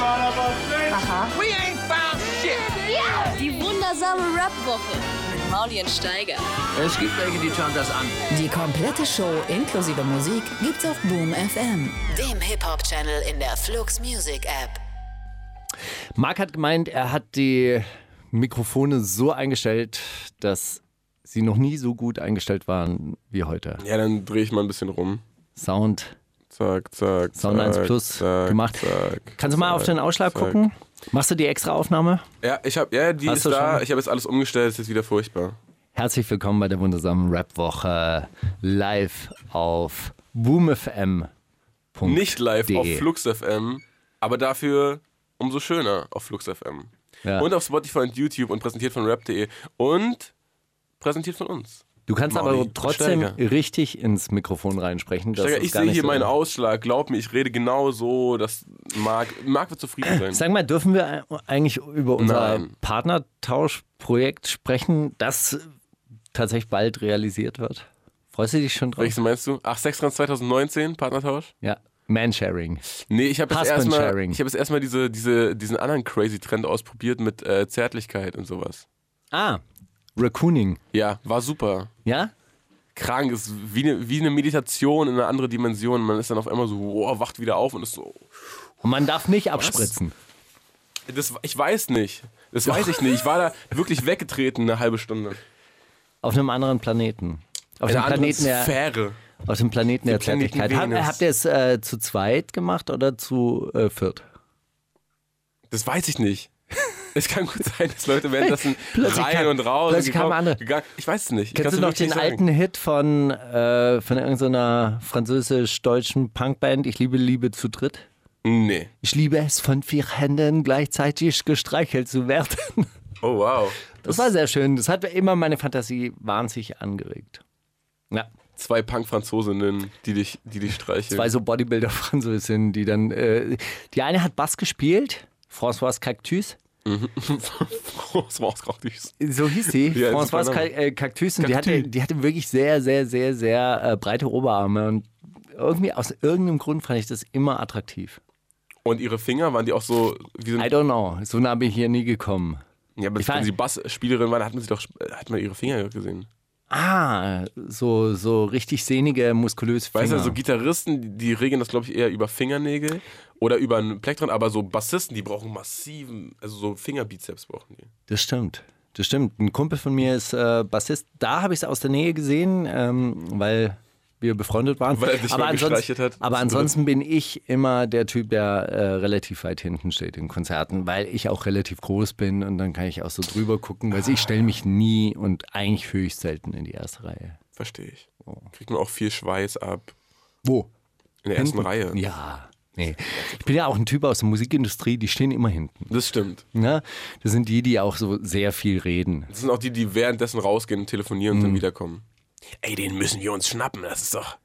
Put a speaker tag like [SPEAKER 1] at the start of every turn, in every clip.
[SPEAKER 1] Aha.
[SPEAKER 2] Die wundersame Rap-Woche mit Mauli und Steiger.
[SPEAKER 3] Es gibt welche, die schauen das an.
[SPEAKER 4] Die komplette Show inklusive Musik gibt's auf Boom FM.
[SPEAKER 5] dem Hip-Hop-Channel in der Flux Music App.
[SPEAKER 6] Marc hat gemeint, er hat die Mikrofone so eingestellt, dass sie noch nie so gut eingestellt waren wie heute.
[SPEAKER 1] Ja, dann drehe ich mal ein bisschen rum.
[SPEAKER 6] Sound,
[SPEAKER 1] Zack, zack.
[SPEAKER 6] Sound
[SPEAKER 1] zack,
[SPEAKER 6] 1 Plus
[SPEAKER 1] zack,
[SPEAKER 6] gemacht.
[SPEAKER 1] zack,
[SPEAKER 6] Kannst du mal auf
[SPEAKER 1] zack,
[SPEAKER 6] den Ausschlag
[SPEAKER 1] zack.
[SPEAKER 6] gucken? Machst du die extra Aufnahme?
[SPEAKER 1] Ja, ich habe, ja, die
[SPEAKER 6] Hast
[SPEAKER 1] ist
[SPEAKER 6] du
[SPEAKER 1] da.
[SPEAKER 6] schon?
[SPEAKER 1] Ich habe jetzt alles umgestellt. Ist jetzt wieder furchtbar.
[SPEAKER 6] Herzlich willkommen bei der wundersamen Rap-Woche live auf boomfm.
[SPEAKER 1] Nicht live auf
[SPEAKER 6] De.
[SPEAKER 1] Flux FM, aber dafür umso schöner auf Flux FM.
[SPEAKER 6] Ja.
[SPEAKER 1] Und auf Spotify und YouTube und präsentiert von rap.de und präsentiert von uns.
[SPEAKER 6] Du kannst
[SPEAKER 1] Mauli,
[SPEAKER 6] aber trotzdem
[SPEAKER 1] Steiger.
[SPEAKER 6] richtig ins Mikrofon reinsprechen. Das
[SPEAKER 1] Steiger,
[SPEAKER 6] ist
[SPEAKER 1] ich
[SPEAKER 6] gar
[SPEAKER 1] sehe
[SPEAKER 6] nicht
[SPEAKER 1] hier
[SPEAKER 6] so-
[SPEAKER 1] meinen Ausschlag. Glaub mir, ich rede genau so, dass Marc, Marc wird zufrieden sein.
[SPEAKER 6] Sag mal, dürfen wir eigentlich über unser
[SPEAKER 1] Nein.
[SPEAKER 6] Partnertauschprojekt sprechen, das tatsächlich bald realisiert wird? Freust du dich schon drauf?
[SPEAKER 1] Welches meinst du? Ach, 6 2019, Partnertausch?
[SPEAKER 6] Ja, Mansharing.
[SPEAKER 1] Nee, ich habe jetzt
[SPEAKER 6] Husband
[SPEAKER 1] erstmal
[SPEAKER 6] sharing.
[SPEAKER 1] ich hab jetzt erstmal diese, diese, diesen anderen crazy Trend ausprobiert mit äh, Zärtlichkeit und sowas.
[SPEAKER 6] Ah, Raccooning.
[SPEAKER 1] Ja, war super.
[SPEAKER 6] Ja?
[SPEAKER 1] Krank ist wie eine, wie eine Meditation in eine andere Dimension. Man ist dann auf einmal so, wow, wacht wieder auf und ist so.
[SPEAKER 6] Und man darf nicht abspritzen.
[SPEAKER 1] Das, ich weiß nicht. Das weiß ich nicht. Ich war da wirklich weggetreten eine halbe Stunde.
[SPEAKER 6] Auf einem anderen Planeten. Auf
[SPEAKER 1] In
[SPEAKER 6] dem
[SPEAKER 1] einer anderen
[SPEAKER 6] Planeten, der,
[SPEAKER 1] Sphäre.
[SPEAKER 6] auf dem Planeten der
[SPEAKER 1] Planeten
[SPEAKER 6] Zärtlichkeit. Hab,
[SPEAKER 1] Venus.
[SPEAKER 6] habt ihr es äh, zu zweit gemacht oder zu äh, viert?
[SPEAKER 1] Das weiß ich nicht. Es kann gut sein, dass Leute währenddessen
[SPEAKER 6] Plötzlich
[SPEAKER 1] rein
[SPEAKER 6] kam-
[SPEAKER 1] und raus. und
[SPEAKER 6] plötzlich kamen
[SPEAKER 1] gekommen-
[SPEAKER 6] andere.
[SPEAKER 1] Gegangen. Ich weiß es nicht. Ich kann's
[SPEAKER 6] Kennst
[SPEAKER 1] dir
[SPEAKER 6] du noch
[SPEAKER 1] wirklich
[SPEAKER 6] den
[SPEAKER 1] nicht sagen.
[SPEAKER 6] alten Hit von, äh, von irgendeiner französisch-deutschen Punkband, Ich liebe Liebe zu dritt?
[SPEAKER 1] Nee.
[SPEAKER 6] Ich liebe es, von vier Händen gleichzeitig gestreichelt zu werden.
[SPEAKER 1] Oh, wow.
[SPEAKER 6] Das war sehr schön. Das hat immer meine Fantasie wahnsinnig angeregt. Ja,
[SPEAKER 1] zwei Punk-Franzosinnen, die dich, die dich streicheln.
[SPEAKER 6] zwei so Bodybuilder-Französinnen, die dann. Äh, die eine hat Bass gespielt, Françoise Cactus.
[SPEAKER 1] das war auch richtig.
[SPEAKER 6] So hieß sie,
[SPEAKER 1] Ja, das ist
[SPEAKER 6] Françoise
[SPEAKER 1] mein
[SPEAKER 6] Ca
[SPEAKER 1] Name.
[SPEAKER 6] äh, Cactus. Und die
[SPEAKER 1] Cactus.
[SPEAKER 6] hatte, die hatte wirklich sehr, sehr, sehr, sehr äh, breite Oberarme. Und irgendwie, aus irgendeinem Grund fand ich das immer attraktiv.
[SPEAKER 1] Und ihre Finger waren die auch so, wie so
[SPEAKER 6] I don't know. So nah bin ich hier nie gekommen.
[SPEAKER 1] ja, aber
[SPEAKER 6] ich
[SPEAKER 1] wenn
[SPEAKER 6] weiß-
[SPEAKER 1] sie Bassspielerin waren, hat man sie doch, hat man ihre Finger gesehen.
[SPEAKER 6] Ah, so, so richtig sehnige, muskulöse Finger.
[SPEAKER 1] Weißt du, so Gitarristen, die- die regeln das, glaube ich, eher über Fingernägel oder über einen Plektron, aber so Bassisten, die brauchen massiven, also so Fingerbizeps brauchen die.
[SPEAKER 6] Das stimmt. Das stimmt. Ein Kumpel von mir ist äh, Bassist. Da habe ich es aus der Nähe gesehen, ähm, weil wir befreundet waren.
[SPEAKER 1] Weil er dich mal gestreichelt hat.
[SPEAKER 6] aber
[SPEAKER 1] Das
[SPEAKER 6] ansonsten bin ich immer der Typ, der äh, relativ weit hinten steht in Konzerten, weil ich auch relativ groß bin und dann kann ich auch so drüber gucken, weil ich stelle mich nie und eigentlich höchst selten in die erste Reihe.
[SPEAKER 1] Verstehe ich.
[SPEAKER 6] Oh.
[SPEAKER 1] Kriegt man auch viel Schweiß ab
[SPEAKER 6] Wo?
[SPEAKER 1] in der ersten Reihe.
[SPEAKER 6] Ja. Nee. Ich bin ja auch ein Typ aus der Musikindustrie, die stehen immer hinten.
[SPEAKER 1] Das stimmt.
[SPEAKER 6] Ne? Das sind die, die auch so sehr viel reden.
[SPEAKER 1] Das sind auch die, die währenddessen rausgehen und telefonieren
[SPEAKER 6] Mhm.
[SPEAKER 1] und dann wiederkommen. Ey, den müssen wir uns schnappen, das ist doch.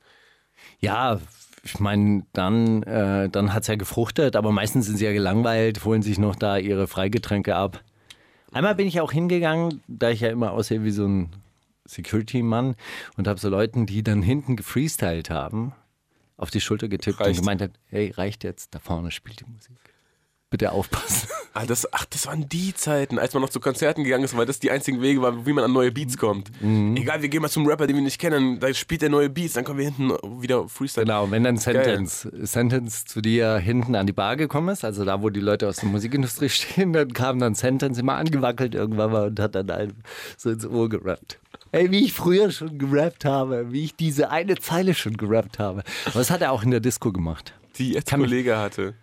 [SPEAKER 6] Ja, ich meine, dann, äh, dann hat es ja gefruchtet, aber meistens sind sie ja gelangweilt, holen sich noch da ihre Freigetränke ab. Einmal bin ich auch hingegangen, da ich ja immer aussehe wie so ein Security-Mann und habe so Leuten, die dann hinten gefreestylt haben, auf die Schulter getippt
[SPEAKER 1] Reicht.
[SPEAKER 6] und gemeint hat, hey, reicht jetzt, da vorne spielt die Musik. Bitte aufpassen.
[SPEAKER 1] Ah, das, ach, das waren die Zeiten, als man noch zu Konzerten gegangen ist, weil das die einzigen Wege waren, wie man an neue Beats kommt.
[SPEAKER 6] Mhm.
[SPEAKER 1] Egal, wir gehen mal zum Rapper, den wir nicht kennen, da spielt er neue Beats, dann kommen wir hinten wieder Freestyle.
[SPEAKER 6] Genau, und wenn dann Sentence, Sentence zu dir hinten an die Bar gekommen ist, also da, wo die Leute aus der Musikindustrie stehen, dann kam dann Sentence immer angewackelt irgendwann mal und hat dann einem so ins Ohr gerappt. Ey, wie ich früher schon gerappt habe, wie ich diese eine Zeile schon gerappt habe. Aber das hat er auch in der Disco gemacht.
[SPEAKER 1] Die jetzt
[SPEAKER 6] Kann mich-
[SPEAKER 1] Kollege hatte.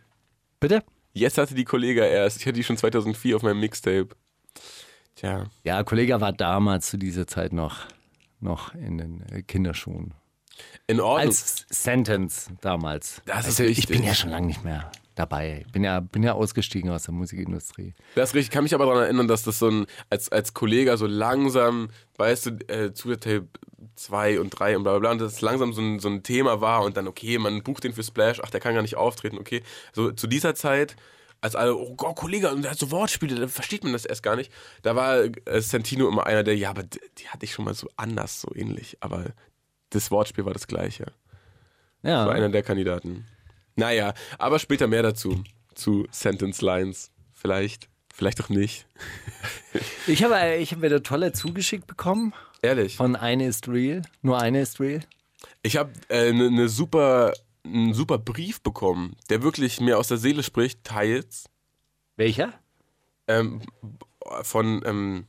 [SPEAKER 6] Bitte?
[SPEAKER 1] Jetzt hatte die Kollege erst. Ich hatte die schon 2004 auf meinem Mixtape. Tja,
[SPEAKER 6] Ja, Kollege war damals zu dieser Zeit noch, noch in den äh, Kinderschuhen.
[SPEAKER 1] in Ordnung.
[SPEAKER 6] Als Sentence damals.
[SPEAKER 1] Das ist
[SPEAKER 6] also, ich
[SPEAKER 1] richtig.
[SPEAKER 6] bin ja schon lange nicht mehr dabei. Ich bin ja, bin ja ausgestiegen aus der Musikindustrie.
[SPEAKER 1] Das ist richtig. Ich kann mich aber daran erinnern, dass das so ein, als, als Kollege so langsam, weißt du, äh, zu der Tape 2 und 3 und bla bla bla, und das langsam so ein, so ein Thema war und dann, okay, man bucht den für Splash, ach, der kann gar nicht auftreten, okay. So zu dieser Zeit, als alle, oh Gott, Kollege, und der hat so Wortspiele, da versteht man das erst gar nicht. Da war äh, Santino immer einer, der, ja, aber die, die hatte ich schon mal so anders, so ähnlich, aber das Wortspiel war das gleiche.
[SPEAKER 6] Ja. Ah.
[SPEAKER 1] War einer der Kandidaten. Naja, aber später mehr dazu. zu Sentence Lines. Vielleicht, vielleicht auch nicht.
[SPEAKER 6] Ich habe äh, ich hab wieder tolle zugeschickt bekommen
[SPEAKER 1] Ehrlich.
[SPEAKER 6] von Eine ist real. Nur eine ist real.
[SPEAKER 1] Ich habe äh, ne, ne super, einen super Brief bekommen, der wirklich mir aus der Seele spricht, teils,
[SPEAKER 6] Welcher?
[SPEAKER 1] ähm, von, ähm,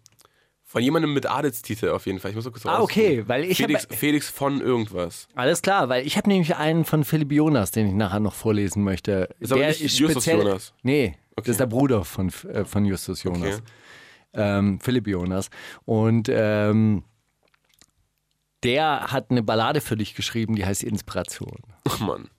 [SPEAKER 1] von jemandem mit Adelstitel auf jeden Fall. Ich muss noch kurz
[SPEAKER 6] Ah, okay, weil ich
[SPEAKER 1] Felix,
[SPEAKER 6] habe
[SPEAKER 1] Felix von irgendwas.
[SPEAKER 6] alles klar, weil ich habe nämlich einen von Philipp Jonas, den ich nachher noch vorlesen möchte.
[SPEAKER 1] Ist aber nicht Justus Jonas.
[SPEAKER 6] Nee, das ist der Bruder von, äh, von Justus Jonas.
[SPEAKER 1] Okay.
[SPEAKER 6] Ähm, Philipp Jonas. Und ähm, der hat eine Ballade für dich geschrieben, die heißt Inspiration.
[SPEAKER 1] Ach Oh Mann.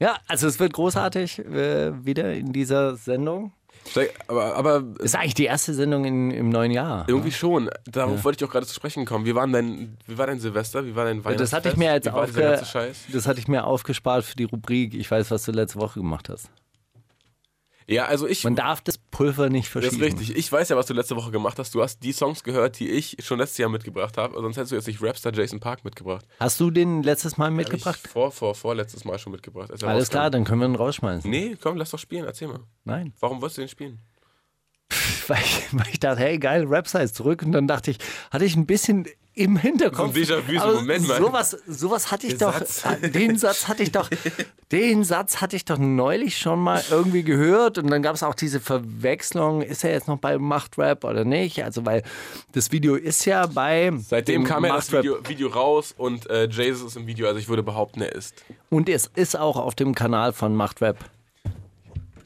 [SPEAKER 6] Ja, also es wird großartig äh, wieder in dieser Sendung.
[SPEAKER 1] Vielleicht- Aber, aber
[SPEAKER 6] Ist eigentlich die erste Sendung in, im neuen Jahr.
[SPEAKER 1] irgendwie schon. Darauf wollte ich auch gerade zu sprechen kommen. Wie, waren dein, wie war dein Silvester? Wie war dein Weihnachtsfest?
[SPEAKER 6] Das hatte ich mir jetzt
[SPEAKER 1] Wie war dieser ganze
[SPEAKER 6] aufge
[SPEAKER 1] Scheiß?
[SPEAKER 6] das hatte ich mir aufgespart für die Rubrik. Ich weiß, was du letzte Woche gemacht hast.
[SPEAKER 1] Ja, also ich
[SPEAKER 6] Man darf das Pulver nicht
[SPEAKER 1] Das ist
[SPEAKER 6] verschießen.
[SPEAKER 1] richtig. Ich weiß ja, was du letzte Woche gemacht hast. Du hast die Songs gehört, die ich schon letztes Jahr mitgebracht habe. Sonst hättest du jetzt nicht Rapstar Jason Park mitgebracht.
[SPEAKER 6] Hast du den letztes Mal
[SPEAKER 1] Hab
[SPEAKER 6] mitgebracht?
[SPEAKER 1] Ich vor, vor, vorletztes Mal schon mitgebracht. als er
[SPEAKER 6] Alles
[SPEAKER 1] rauskam.
[SPEAKER 6] klar, dann können wir ihn rausschmeißen.
[SPEAKER 1] Nee, komm, lass doch spielen. Erzähl mal.
[SPEAKER 6] Nein.
[SPEAKER 1] Warum wolltest du den spielen?
[SPEAKER 6] Weil ich, weil ich dachte, hey, geil, Rap-Size zurück. Und dann dachte ich, hatte ich ein bisschen im Hinterkopf.
[SPEAKER 1] So ein Déjà-vu, so
[SPEAKER 6] aber
[SPEAKER 1] Moment mal.
[SPEAKER 6] Sowas, sowas hatte ich
[SPEAKER 1] Der
[SPEAKER 6] doch. äh,
[SPEAKER 1] Satz.
[SPEAKER 6] Den Satz hatte ich doch. Den Satz hatte ich doch neulich schon mal irgendwie gehört. Und dann gab es auch diese Verwechslung, ist er jetzt noch bei Machtrap oder nicht? Also, weil das Video ist ja bei.
[SPEAKER 1] Seitdem
[SPEAKER 6] dem
[SPEAKER 1] kam ja das
[SPEAKER 6] Machtrap.
[SPEAKER 1] Video, Video raus und äh, Jesus ist im Video. Also ich würde behaupten, er ist.
[SPEAKER 6] Und es ist auch auf dem Kanal von Machtrap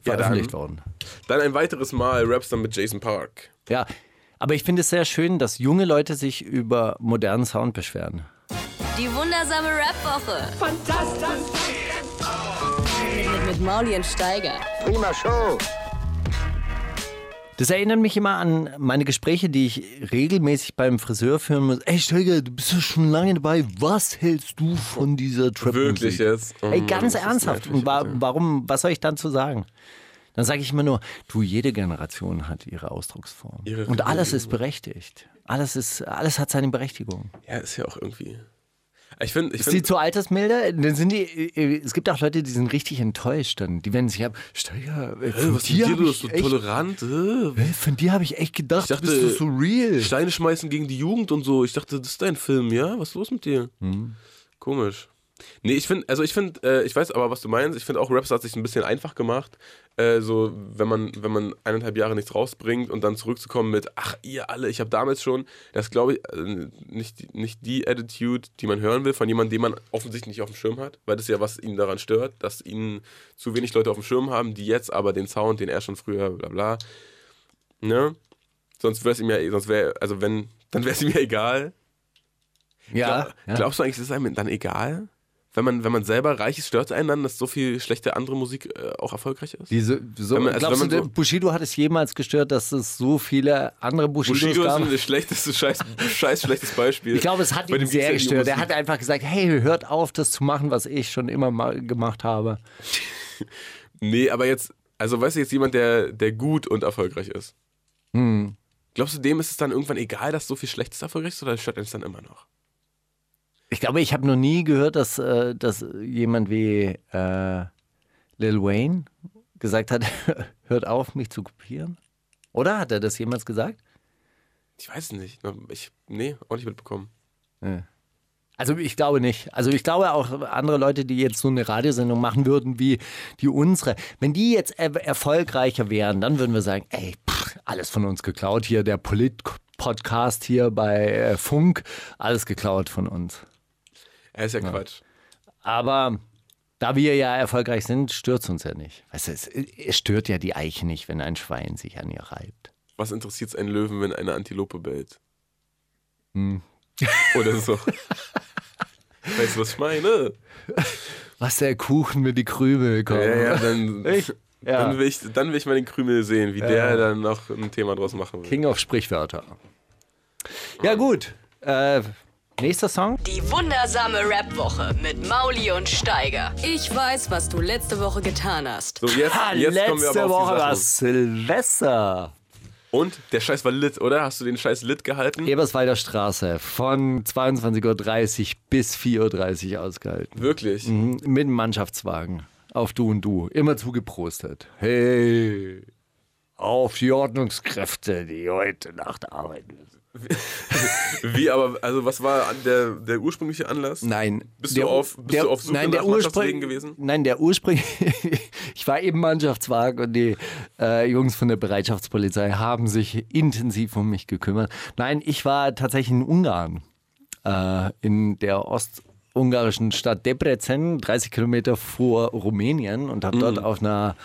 [SPEAKER 1] Ja,
[SPEAKER 6] veröffentlicht
[SPEAKER 1] dann.
[SPEAKER 6] worden.
[SPEAKER 1] Dann ein weiteres Mal Rapstar mit Jason Park.
[SPEAKER 6] Ja, aber ich finde es sehr schön, dass junge Leute sich über modernen Sound beschweren.
[SPEAKER 2] Die wundersame Rap-Woche. Fantastisch. Mit, mit Mauli und Steiger.
[SPEAKER 6] Das erinnert mich immer an meine Gespräche, die ich regelmäßig beim Friseur führen muss. Ey, Steiger, du bist ja schon lange dabei. Was hältst du von dieser trap
[SPEAKER 1] Wirklich jetzt? Oh
[SPEAKER 6] Ey,
[SPEAKER 1] Mann,
[SPEAKER 6] ganz
[SPEAKER 1] das ist
[SPEAKER 6] ernsthaft.
[SPEAKER 1] nervig,
[SPEAKER 6] Und wa
[SPEAKER 1] Alter.
[SPEAKER 6] warum, was soll ich dann zu sagen? Dann sage ich immer nur, du, jede Generation hat ihre Ausdrucksform.
[SPEAKER 1] Ihre
[SPEAKER 6] Und alles
[SPEAKER 1] Religion.
[SPEAKER 6] ist berechtigt. Alles, ist, alles hat seine Berechtigung.
[SPEAKER 1] Ja, ist ja auch irgendwie. Ich finde, ich
[SPEAKER 6] Ist die
[SPEAKER 1] finde.
[SPEAKER 6] zu altersmilde? Dann sind die. äh, Es gibt auch Leute, die sind richtig enttäuscht dann. Die werden sich ab. Steiger, äh, von
[SPEAKER 1] Was ist
[SPEAKER 6] dir
[SPEAKER 1] mit dir,
[SPEAKER 6] habe
[SPEAKER 1] du
[SPEAKER 6] ich,
[SPEAKER 1] bist so
[SPEAKER 6] echt-
[SPEAKER 1] tolerant? Äh,
[SPEAKER 6] äh, von dir hab ich echt gedacht,
[SPEAKER 1] Ich dachte,
[SPEAKER 6] bist du so real.
[SPEAKER 1] Steine schmeißen gegen die Jugend und so. Ich dachte, das ist dein Film, ja? Was ist los mit dir? Komisch. Nee, ich finde, also ich finde, äh, ich weiß aber, was du meinst. Ich finde auch, Raps hat sich ein bisschen einfach gemacht. Äh, so, wenn man, wenn man eineinhalb Jahre nichts rausbringt und dann zurückzukommen mit, ach, ihr alle, ich habe damals schon, das glaube ich, äh, nicht, die- nicht die Attitude, die man hören will, von jemandem, den man offensichtlich nicht auf dem Schirm hat, weil das ist ja, was ihn daran stört, dass ihn zu wenig Leute auf dem Schirm haben, die jetzt aber den Sound, den er schon früher, bla bla, ne? Sonst wäre es ihm ja, sonst wäre, also wenn, dann wäre es ihm ja egal.
[SPEAKER 6] Ja,
[SPEAKER 1] Glaub- Glaubst du eigentlich, es ist einem dann egal? Wenn man, wenn man selber reich ist, stört es einen dann, dass so viel schlechte andere Musik äh, auch erfolgreich ist?
[SPEAKER 6] Diese, so,
[SPEAKER 1] Wenn man- also
[SPEAKER 6] glaubst
[SPEAKER 1] wenn
[SPEAKER 6] du,
[SPEAKER 1] man so-
[SPEAKER 6] Bushido hat es jemals gestört, dass es so viele andere Bushidos
[SPEAKER 1] Bushido ist
[SPEAKER 6] gab?
[SPEAKER 1] ein schlechtes, scheiß, scheiß schlechtes Beispiel.
[SPEAKER 6] Ich glaube, es hat
[SPEAKER 1] Bei dem
[SPEAKER 6] ihn
[SPEAKER 1] gibt's
[SPEAKER 6] sehr
[SPEAKER 1] ja die
[SPEAKER 6] gestört. Er
[SPEAKER 1] Musik.
[SPEAKER 6] hat einfach gesagt: Hey, hört auf, das zu machen, was ich schon immer mal gemacht habe.
[SPEAKER 1] Nee, aber jetzt, also weißt du, jetzt jemand, der, der gut und erfolgreich ist.
[SPEAKER 6] Hm.
[SPEAKER 1] Glaubst du, dem ist es dann irgendwann egal, dass so viel Schlechtes erfolgreich ist oder stört es dann immer noch?
[SPEAKER 6] Ich glaube, ich habe noch nie gehört, dass, äh, dass jemand wie äh, Lil Wayne gesagt hat, hört auf, mich zu kopieren. Oder hat er das jemals gesagt?
[SPEAKER 1] Ich weiß es nicht. Ich, nee, auch nicht mitbekommen.
[SPEAKER 6] Also ich glaube nicht. Also ich glaube auch andere Leute, die jetzt so eine Radiosendung machen würden wie die unsere, wenn die jetzt er erfolgreicher wären, dann würden wir sagen, ey, pff, alles von uns geklaut hier, der Polit-Podcast hier bei äh, Funk, alles geklaut von uns.
[SPEAKER 1] Er ist ja, Quatsch.
[SPEAKER 6] Aber da wir ja erfolgreich sind, stört es uns ja nicht. Weißt du, es, es stört ja die Eiche nicht, wenn ein Schwein sich an ihr reibt.
[SPEAKER 1] Was interessiert einen Löwen, wenn eine Antilope bellt?
[SPEAKER 6] Hm.
[SPEAKER 1] Oder so. weißt du, was ich meine?
[SPEAKER 6] Was der Kuchen mit die Krümel kommt.
[SPEAKER 1] Ja, ja, dann,
[SPEAKER 6] Ich- ja.
[SPEAKER 1] Dann, will ich, dann will ich mal den Krümel sehen, wie der dann noch ein Thema draus machen will.
[SPEAKER 6] King of Sprichwörter. Ja, gut. Äh, nächster Song.
[SPEAKER 2] Die wundersame Rap-Woche mit Mauli und Steiger. Ich weiß, was du letzte Woche getan hast.
[SPEAKER 1] So, jetzt,
[SPEAKER 6] Ha,
[SPEAKER 1] jetzt kommen wir
[SPEAKER 6] Ah, letzte
[SPEAKER 1] aber auf
[SPEAKER 6] Woche
[SPEAKER 1] die
[SPEAKER 6] war
[SPEAKER 1] Sachen.
[SPEAKER 6] Silvester.
[SPEAKER 1] Und der Scheiß war lit, oder? Hast du den Scheiß lit gehalten?
[SPEAKER 6] Eberswalder Straße von 22.30 Uhr bis 4.30 Uhr ausgehalten.
[SPEAKER 1] Wirklich.
[SPEAKER 6] Mhm. Mit dem Mannschaftswagen. auf Du und Du. Immer zugeprostet. Hey, auf die Ordnungskräfte, die heute Nacht arbeiten müssen.
[SPEAKER 1] Wie aber, also was war an- der, der ursprüngliche Anlass?
[SPEAKER 6] Nein.
[SPEAKER 1] Bist du auf- bist du auf Suche nach Mannschaftslegen gewesen?
[SPEAKER 6] Nein, der Ursprung. ich war eben Mannschaftswagen und die äh, Jungs von der Bereitschaftspolizei haben sich intensiv um mich gekümmert. Nein, ich war tatsächlich in Ungarn, äh, in der ostungarischen Stadt Debrecen, 30 Kilometer vor Rumänien und habe
[SPEAKER 1] Mhm.
[SPEAKER 6] dort auf einer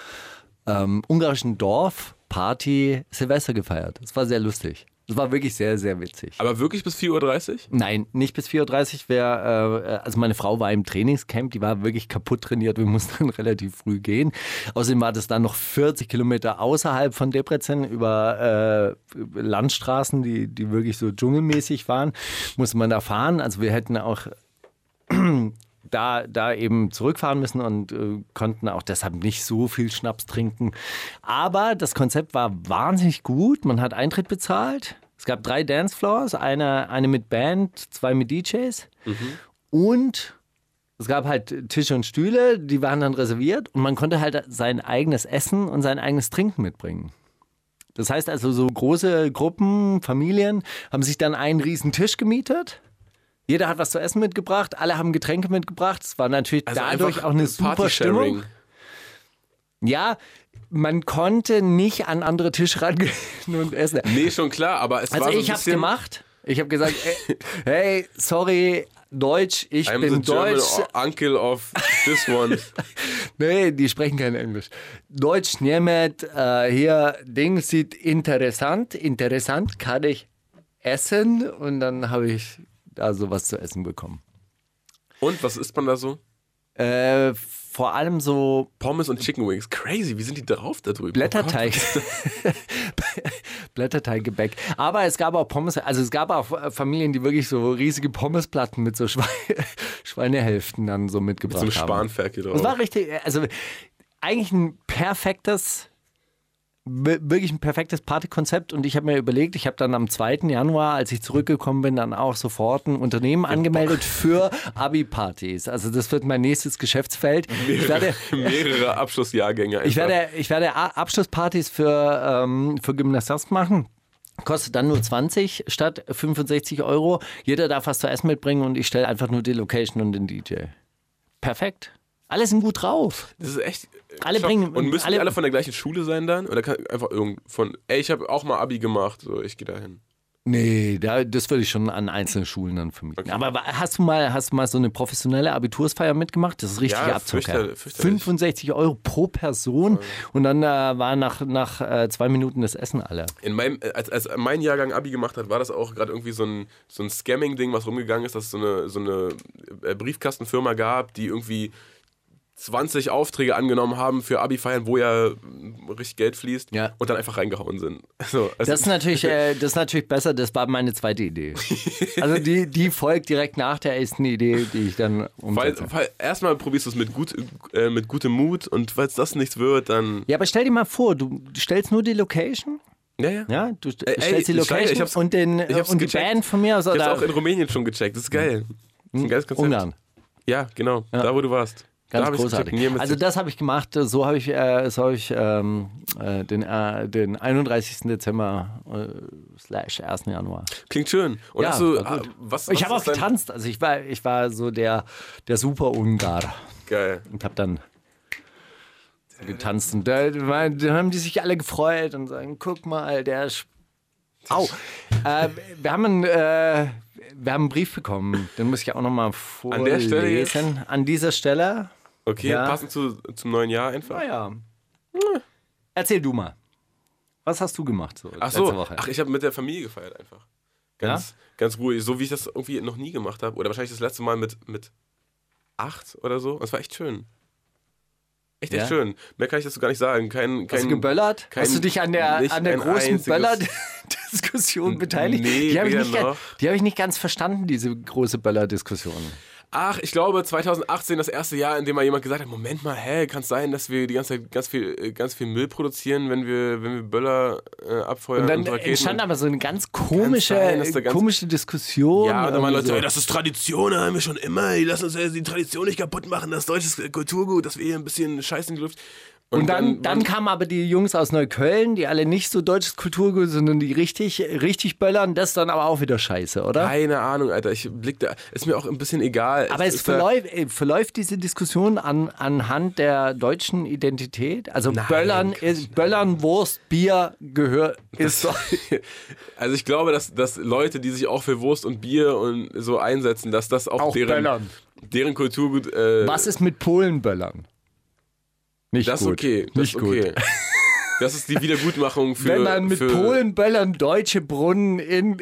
[SPEAKER 6] ähm, ungarischen Dorfparty Silvester gefeiert. Es war sehr lustig. Es war wirklich sehr, sehr witzig.
[SPEAKER 1] Aber wirklich bis 4.30 Uhr?
[SPEAKER 6] Nein, nicht bis 4.30 Uhr. Wär, äh, also meine Frau war im Trainingscamp, die war wirklich kaputt trainiert. Wir mussten dann relativ früh gehen. Außerdem war das dann noch 40 Kilometer außerhalb von Debrecen über äh, Landstraßen, die, die wirklich so dschungelmäßig waren. Musste man da fahren. Also wir hätten auch da, da eben zurückfahren müssen und äh, konnten auch deshalb nicht so viel Schnaps trinken. Aber das Konzept war wahnsinnig gut. Man hat Eintritt bezahlt. Es gab drei Dancefloors, eine, eine mit Band, zwei mit DJs. Und es gab halt Tische und Stühle, die waren dann reserviert und man konnte halt sein eigenes Essen und sein eigenes Trinken mitbringen. Das heißt also, so große Gruppen, Familien haben sich dann einen riesen Tisch gemietet. Jeder hat was zu essen mitgebracht, alle haben Getränke mitgebracht. Es war natürlich
[SPEAKER 1] Also
[SPEAKER 6] dadurch auch eine super Stimmung. Ja, man konnte nicht an andere Tische rangehen und essen.
[SPEAKER 1] Nee, schon klar, aber es
[SPEAKER 6] Also
[SPEAKER 1] war so
[SPEAKER 6] ich
[SPEAKER 1] ein
[SPEAKER 6] hab's
[SPEAKER 1] bisschen,
[SPEAKER 6] gemacht. Ich habe gesagt, ey, hey, sorry, Deutsch, ich
[SPEAKER 1] I'm
[SPEAKER 6] bin
[SPEAKER 1] the German
[SPEAKER 6] Deutsch.
[SPEAKER 1] Uncle of this one.
[SPEAKER 6] Nee, die sprechen kein Englisch. Deutsch, Niemet, äh, hier, Ding sieht interessant, interessant, kann ich essen und dann habe ich also was zu essen bekommen.
[SPEAKER 1] Und was isst man da so?
[SPEAKER 6] Äh, vor allem so
[SPEAKER 1] Pommes und Chicken Wings. Crazy, wie sind die drauf da drüben? Oh
[SPEAKER 6] Blätterteig. Blätterteiggebäck. Aber es gab auch Pommes, also es gab auch äh, Familien, die wirklich so riesige Pommesplatten mit so Schweine, Schweinehälften dann so
[SPEAKER 1] Oh
[SPEAKER 6] mitgebracht
[SPEAKER 1] Gott, so ein
[SPEAKER 6] haben.
[SPEAKER 1] Spanferkel drauf.
[SPEAKER 6] Es war richtig, also eigentlich ein perfektes, wi- wirklich ein perfektes Partykonzept. Und ich habe mir überlegt, ich habe dann am 2. Januar, als ich zurückgekommen bin, dann auch sofort ein Unternehmen angemeldet für Abi-Partys. Also das wird mein nächstes Geschäftsfeld. Ich werde,
[SPEAKER 1] Mehrere Abschlussjahrgänge.
[SPEAKER 6] ich werde, ich werde A- Abschlusspartys für, ähm, für Gymnasiast machen. Kostet dann nur 20 statt 65 Euro. Jeder darf was zu essen mitbringen und ich stelle einfach nur die Location und den DJ. Perfekt. Alle sind gut drauf.
[SPEAKER 1] Das ist echt.
[SPEAKER 6] Alle
[SPEAKER 1] Schock.
[SPEAKER 6] bringen-
[SPEAKER 1] Und müssen alle,
[SPEAKER 6] alle-
[SPEAKER 1] die alle von der gleichen Schule sein dann? Oder kann einfach irgend von. Ey, ich habe auch mal Abi gemacht, so ich gehe da hin.
[SPEAKER 6] Nee, da, das würde ich schon an einzelnen Schulen dann vermieten. Aber wa- hast du, mal, hast du mal so eine professionelle Abitursfeier mitgemacht? Das ist richtig
[SPEAKER 1] Ja,
[SPEAKER 6] Abzug.
[SPEAKER 1] fürchterlich,
[SPEAKER 6] ja.
[SPEAKER 1] fürchterlich.
[SPEAKER 6] 65 Euro pro Person und dann äh, war nach, nach äh, zwei Minuten das Essen alle.
[SPEAKER 1] In meinem, äh, als, als mein Jahrgang Abi gemacht hat, war das auch gerade irgendwie so ein, so ein Scamming-Ding, was rumgegangen ist, dass es so eine, so eine äh, Briefkastenfirma gab, die irgendwie 20 Aufträge angenommen haben für Abi-Feiern, wo ja mm, richtig Geld fließt
[SPEAKER 6] Ja.
[SPEAKER 1] und dann einfach reingehauen sind. So, also
[SPEAKER 6] Das ist natürlich, äh, das ist natürlich besser, das war meine zweite Idee. Also die, die folgt direkt nach der ersten Idee, die ich dann
[SPEAKER 1] Weil,
[SPEAKER 6] umsetze.
[SPEAKER 1] weil erstmal probierst du es mit, gut, äh, mit gutem Mut und falls das nichts wird, dann.
[SPEAKER 6] Ja, aber stell dir mal vor, du stellst nur die Location,
[SPEAKER 1] Ja, ja.
[SPEAKER 6] ja, du st
[SPEAKER 1] Äh, Ey,
[SPEAKER 6] stellst die
[SPEAKER 1] ich
[SPEAKER 6] Location
[SPEAKER 1] steige, ich hab's-
[SPEAKER 6] und, den,
[SPEAKER 1] ich
[SPEAKER 6] äh,
[SPEAKER 1] hab's
[SPEAKER 6] und die
[SPEAKER 1] gecheckt.
[SPEAKER 6] Band von mir aus
[SPEAKER 1] Ich hab's auch in
[SPEAKER 6] oder
[SPEAKER 1] Rumänien schon gecheckt. Das ist geil. Das ist ein geiles Konzept.
[SPEAKER 6] Mhm. Ungarn.
[SPEAKER 1] Ja, genau. Da, wo du warst. da
[SPEAKER 6] Ganz
[SPEAKER 1] hab ich's
[SPEAKER 6] großartig.
[SPEAKER 1] gecheckt. Mir
[SPEAKER 6] Also
[SPEAKER 1] also
[SPEAKER 6] das habe ich gemacht, so habe ich, äh, so hab ich ähm, äh, den, äh, den 31. Dezember äh, slash 1. Januar.
[SPEAKER 1] Klingt schön. Und
[SPEAKER 6] Ja,
[SPEAKER 1] hast du,
[SPEAKER 6] war
[SPEAKER 1] ah,
[SPEAKER 6] gut.
[SPEAKER 1] was, was
[SPEAKER 6] ich habe
[SPEAKER 1] ist
[SPEAKER 6] auch
[SPEAKER 1] dein-
[SPEAKER 6] getanzt, also ich war, ich war so der, der Super-Ungar.
[SPEAKER 1] Geil.
[SPEAKER 6] und hab dann getanzt und da, war- da haben die sich alle gefreut und sagen, guck mal, der ist... Au, äh, wir, haben einen, äh, wir haben einen Brief bekommen, den muss ich auch nochmal vorlesen.
[SPEAKER 1] der Stelle jetzt?
[SPEAKER 6] An dieser Stelle,
[SPEAKER 1] Okay,
[SPEAKER 6] Ja.
[SPEAKER 1] passend zu, zum neuen Jahr einfach.
[SPEAKER 6] naja, Ah Hm. erzähl du mal. Was hast du gemacht so
[SPEAKER 1] Ach
[SPEAKER 6] letzte
[SPEAKER 1] so,
[SPEAKER 6] Woche?
[SPEAKER 1] ach, ich habe mit der Familie gefeiert einfach. Ganz, ganz ruhig, so wie ich das irgendwie noch nie gemacht habe. Oder wahrscheinlich das letzte Mal mit, mit acht oder so. Und es war echt schön. Echt,
[SPEAKER 6] Ja?
[SPEAKER 1] echt schön. Mehr kann ich dazu gar nicht sagen. Kein, kein,
[SPEAKER 6] Hast du geböllert?
[SPEAKER 1] kein-
[SPEAKER 6] Hast du dich an der,
[SPEAKER 1] nicht
[SPEAKER 6] an der
[SPEAKER 1] ein
[SPEAKER 6] großen
[SPEAKER 1] einziges-
[SPEAKER 6] Böller-Diskussion beteiligt?
[SPEAKER 1] Nee,
[SPEAKER 6] die habe ich,
[SPEAKER 1] weder
[SPEAKER 6] nicht ga-
[SPEAKER 1] noch.
[SPEAKER 6] die hab ich nicht ganz verstanden, diese große Böller-Diskussion.
[SPEAKER 1] Ach, ich glaube 2018 das erste Jahr, in dem mal jemand gesagt hat, Moment mal, hä, kann es sein, dass wir die ganze Zeit ganz viel, äh, ganz viel Müll produzieren, wenn wir, wenn wir Böller äh, abfeuern
[SPEAKER 6] Und
[SPEAKER 1] und,
[SPEAKER 6] dann
[SPEAKER 1] Raketen?
[SPEAKER 6] entstand aber so eine ganz komische,
[SPEAKER 1] sein, dass da ganz-
[SPEAKER 6] komische Diskussion.
[SPEAKER 1] ja, und dann waren
[SPEAKER 6] irgendwie
[SPEAKER 1] Leute,
[SPEAKER 6] so.
[SPEAKER 1] "Ey, das ist Tradition, da haben wir schon immer, ey, lass uns äh, die Tradition nicht kaputt machen, das deutsche Kulturgut, dass wir hier ein bisschen Scheiß in die Luft.
[SPEAKER 6] Und dann,
[SPEAKER 1] waren-
[SPEAKER 6] dann kamen aber die Jungs aus Neukölln, die alle nicht so deutsches Kulturgut, sind, sondern die richtig, richtig böllern, das ist dann aber auch wieder scheiße, oder?
[SPEAKER 1] keine Ahnung, Alter, ich blick da, ist mir auch ein bisschen egal.
[SPEAKER 6] Aber es
[SPEAKER 1] ist da-
[SPEAKER 6] verläuft, äh, verläuft diese Diskussion an, anhand der deutschen Identität? Also Böllern, ist, Böllern, Wurst, Bier gehört ist.
[SPEAKER 1] Also ich glaube, dass, dass Leute, die sich auch für Wurst und Bier und so einsetzen, dass das auch,
[SPEAKER 6] Auch
[SPEAKER 1] deren,
[SPEAKER 6] böllern.
[SPEAKER 1] deren Kulturgut. Äh,
[SPEAKER 6] Was ist mit Polenböllern? Nicht
[SPEAKER 1] Das ist
[SPEAKER 6] gut.
[SPEAKER 1] okay. Das
[SPEAKER 6] Nicht
[SPEAKER 1] ist okay.
[SPEAKER 6] gut.
[SPEAKER 1] Das ist die Wiedergutmachung für,
[SPEAKER 6] Wenn man mit
[SPEAKER 1] für
[SPEAKER 6] Polenböllern deutsche Brunnen in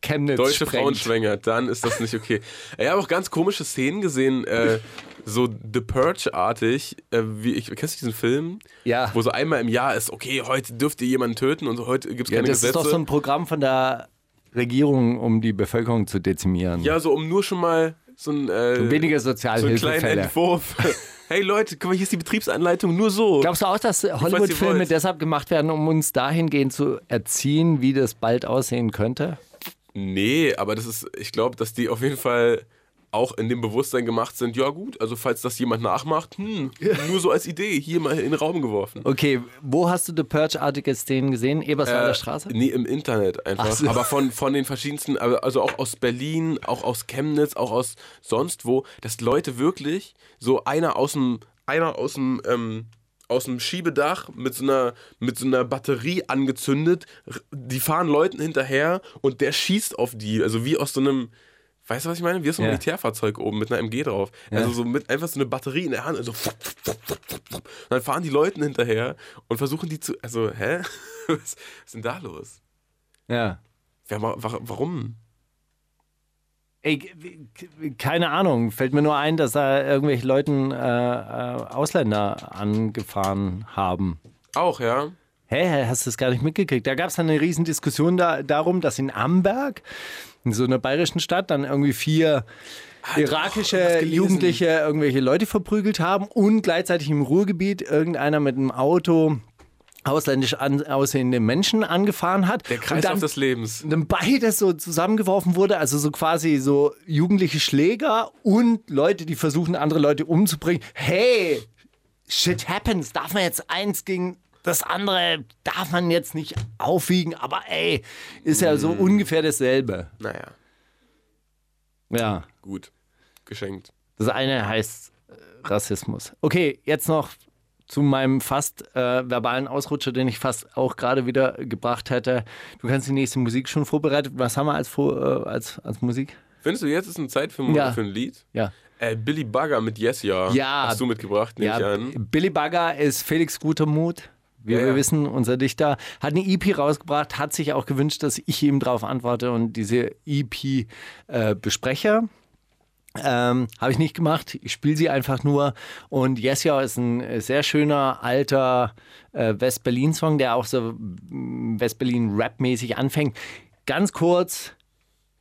[SPEAKER 6] Chemnitz
[SPEAKER 1] deutsche Frauen
[SPEAKER 6] sprengt.
[SPEAKER 1] schwängert, dann ist das nicht okay. Ich habe auch ganz komische Szenen gesehen, äh, so The Purge-artig. Äh, wie ich- kennst du diesen Film?
[SPEAKER 6] Ja.
[SPEAKER 1] Wo so einmal im Jahr ist, okay, heute dürft ihr jemanden töten und so, heute gibt es
[SPEAKER 6] Ja,
[SPEAKER 1] keine
[SPEAKER 6] das ist
[SPEAKER 1] Gesetze.
[SPEAKER 6] doch so ein Programm von der Regierung, um die Bevölkerung zu dezimieren.
[SPEAKER 1] ja, so um nur schon mal so ein. Äh,
[SPEAKER 6] Weniger
[SPEAKER 1] so einen kleinen
[SPEAKER 6] Sozialhilfefälle.
[SPEAKER 1] Entwurf. Hey Leute, guck mal, hier ist die Betriebsanleitung nur so.
[SPEAKER 6] Glaubst du auch, dass
[SPEAKER 1] wollt.
[SPEAKER 6] Hollywood-Filme deshalb gemacht werden, um uns dahingehend zu erziehen, wie das bald aussehen könnte?
[SPEAKER 1] Nee, aber das ist, ich glaube, dass die auf jeden Fall auch in dem Bewusstsein gemacht sind, ja gut, also falls das jemand nachmacht, hm, nur so als Idee, hier mal in den Raum geworfen.
[SPEAKER 6] Okay, wo hast du The Purge-artige Szenen gesehen? Eberswalder
[SPEAKER 1] Äh,
[SPEAKER 6] Straße?
[SPEAKER 1] Nee, im Internet einfach.
[SPEAKER 6] Ach so.
[SPEAKER 1] Aber von, von den verschiedensten, aber- also auch aus Berlin, auch aus Chemnitz, auch aus sonst wo, dass Leute wirklich so einer aus dem, einer aus dem, ähm, aus dem Schiebedach mit so, einer, mit so einer Batterie angezündet, r- die fahren Leuten hinterher und der schießt auf die, also wie aus so einem, weißt du was ich meine? Wie aus so einem
[SPEAKER 6] Ja.
[SPEAKER 1] Militärfahrzeug oben mit einer MG drauf. Also so mit einfach so eine Batterie in der Hand, also fupp, fupp, fupp, fupp, fupp, fupp. Und dann fahren die Leuten hinterher und versuchen die zu, also hä? Was, was ist denn da los?
[SPEAKER 6] Ja.
[SPEAKER 1] Wer, wa- wa- warum?
[SPEAKER 6] Ey, k- keine Ahnung, fällt mir nur ein, dass da irgendwelche Leuten äh, äh, Ausländer angefahren haben.
[SPEAKER 1] Auch, ja.
[SPEAKER 6] Hä, hä, hast du das gar nicht mitgekriegt? Da gab es dann eine Riesendiskussion da, darum, dass in Amberg, in so einer bayerischen Stadt, dann irgendwie vier
[SPEAKER 1] Ah, irgendwas
[SPEAKER 6] irakische
[SPEAKER 1] gelesen.
[SPEAKER 6] Jugendliche irgendwelche Leute verprügelt haben und gleichzeitig im Ruhrgebiet irgendeiner mit einem Auto ausländisch an, aussehende Menschen angefahren hat.
[SPEAKER 1] Der
[SPEAKER 6] und
[SPEAKER 1] Kreislauf
[SPEAKER 6] dann
[SPEAKER 1] des Lebens.
[SPEAKER 6] dann beides so zusammengeworfen wurde, also so quasi so jugendliche Schläger und Leute, die versuchen, andere Leute umzubringen. Hey, shit happens, darf man jetzt eins gegen das andere, darf man jetzt nicht aufwiegen, aber ey, ist ja so ungefähr dasselbe.
[SPEAKER 1] Naja,
[SPEAKER 6] Ja,
[SPEAKER 1] gut. Geschenkt.
[SPEAKER 6] das eine heißt äh, Rassismus. Okay, jetzt noch zu meinem fast äh, verbalen Ausrutscher, den ich fast auch gerade wieder gebracht hätte. Du kannst die nächste Musik schon vorbereitet. Was haben wir als, Vor- äh, als, als Musik?
[SPEAKER 1] Findest du, jetzt ist eine Zeit für,
[SPEAKER 6] Ja.
[SPEAKER 1] für ein Lied?
[SPEAKER 6] Ja.
[SPEAKER 1] Äh, Billy Bugger mit Yes Ja.
[SPEAKER 6] Ja.
[SPEAKER 1] Hast du mitgebracht, nehme ich
[SPEAKER 6] ja,
[SPEAKER 1] an.
[SPEAKER 6] Billy Bagger ist Felix Gutermut. Wie
[SPEAKER 1] Ja,
[SPEAKER 6] wir
[SPEAKER 1] ja.
[SPEAKER 6] wissen, unser Dichter hat eine EP rausgebracht, hat sich auch gewünscht, dass ich ihm darauf antworte und diese EP äh, bespreche. Ähm, Habe ich nicht gemacht. Ich spiele sie einfach nur. Und Yes Ja ist ein äh, sehr schöner alter äh, West-Berlin-Song, der auch so mm, West-Berlin-Rap-mäßig anfängt. Ganz kurz.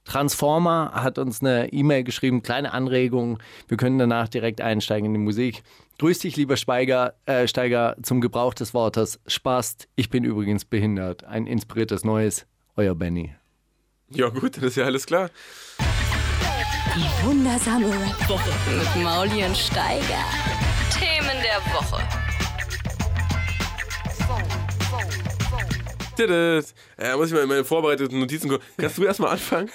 [SPEAKER 6] Transformer hat uns eine E-Mail geschrieben, kleine Anregung. Wir können danach direkt einsteigen in die Musik. Grüß dich, lieber Steiger, äh, Steiger zum Gebrauch des Wortes Spaß. Ich bin übrigens behindert. Ein inspiriertes Neues. Euer Benny.
[SPEAKER 1] Ja, gut, dann ist ja alles klar.
[SPEAKER 2] Wundersame Rap-Woche mit Mauli und Steiger. Themen der Woche.
[SPEAKER 1] Tidit. Äh, muss ich mal in meine vorbereiteten Notizen gucken. Kannst du erstmal anfangen?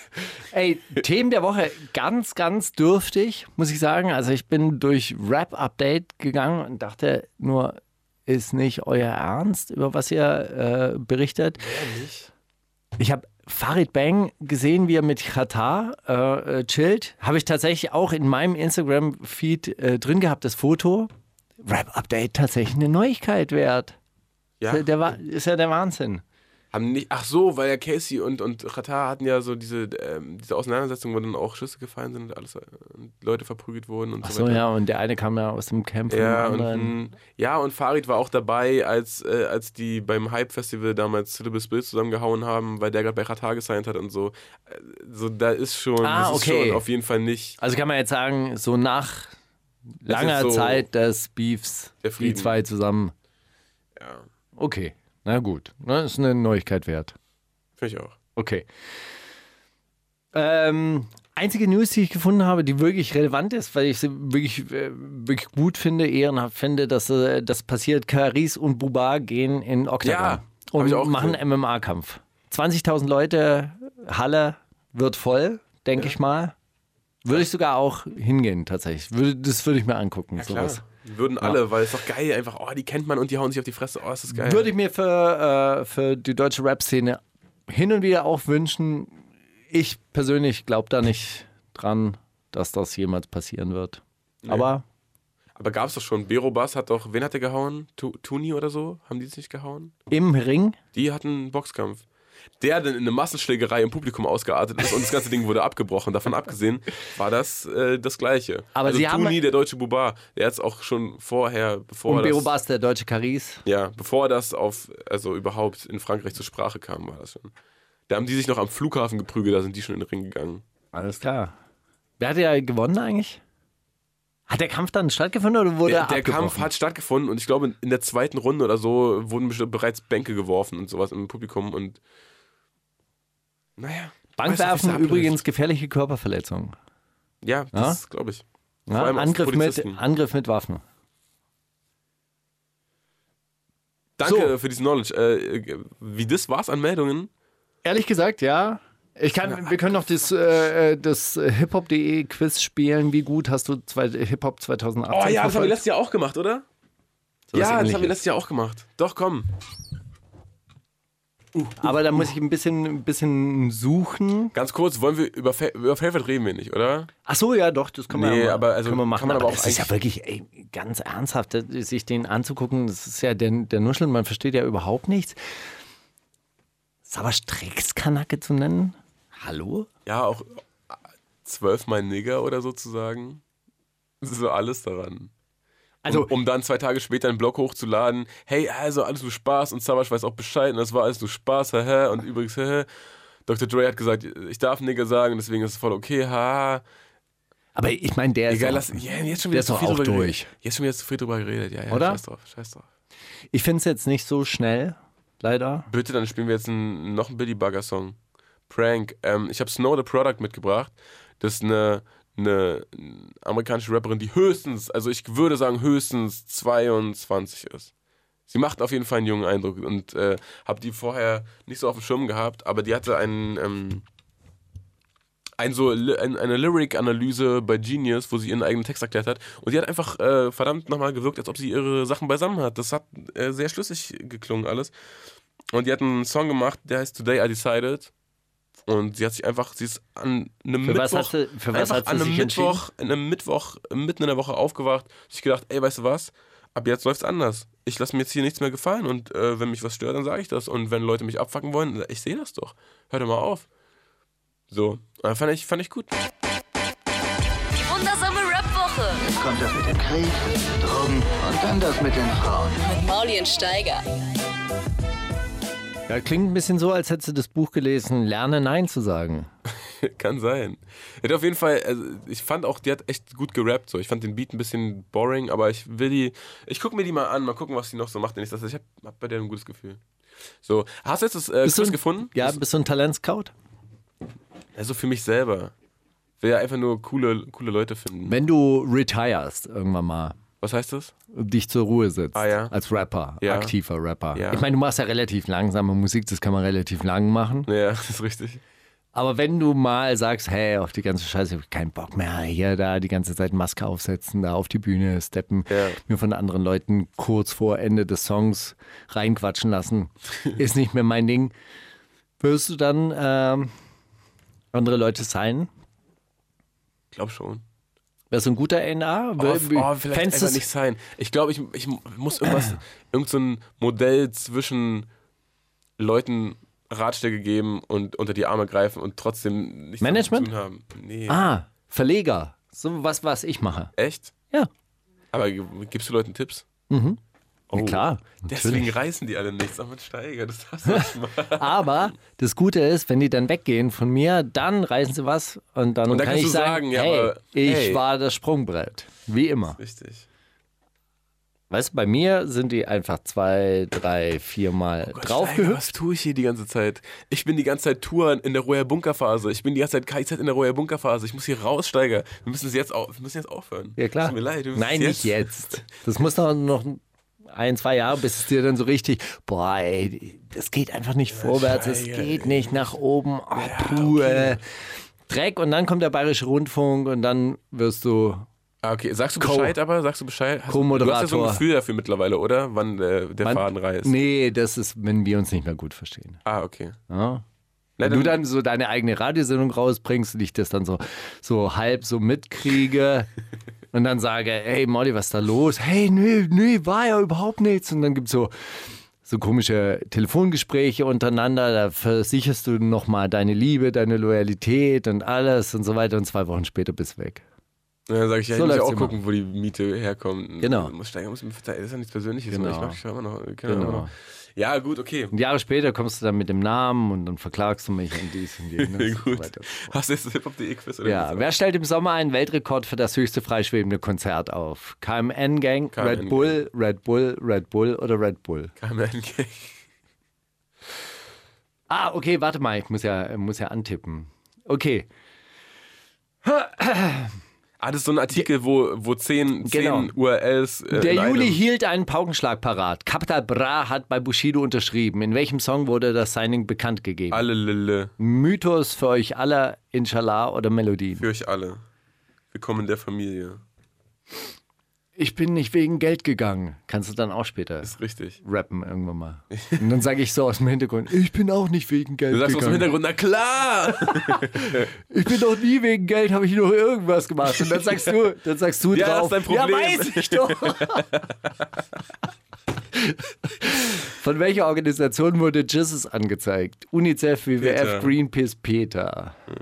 [SPEAKER 6] Ey, Themen der Woche ganz, ganz dürftig, muss ich sagen. Also ich bin durch Rap-Update gegangen und dachte nur, ist nicht euer Ernst, über was ihr äh, berichtet? Ich habe Farid Bang gesehen, wie er mit Katar äh, äh, chillt. Habe ich tatsächlich auch in meinem Instagram-Feed äh, drin gehabt, das Foto. Rap-Update tatsächlich eine Neuigkeit wert.
[SPEAKER 1] Ja.
[SPEAKER 6] Der, der, Wa- ist ja der Wahnsinn.
[SPEAKER 1] haben nicht. Ach so, weil ja Casey und, und Qatar hatten ja so diese, ähm, diese Auseinandersetzung, wo dann auch Schüsse gefallen sind und alles äh, und Leute verprügelt wurden und
[SPEAKER 6] Ach
[SPEAKER 1] so
[SPEAKER 6] so,
[SPEAKER 1] weiter.
[SPEAKER 6] ja, und der eine kam ja aus dem Camp von
[SPEAKER 1] Ja,
[SPEAKER 6] dem
[SPEAKER 1] und,
[SPEAKER 6] anderen.
[SPEAKER 1] mh, ja, und Farid war auch dabei, als, äh, als die beim Hype-Festival damals Syllabus Bill zusammengehauen haben, weil der gerade bei Qatar gesigned hat und so. Äh, So, da ist schon,
[SPEAKER 6] Ah,
[SPEAKER 1] das
[SPEAKER 6] okay.
[SPEAKER 1] ist schon auf jeden Fall nicht
[SPEAKER 6] Also kann man jetzt sagen, so nach langer
[SPEAKER 1] so
[SPEAKER 6] Zeit des Beefs,
[SPEAKER 1] der
[SPEAKER 6] die
[SPEAKER 1] Frieden.
[SPEAKER 6] zwei zusammen.
[SPEAKER 1] Ja.
[SPEAKER 6] Okay, na gut. Na, ist eine Neuigkeit wert.
[SPEAKER 1] Finde ich auch.
[SPEAKER 6] Okay. Ähm, einzige News, die ich gefunden habe, die wirklich relevant ist, weil ich sie wirklich, äh, wirklich gut finde, ehrenhaft finde, dass äh, das passiert. Caris und Bubar gehen in Octagon
[SPEAKER 1] Ja, hab
[SPEAKER 6] und
[SPEAKER 1] ich auch
[SPEAKER 6] machen MMA-Kampf. 20.000 Leute, Halle wird voll, denke ich mal. Würde ich sogar auch hingehen, tatsächlich. Würde, das würde ich mir angucken, sowas.
[SPEAKER 1] Würden alle, weil es ist doch geil, einfach, oh, die kennt man und die hauen sich auf die Fresse, oh, ist das geil.
[SPEAKER 6] Würde ich mir für, äh, für die deutsche Rap-Szene hin und wieder auch wünschen. Ich persönlich glaube da nicht dran, dass das jemals passieren wird. Aber
[SPEAKER 1] Aber gab's doch schon, Bero Bass hat doch, wen hat er gehauen? Tu Tuni oder so? Haben die es nicht gehauen?
[SPEAKER 6] im Ring,
[SPEAKER 1] Die hatten einen Boxkampf. Der dann in eine Massenschlägerei im Publikum ausgeartet ist und das ganze Ding wurde abgebrochen. Davon abgesehen war das äh, das Gleiche.
[SPEAKER 6] Aber
[SPEAKER 1] also
[SPEAKER 6] sie haben-
[SPEAKER 1] Tuni, der deutsche Bubar, der hat es auch schon vorher, bevor
[SPEAKER 6] und Bero
[SPEAKER 1] das,
[SPEAKER 6] Bas, der deutsche Karis.
[SPEAKER 1] ja, bevor das auf, also überhaupt in Frankreich zur Sprache kam, war das schon. Da haben die sich noch am Flughafen geprügelt, da sind die schon in den Ring gegangen.
[SPEAKER 6] Alles klar. Wer hat ja gewonnen eigentlich? Hat der Kampf dann stattgefunden oder wurde
[SPEAKER 1] Der,
[SPEAKER 6] er
[SPEAKER 1] der
[SPEAKER 6] abgebrochen?
[SPEAKER 1] Kampf hat stattgefunden und ich glaube, in der zweiten Runde oder so wurden besti- bereits Bänke geworfen und sowas im Publikum und. Naja. weiß nicht,
[SPEAKER 6] Bankwerfen
[SPEAKER 1] was da
[SPEAKER 6] übrigens gefährliche Körperverletzung.
[SPEAKER 1] abläuft. Ja, das glaube ich.
[SPEAKER 6] Ja,
[SPEAKER 1] allem auf
[SPEAKER 6] Angriff, mit,
[SPEAKER 1] Polizisten.
[SPEAKER 6] Angriff mit Waffen.
[SPEAKER 1] Danke
[SPEAKER 6] So.
[SPEAKER 1] für diesen Knowledge. Äh, äh, wie das war's an Meldungen?
[SPEAKER 6] Ehrlich gesagt, ja. Ich kann, wir können noch das, äh, das hiphop.de Quiz spielen. Wie gut hast du zwei, Hip-Hop 2018 verfolgt?
[SPEAKER 1] Jahr auch gemacht, oder? ja,
[SPEAKER 6] Sowas
[SPEAKER 1] das haben wir
[SPEAKER 6] Ähnliches.
[SPEAKER 1] letztes Jahr auch gemacht. Doch, komm.
[SPEAKER 6] Aber da muss ich ein bisschen, ein bisschen suchen.
[SPEAKER 1] Ganz kurz, wollen wir über, Fa über Favorite reden wir nicht, oder?
[SPEAKER 6] Ach so, ja, doch, das kann man
[SPEAKER 1] Nee,
[SPEAKER 6] ja mal-
[SPEAKER 1] aber also
[SPEAKER 6] können wir machen.
[SPEAKER 1] kann man aber auch
[SPEAKER 6] das ist ja wirklich ey, ganz ernsthaft, das- sich den anzugucken. Das ist ja der, der Nuschel, man versteht ja überhaupt nichts. Saba Streckskanacke zu nennen? Hallo?
[SPEAKER 1] Ja, auch äh, zwölfmal Nigger oder sozusagen. So alles daran.
[SPEAKER 6] Also,
[SPEAKER 1] um, um dann zwei Tage später einen Blog hochzuladen. Hey, also alles nur Spaß und Savage weiß auch Bescheid und das war alles nur Spaß, haha. Und übrigens, haha. Dr. Dre hat gesagt, ich darf Nigger sagen, deswegen ist es voll okay, haha.
[SPEAKER 6] aber ich meine, der
[SPEAKER 1] Egal,
[SPEAKER 6] ist.
[SPEAKER 1] lass,
[SPEAKER 6] auch-
[SPEAKER 1] ja, jetzt schon wieder
[SPEAKER 6] der ist
[SPEAKER 1] zu
[SPEAKER 6] doch
[SPEAKER 1] viel
[SPEAKER 6] auch
[SPEAKER 1] drüber
[SPEAKER 6] durch.
[SPEAKER 1] geredet. Jetzt schon wieder zu viel drüber geredet, ja, ja.
[SPEAKER 6] Oder?
[SPEAKER 1] Scheiß drauf, scheiß drauf.
[SPEAKER 6] Ich finde es jetzt nicht so schnell, leider.
[SPEAKER 1] Bitte, dann spielen wir jetzt einen, noch einen Billy Bugger Song. Prank. Ähm, ich habe Snow the Product mitgebracht. Das ist eine, eine amerikanische Rapperin, die höchstens, also ich würde sagen höchstens 22 ist. Sie macht auf jeden Fall einen jungen Eindruck und äh, habe die vorher nicht so auf dem Schirm gehabt, aber die hatte einen, ähm, ein so, li- ein, eine Lyric-Analyse bei Genius, wo sie ihren eigenen Text erklärt hat und die hat einfach äh, verdammt nochmal gewirkt, als ob sie ihre Sachen beisammen hat. Das hat äh, sehr schlüssig geklungen alles. Und die hat einen Song gemacht, der heißt Today I Decided. Und sie hat sich einfach, sie ist an einem
[SPEAKER 6] Für
[SPEAKER 1] Mittwoch,
[SPEAKER 6] was hat sie- für was
[SPEAKER 1] einfach
[SPEAKER 6] hat sie
[SPEAKER 1] an einem
[SPEAKER 6] sich entschieden?
[SPEAKER 1] Mittwoch, an einem Mittwoch äh, mitten in der Woche aufgewacht, sich gedacht, ey, weißt du was? Ab jetzt läuft's anders. Ich lasse mir jetzt hier nichts mehr gefallen und äh, wenn mich was stört, dann sage ich das. Und wenn Leute mich abfacken wollen, ich sehe das doch. Hör doch mal auf. So, Und dann fand ich, fand ich gut.
[SPEAKER 2] Die wundersame Rap-Woche
[SPEAKER 3] Kommt das mit dem Krieg, Drogen und dann das mit den Frauen.
[SPEAKER 2] mit Mauli und Steiger.
[SPEAKER 6] Ja, klingt ein bisschen so, als hättest du das Buch gelesen, Lerne Nein zu sagen.
[SPEAKER 1] Kann sein. Ja, die auf jeden Fall, also ich fand auch, die hat echt gut gerappt. So. Ich fand den Beat ein bisschen boring, aber ich will die. Ich gucke mir die mal an, mal gucken, was die noch so macht. Denn ich, dachte, ich habe hab bei der ein gutes Gefühl. So, hast du jetzt das äh,
[SPEAKER 6] Bist du
[SPEAKER 1] Quiz
[SPEAKER 6] ein-
[SPEAKER 1] gefunden?
[SPEAKER 6] Ja, bist du ein Talentscout?
[SPEAKER 1] Also für mich selber. Ich will ja einfach nur coole, coole Leute finden.
[SPEAKER 6] Wenn du retirest irgendwann mal,
[SPEAKER 1] Was heißt das?
[SPEAKER 6] dich zur Ruhe sitzt
[SPEAKER 1] Ah, ja.
[SPEAKER 6] als Rapper,
[SPEAKER 1] Ja.
[SPEAKER 6] aktiver Rapper.
[SPEAKER 1] Ja.
[SPEAKER 6] Ich meine, du machst ja relativ langsame Musik, das kann man relativ lang machen.
[SPEAKER 1] Ja, das ist richtig.
[SPEAKER 6] Aber wenn du mal sagst, hey, auf die ganze Scheiße, hab ich keinen Bock mehr, hier, da, die ganze Zeit Maske aufsetzen, da auf die Bühne steppen,
[SPEAKER 1] Ja.
[SPEAKER 6] mir von anderen Leuten kurz vor Ende des Songs reinquatschen lassen, ist nicht mehr mein Ding. Wirst du dann ähm, andere Leute sein?
[SPEAKER 1] Glaub schon.
[SPEAKER 6] Wärst du ein guter NA?
[SPEAKER 1] Oh, f- oh, vielleicht
[SPEAKER 6] Fändest
[SPEAKER 1] einfach
[SPEAKER 6] du's-
[SPEAKER 1] nicht sein. Ich glaube, ich, ich muss irgendwas, irgend so ein Modell zwischen Leuten Ratschläge geben und unter die Arme greifen und trotzdem nichts damit
[SPEAKER 6] Management?
[SPEAKER 1] zu tun haben. Nee.
[SPEAKER 6] Ah, Verleger. So was, was ich mache.
[SPEAKER 1] Echt?
[SPEAKER 6] Ja,
[SPEAKER 1] Aber ge- gibst du Leuten Tipps?
[SPEAKER 6] na klar.
[SPEAKER 1] Oh, Deswegen
[SPEAKER 6] natürlich.
[SPEAKER 1] reißen die alle nichts. Aber Steiger, das hast du nicht mal.
[SPEAKER 6] Aber das Gute ist, wenn die dann weggehen von mir, dann reißen sie was und dann,
[SPEAKER 1] Und dann
[SPEAKER 6] kann
[SPEAKER 1] kannst
[SPEAKER 6] ich
[SPEAKER 1] du
[SPEAKER 6] sagen,
[SPEAKER 1] sagen, ja,
[SPEAKER 6] hey,
[SPEAKER 1] aber-
[SPEAKER 6] ich
[SPEAKER 1] hey.
[SPEAKER 6] war das Sprungbrett. Wie immer.
[SPEAKER 1] Richtig.
[SPEAKER 6] Weißt du, bei mir sind die einfach zwei, drei, viermal
[SPEAKER 1] Oh Gott, Steiger,
[SPEAKER 6] draufgehüpft.
[SPEAKER 1] was tue ich hier die ganze Zeit? Ich bin die ganze Zeit Touren in der Roher Bunkerphase. Ich bin die ganze Zeit KIZ in der Roher Bunkerphase. Ich muss hier raus, Steiger. Wir müssen es jetzt, au wir müssen jetzt aufhören.
[SPEAKER 6] Ja, klar.
[SPEAKER 1] Tut mir leid. wir müssen
[SPEAKER 6] Nein,
[SPEAKER 1] es
[SPEAKER 6] nicht jetzt. Das muss noch, noch ein, zwei Jahre, bis es dir dann so richtig, boah, ey, das geht einfach nicht vorwärts, es
[SPEAKER 1] Scheiße,
[SPEAKER 6] geht nicht nach oben. Oh, puh, äh, Dreck. Und dann kommt der Bayerische Rundfunk und dann wirst du.
[SPEAKER 1] Ah, okay. Sagst du Bescheid aber? Sagst du Bescheid? Hast- Du hast ja so
[SPEAKER 6] Co-Moderator.
[SPEAKER 1] ein Gefühl dafür mittlerweile, oder? Wann äh, der Faden reißt.
[SPEAKER 6] Nee, das ist, wenn wir uns nicht mehr gut verstehen.
[SPEAKER 1] Ah, okay.
[SPEAKER 6] Ja?
[SPEAKER 1] Na,
[SPEAKER 6] Wenn du dann so deine eigene Radiosendung rausbringst und ich das dann so, so halb so mitkriege und dann sage, hey Molly, was ist da los? Hey, nö, nö, war ja überhaupt nichts. Und dann gibt es so, so komische Telefongespräche untereinander, da versicherst du nochmal deine Liebe, deine Loyalität und alles und so weiter und zwei Wochen später bist du weg.
[SPEAKER 1] Und dann sage ich, ja, ich
[SPEAKER 6] So
[SPEAKER 1] muss ja
[SPEAKER 6] läuft's
[SPEAKER 1] auch
[SPEAKER 6] immer.
[SPEAKER 1] gucken, wo die Miete herkommt.
[SPEAKER 6] Genau.
[SPEAKER 1] Muss steigen, muss mir verzeihen, das ist ja nichts Persönliches.
[SPEAKER 6] Genau.
[SPEAKER 1] Genau. Ich mache immer noch. Genau.
[SPEAKER 6] Genau.
[SPEAKER 1] Immer noch. Ja, gut, okay.
[SPEAKER 6] Und Jahre später kommst du dann mit dem Namen und dann verklagst du mich und dies und jenes und so
[SPEAKER 1] gut.
[SPEAKER 6] weiter.
[SPEAKER 1] Hast du jetzt Hip-Hop.de E Quiz oder
[SPEAKER 6] Ja,
[SPEAKER 1] was?
[SPEAKER 6] wer stellt im Sommer einen Weltrekord für das höchste freischwebende Konzert auf? KMN Gang,
[SPEAKER 1] KMN
[SPEAKER 6] Red Bull, Red Bull, Red Bull oder Red Bull?
[SPEAKER 1] Kam mir entgegen.
[SPEAKER 6] Ah, okay, warte mal, ich muss ja, muss ja antippen. Okay,
[SPEAKER 1] Ah, das ist so ein Artikel, wo, wo zehn,
[SPEAKER 6] Genau.
[SPEAKER 1] zehn URLs. Äh,
[SPEAKER 6] der
[SPEAKER 1] in einem-
[SPEAKER 6] Juli hielt einen Paukenschlag parat. Capital Bra hat bei Bushido unterschrieben. In welchem Song wurde das Signing bekannt gegeben?
[SPEAKER 1] Alle Lille.
[SPEAKER 6] Mythos für euch alle, Inshallah oder Melodien?
[SPEAKER 1] Für euch alle. Willkommen in der Familie.
[SPEAKER 6] Ich bin nicht wegen Geld gegangen. Kannst du dann auch später
[SPEAKER 1] Ist richtig.
[SPEAKER 6] rappen irgendwann mal. Und dann sage ich so aus dem Hintergrund, ich bin auch nicht wegen Geld
[SPEAKER 1] Du sagst aus dem Hintergrund,
[SPEAKER 6] gegangen.
[SPEAKER 1] na klar!
[SPEAKER 6] ich bin doch nie wegen Geld, habe ich noch irgendwas gemacht. Und dann sagst du, dann sagst du
[SPEAKER 1] Ja, das ist
[SPEAKER 6] drauf,
[SPEAKER 1] dein Problem.
[SPEAKER 6] ja, weiß ich doch. Von welcher Organisation wurde Jesus angezeigt? UNICEF, WWF,
[SPEAKER 1] Peter.
[SPEAKER 6] Greenpeace, PETA. Hm.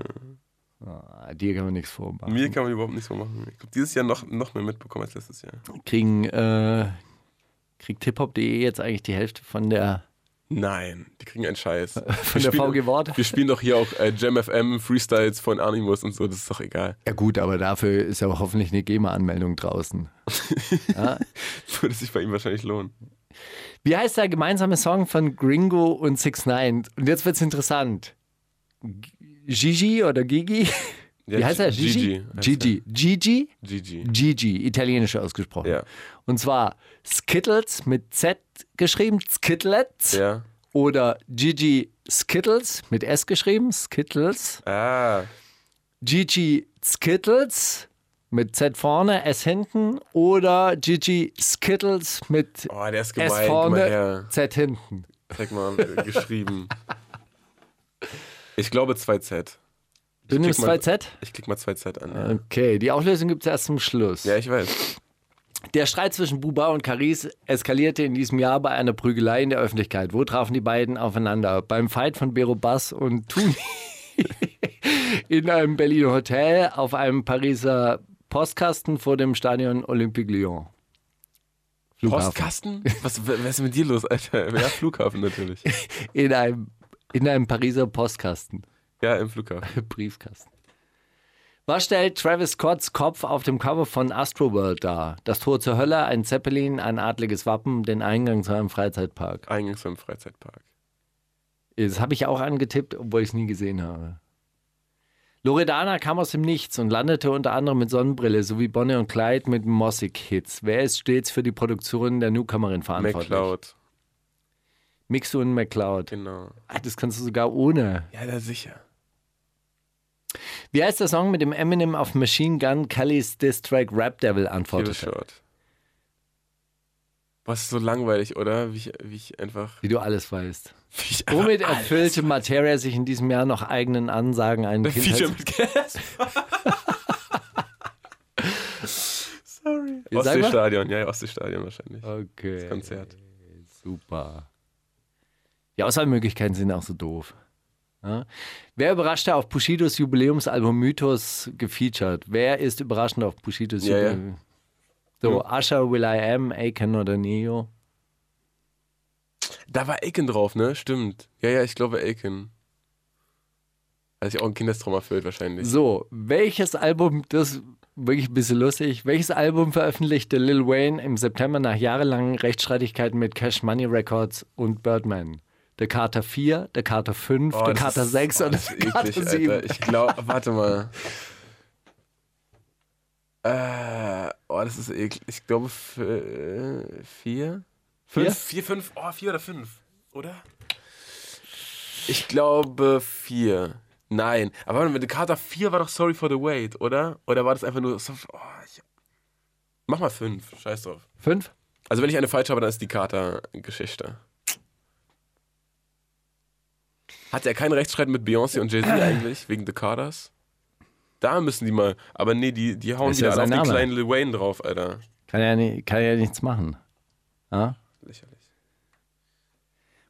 [SPEAKER 6] Ah, dir kann man nichts vormachen.
[SPEAKER 1] Mir kann man überhaupt nichts mehr machen. Ich glaube, dieses Jahr noch, noch mehr mitbekommen als letztes Jahr.
[SPEAKER 6] Kriegen, äh, kriegt hiphop.de jetzt eigentlich die Hälfte von der...
[SPEAKER 1] Nein, die kriegen einen Scheiß. Von
[SPEAKER 6] der VG Wort?
[SPEAKER 1] Wir spielen doch hier auch äh, Jam FM, Freestyles von Animus und so, das ist doch egal.
[SPEAKER 6] Ja gut, aber dafür ist ja hoffentlich eine GEMA-Anmeldung draußen.
[SPEAKER 1] Würde sich bei ihm wahrscheinlich lohnen.
[SPEAKER 6] Wie heißt der gemeinsame Song von Gringo und Six Nine? Und jetzt wird's interessant. G- Gigi oder Gigi?
[SPEAKER 1] Ja,
[SPEAKER 6] Wie heißt er? Gigi?
[SPEAKER 1] Gigi heißt
[SPEAKER 6] Gigi. Gigi?
[SPEAKER 1] Gigi.
[SPEAKER 6] Gigi, italienisch ausgesprochen.
[SPEAKER 1] Ja.
[SPEAKER 6] Und zwar Skittles mit Z geschrieben, Skittlets.
[SPEAKER 1] Ja.
[SPEAKER 6] Oder Gigi Skittles mit S geschrieben, Skittles.
[SPEAKER 1] Ah,
[SPEAKER 6] Gigi Skittles mit Z vorne, S hinten. Oder Gigi Skittles mit
[SPEAKER 1] oh, der ist
[SPEAKER 6] S
[SPEAKER 1] gemein. Guck mal her.
[SPEAKER 6] vorne, Z hinten.
[SPEAKER 1] Zeig mal, äh, geschrieben. Ich glaube 2Z.
[SPEAKER 6] Du nimmst
[SPEAKER 1] mal-
[SPEAKER 6] 2Z?
[SPEAKER 1] Ich klicke mal 2Z an. ja.
[SPEAKER 6] Okay, die Auflösung gibt es erst zum Schluss.
[SPEAKER 1] Ja, ich weiß.
[SPEAKER 6] Der Streit zwischen Buba und Caris eskalierte in diesem Jahr bei einer Prügelei in der Öffentlichkeit. Wo trafen die beiden aufeinander? Beim Fight von Bero Bass und Tuni in einem Berliner Hotel auf einem Pariser Postkasten vor dem Stadion Olympique Lyon. Flughafen.
[SPEAKER 1] Postkasten? Was, was ist mit dir los, Alter? Ja, Flughafen natürlich.
[SPEAKER 6] In einem, in einem Pariser Postkasten.
[SPEAKER 1] Ja, im Flughafen.
[SPEAKER 6] Briefkasten. Was stellt Travis Scotts Kopf auf dem Cover von Astroworld dar? Das Tor zur Hölle, ein Zeppelin, ein adliges Wappen, den Eingang zu einem Freizeitpark.
[SPEAKER 1] Eingangs beim Freizeitpark.
[SPEAKER 6] Das habe ich auch angetippt, obwohl ich es nie gesehen habe. Loredana kam aus dem Nichts und landete unter anderem mit Sonnenbrille sowie Bonnie und Clyde mit Mossig-Hits. Wer ist stets für die Produktion der Newcomerin verantwortlich?
[SPEAKER 1] McCloud.
[SPEAKER 6] Mixu und McCloud.
[SPEAKER 1] Genau.
[SPEAKER 6] Ah, das kannst du sogar ohne.
[SPEAKER 1] Ja, da sicher.
[SPEAKER 6] Wie heißt der Song mit dem Eminem auf Machine Gun Kelly's Diss-Track Rap Devil
[SPEAKER 1] Little
[SPEAKER 6] antwortete?
[SPEAKER 1] Short. Was so langweilig, oder? Wie ich, wie ich einfach.
[SPEAKER 6] Wie du alles weißt.
[SPEAKER 1] Wie ich
[SPEAKER 6] Womit
[SPEAKER 1] einfach
[SPEAKER 6] erfüllte Materia sich in diesem Jahr noch eigenen Ansagen einen
[SPEAKER 1] alles- Feature
[SPEAKER 6] Kindheits...
[SPEAKER 1] mit Gas. Sorry.
[SPEAKER 6] Sag mal.
[SPEAKER 1] Ostseestadion, ja, ja, Ostseestadion wahrscheinlich.
[SPEAKER 6] Okay,
[SPEAKER 1] Konzert.
[SPEAKER 6] super. Die Auswahlmöglichkeiten sind auch so doof. Ja? Wer überraschte auf Bushidos Jubiläumsalbum Mythos gefeatured? Wer ist überraschend auf Bushidos
[SPEAKER 1] Ja, ja.
[SPEAKER 6] Jubiläum? So, Usher, Will I Am, Aiken oder Neo.
[SPEAKER 1] Da war Aiken drauf, ne? Stimmt. Ja, ja, ich glaube Aiken. Hat sich auch ein Kindestraum erfüllt wahrscheinlich.
[SPEAKER 6] So, welches Album, das ist wirklich ein bisschen lustig, welches Album veröffentlichte Lil Wayne im September nach jahrelangen Rechtsstreitigkeiten mit Cash Money Records und Birdman? Der Carter 4, der Carter 5,
[SPEAKER 1] Oh,
[SPEAKER 6] der
[SPEAKER 1] das
[SPEAKER 6] Carter
[SPEAKER 1] ist-
[SPEAKER 6] 6
[SPEAKER 1] oh,
[SPEAKER 6] oder
[SPEAKER 1] das ist
[SPEAKER 6] der Carter
[SPEAKER 1] eklig,
[SPEAKER 6] 7?
[SPEAKER 1] Alter. Ich glaube, warte mal. Äh, oh, das ist eklig. Ich glaube, f- äh, vier? Fünf? Vier, fünf? Oh, vier oder fünf, oder? Ich glaube, vier. Nein. Aber warte mal, die Karte 4 war doch Sorry for the Wait, oder? Oder war das einfach nur. so- Oh, ich, mach mal fünf. Scheiß drauf.
[SPEAKER 6] 5?
[SPEAKER 1] Also, wenn ich eine falsch habe, dann ist die Carter-Geschichte. Hat er keinen Rechtsstreit mit Beyoncé und Jay-Z eigentlich, wegen The Carters? Da müssen die mal. Aber nee, die, die hauen
[SPEAKER 6] Ist
[SPEAKER 1] wieder
[SPEAKER 6] ja
[SPEAKER 1] alle auf
[SPEAKER 6] sein
[SPEAKER 1] den
[SPEAKER 6] Name.
[SPEAKER 1] kleinen Lil Wayne drauf, Alter.
[SPEAKER 6] Kann ja, ni- kann ja nichts machen. Ja?
[SPEAKER 1] Lächerlich.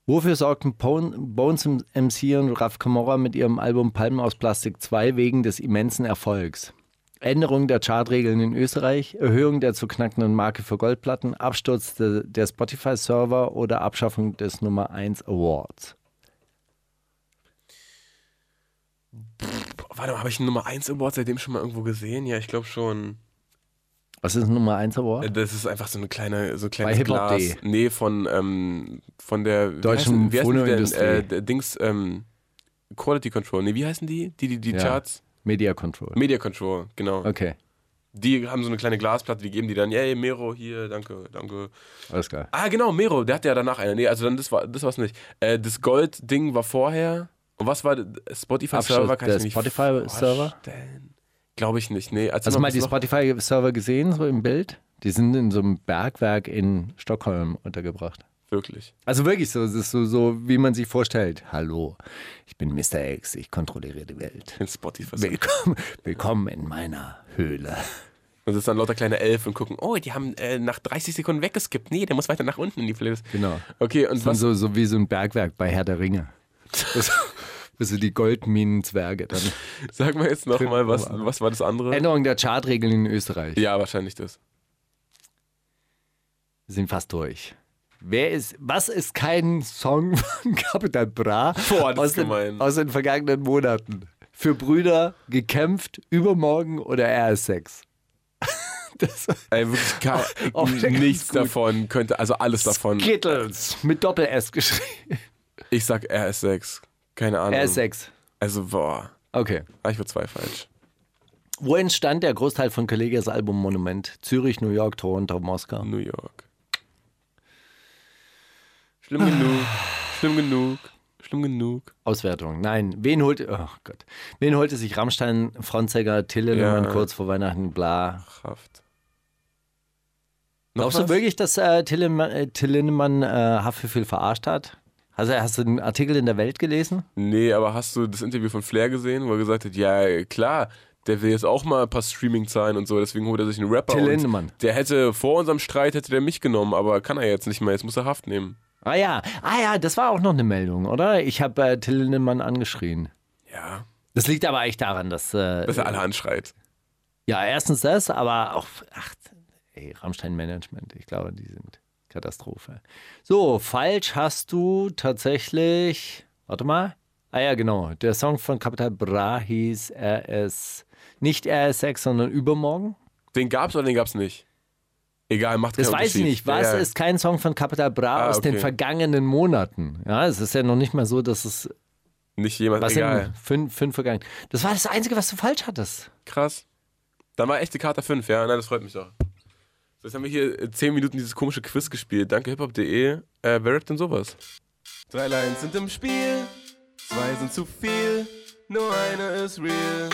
[SPEAKER 6] Wofür sorgten Pon- Bones M- MC und Raf Camora mit ihrem Album Palmen aus Plastik 2 wegen des immensen Erfolgs? Änderung der Chartregeln in Österreich, Erhöhung der zu knackenden Marke für Goldplatten, Absturz de, der Spotify-Server oder Abschaffung des Nummer 1 Awards.
[SPEAKER 1] Boah, warte mal, habe ich einen Nummer 1 Award seitdem schon mal irgendwo gesehen? Ja, ich glaube schon.
[SPEAKER 6] Was ist ein Nummer 1
[SPEAKER 1] Äh,
[SPEAKER 6] Award?
[SPEAKER 1] Das ist einfach so eine kleine, so ein kleines
[SPEAKER 6] Hip Hop
[SPEAKER 1] Glas.
[SPEAKER 6] Day.
[SPEAKER 1] Nee, von, ähm, von der wie
[SPEAKER 6] Deutschen
[SPEAKER 1] heißen- wie heißen die denn?
[SPEAKER 6] Phonoindustrie.
[SPEAKER 1] Äh, der Dings, ähm, Quality Control. Nee, wie heißen die? Die, die, die
[SPEAKER 6] Ja.
[SPEAKER 1] Charts?
[SPEAKER 6] Media Control.
[SPEAKER 1] Media Control, genau.
[SPEAKER 6] Okay,
[SPEAKER 1] Die haben so eine kleine Glasplatte, die geben die dann, hey, Mero, hier, danke, danke.
[SPEAKER 6] alles klar.
[SPEAKER 1] Ah, genau, Mero, der hatte ja danach eine. Nee, also dann das war das war's nicht. Äh, das Gold-Ding war vorher. Und was war das? Spotify-Server?
[SPEAKER 6] Abschluss
[SPEAKER 1] Kann ich
[SPEAKER 6] der
[SPEAKER 1] mir nicht
[SPEAKER 6] Spotify-Server? Also
[SPEAKER 1] vorstellen. Glaube ich nicht, nee. Erzähl
[SPEAKER 6] Hast du mal
[SPEAKER 1] was
[SPEAKER 6] die
[SPEAKER 1] noch-
[SPEAKER 6] Spotify-Server gesehen, so im Bild? Die sind in so einem Bergwerk in Stockholm untergebracht.
[SPEAKER 1] Wirklich.
[SPEAKER 6] Also wirklich so, es ist so, so, wie man sich vorstellt. Hallo, ich bin Mr. X, ich kontrolliere die Welt.
[SPEAKER 1] Den Spotify-Server.
[SPEAKER 6] Willkommen, willkommen in meiner Höhle.
[SPEAKER 1] Und sitzen dann lauter kleine Elf und gucken, oh, die haben äh, nach 30 Sekunden weggeskippt. Nee, der muss weiter nach unten in die Playlist.
[SPEAKER 6] Genau.
[SPEAKER 1] Okay, und
[SPEAKER 6] Und
[SPEAKER 1] was,
[SPEAKER 6] so, so wie so ein Bergwerk bei Herr der Ringe. Das, das sind die Goldminenzwerge. Dann.
[SPEAKER 1] sag mal jetzt nochmal, was,
[SPEAKER 6] aber-
[SPEAKER 1] was war das andere?
[SPEAKER 6] Änderung der Chartregeln in Österreich.
[SPEAKER 1] Ja, wahrscheinlich das.
[SPEAKER 6] Wir sind fast durch. Wer ist, was ist kein Song von Capital Bra
[SPEAKER 1] Boah, das
[SPEAKER 6] aus,
[SPEAKER 1] ist
[SPEAKER 6] den,
[SPEAKER 1] gemein.
[SPEAKER 6] aus den vergangenen Monaten? Für Brüder gekämpft, übermorgen oder RS6? Das
[SPEAKER 1] Ey, wirklich gar,
[SPEAKER 6] Auch Oh, der ganz
[SPEAKER 1] nichts
[SPEAKER 6] gut.
[SPEAKER 1] davon könnte, also alles davon.
[SPEAKER 6] Skittles mit Doppel-S geschrieben.
[SPEAKER 1] Ich sag RS6. Keine Ahnung.
[SPEAKER 6] RS6.
[SPEAKER 1] Also, boah.
[SPEAKER 6] Okay.
[SPEAKER 1] Ah, Ich würde zwei falsch.
[SPEAKER 6] Wo entstand der Großteil von Kollegas Album Monument? Zürich, New York, Toronto, Moskau.
[SPEAKER 1] New York. Schlimm genug. Ah. Schlimm genug. Schlimm genug.
[SPEAKER 6] Auswertung. Nein. Wen holte. Oh Gott. Wen holte sich Rammstein, Fronzegger, Till
[SPEAKER 1] Ja.
[SPEAKER 6] Lindemann kurz vor Weihnachten, bla.
[SPEAKER 1] Kraft. Noch
[SPEAKER 6] Glaubst du
[SPEAKER 1] was?
[SPEAKER 6] wirklich, dass äh, Till Lindemann, äh, Till Lindemann äh, Haftbefehl verarscht hat? Hast du, hast du einen Artikel in der Welt gelesen?
[SPEAKER 1] Nee, aber hast du das Interview von Flair gesehen, wo er gesagt hat, ja klar, der will jetzt auch mal ein paar Streaming zahlen und so, deswegen holt er sich einen Rapper.
[SPEAKER 6] Till
[SPEAKER 1] und
[SPEAKER 6] Lindemann.
[SPEAKER 1] Der hätte vor unserem Streit hätte der mich genommen, aber kann er jetzt nicht mehr, jetzt muss er Haft nehmen.
[SPEAKER 6] Ah ja. Ah ja, das war auch noch eine Meldung, oder? Ich habe äh, Till Lindemann angeschrien.
[SPEAKER 1] Ja.
[SPEAKER 6] Das liegt aber echt daran, dass. Äh,
[SPEAKER 1] Dass er alle anschreit.
[SPEAKER 6] Ja, erstens das, aber auch, ach, ey, Rammstein-Management, ich glaube, die sind Katastrophe. So, falsch hast du tatsächlich, warte mal. Ah ja, genau, der Song von Capital Bra hieß RS, nicht RS6, sondern Übermorgen.
[SPEAKER 1] Den gab's oder den gab's nicht? Egal, macht
[SPEAKER 6] Das
[SPEAKER 1] keinen
[SPEAKER 6] weiß ich
[SPEAKER 1] Unterschied.
[SPEAKER 6] nicht. Was
[SPEAKER 1] Ja, ja.
[SPEAKER 6] ist kein Song von Capital Bra
[SPEAKER 1] Ah,
[SPEAKER 6] aus den
[SPEAKER 1] okay.
[SPEAKER 6] vergangenen Monaten? Ja, es ist ja noch nicht mal so, dass es,
[SPEAKER 1] Nicht jemand,
[SPEAKER 6] was
[SPEAKER 1] egal.
[SPEAKER 6] sind fünf, fünf vergangen. Das war das Einzige, was du falsch hattest.
[SPEAKER 1] Krass. Dann war echte Karte 5, ja? Nein, das freut mich doch. So, jetzt haben wir hier äh, 10 Minuten dieses komische Quiz gespielt. Danke hiphop.de. Äh, wer rappt denn sowas? Drei Lines sind im Spiel, zwei sind zu viel, nur eine ist real.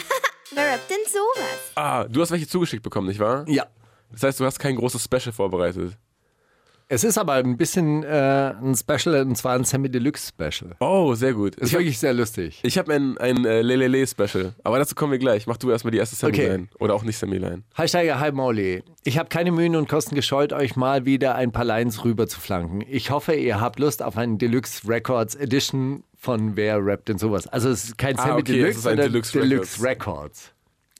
[SPEAKER 7] Wer rappt denn sowas?
[SPEAKER 1] Ah, du hast welche zugeschickt bekommen, nicht wahr?
[SPEAKER 6] Ja.
[SPEAKER 1] Das heißt, du hast kein großes Special vorbereitet.
[SPEAKER 6] Es ist aber ein bisschen äh, ein Special, und zwar ein Sammy Deluxe Special.
[SPEAKER 1] Oh, sehr gut.
[SPEAKER 6] Ist
[SPEAKER 1] Ich hab-
[SPEAKER 6] wirklich sehr lustig.
[SPEAKER 1] Ich habe ein, ein äh, Lelele-Special, aber dazu kommen wir gleich. Mach du erstmal die erste
[SPEAKER 6] Okay.
[SPEAKER 1] Sammy-Line. Oder auch nicht Sammy-Line.
[SPEAKER 6] Hashtag Hi Mauli. Ich habe keine Mühen und Kosten gescheut, euch mal wieder ein paar Lines rüber zu flanken. Ich hoffe, ihr habt Lust auf einen Deluxe Records Edition von Wer rappt denn sowas. Also es ist kein
[SPEAKER 1] Ah,
[SPEAKER 6] Sammy
[SPEAKER 1] okay,
[SPEAKER 6] Deluxe,
[SPEAKER 1] es ist ein
[SPEAKER 6] sondern
[SPEAKER 1] Deluxe
[SPEAKER 6] Deluxe Records.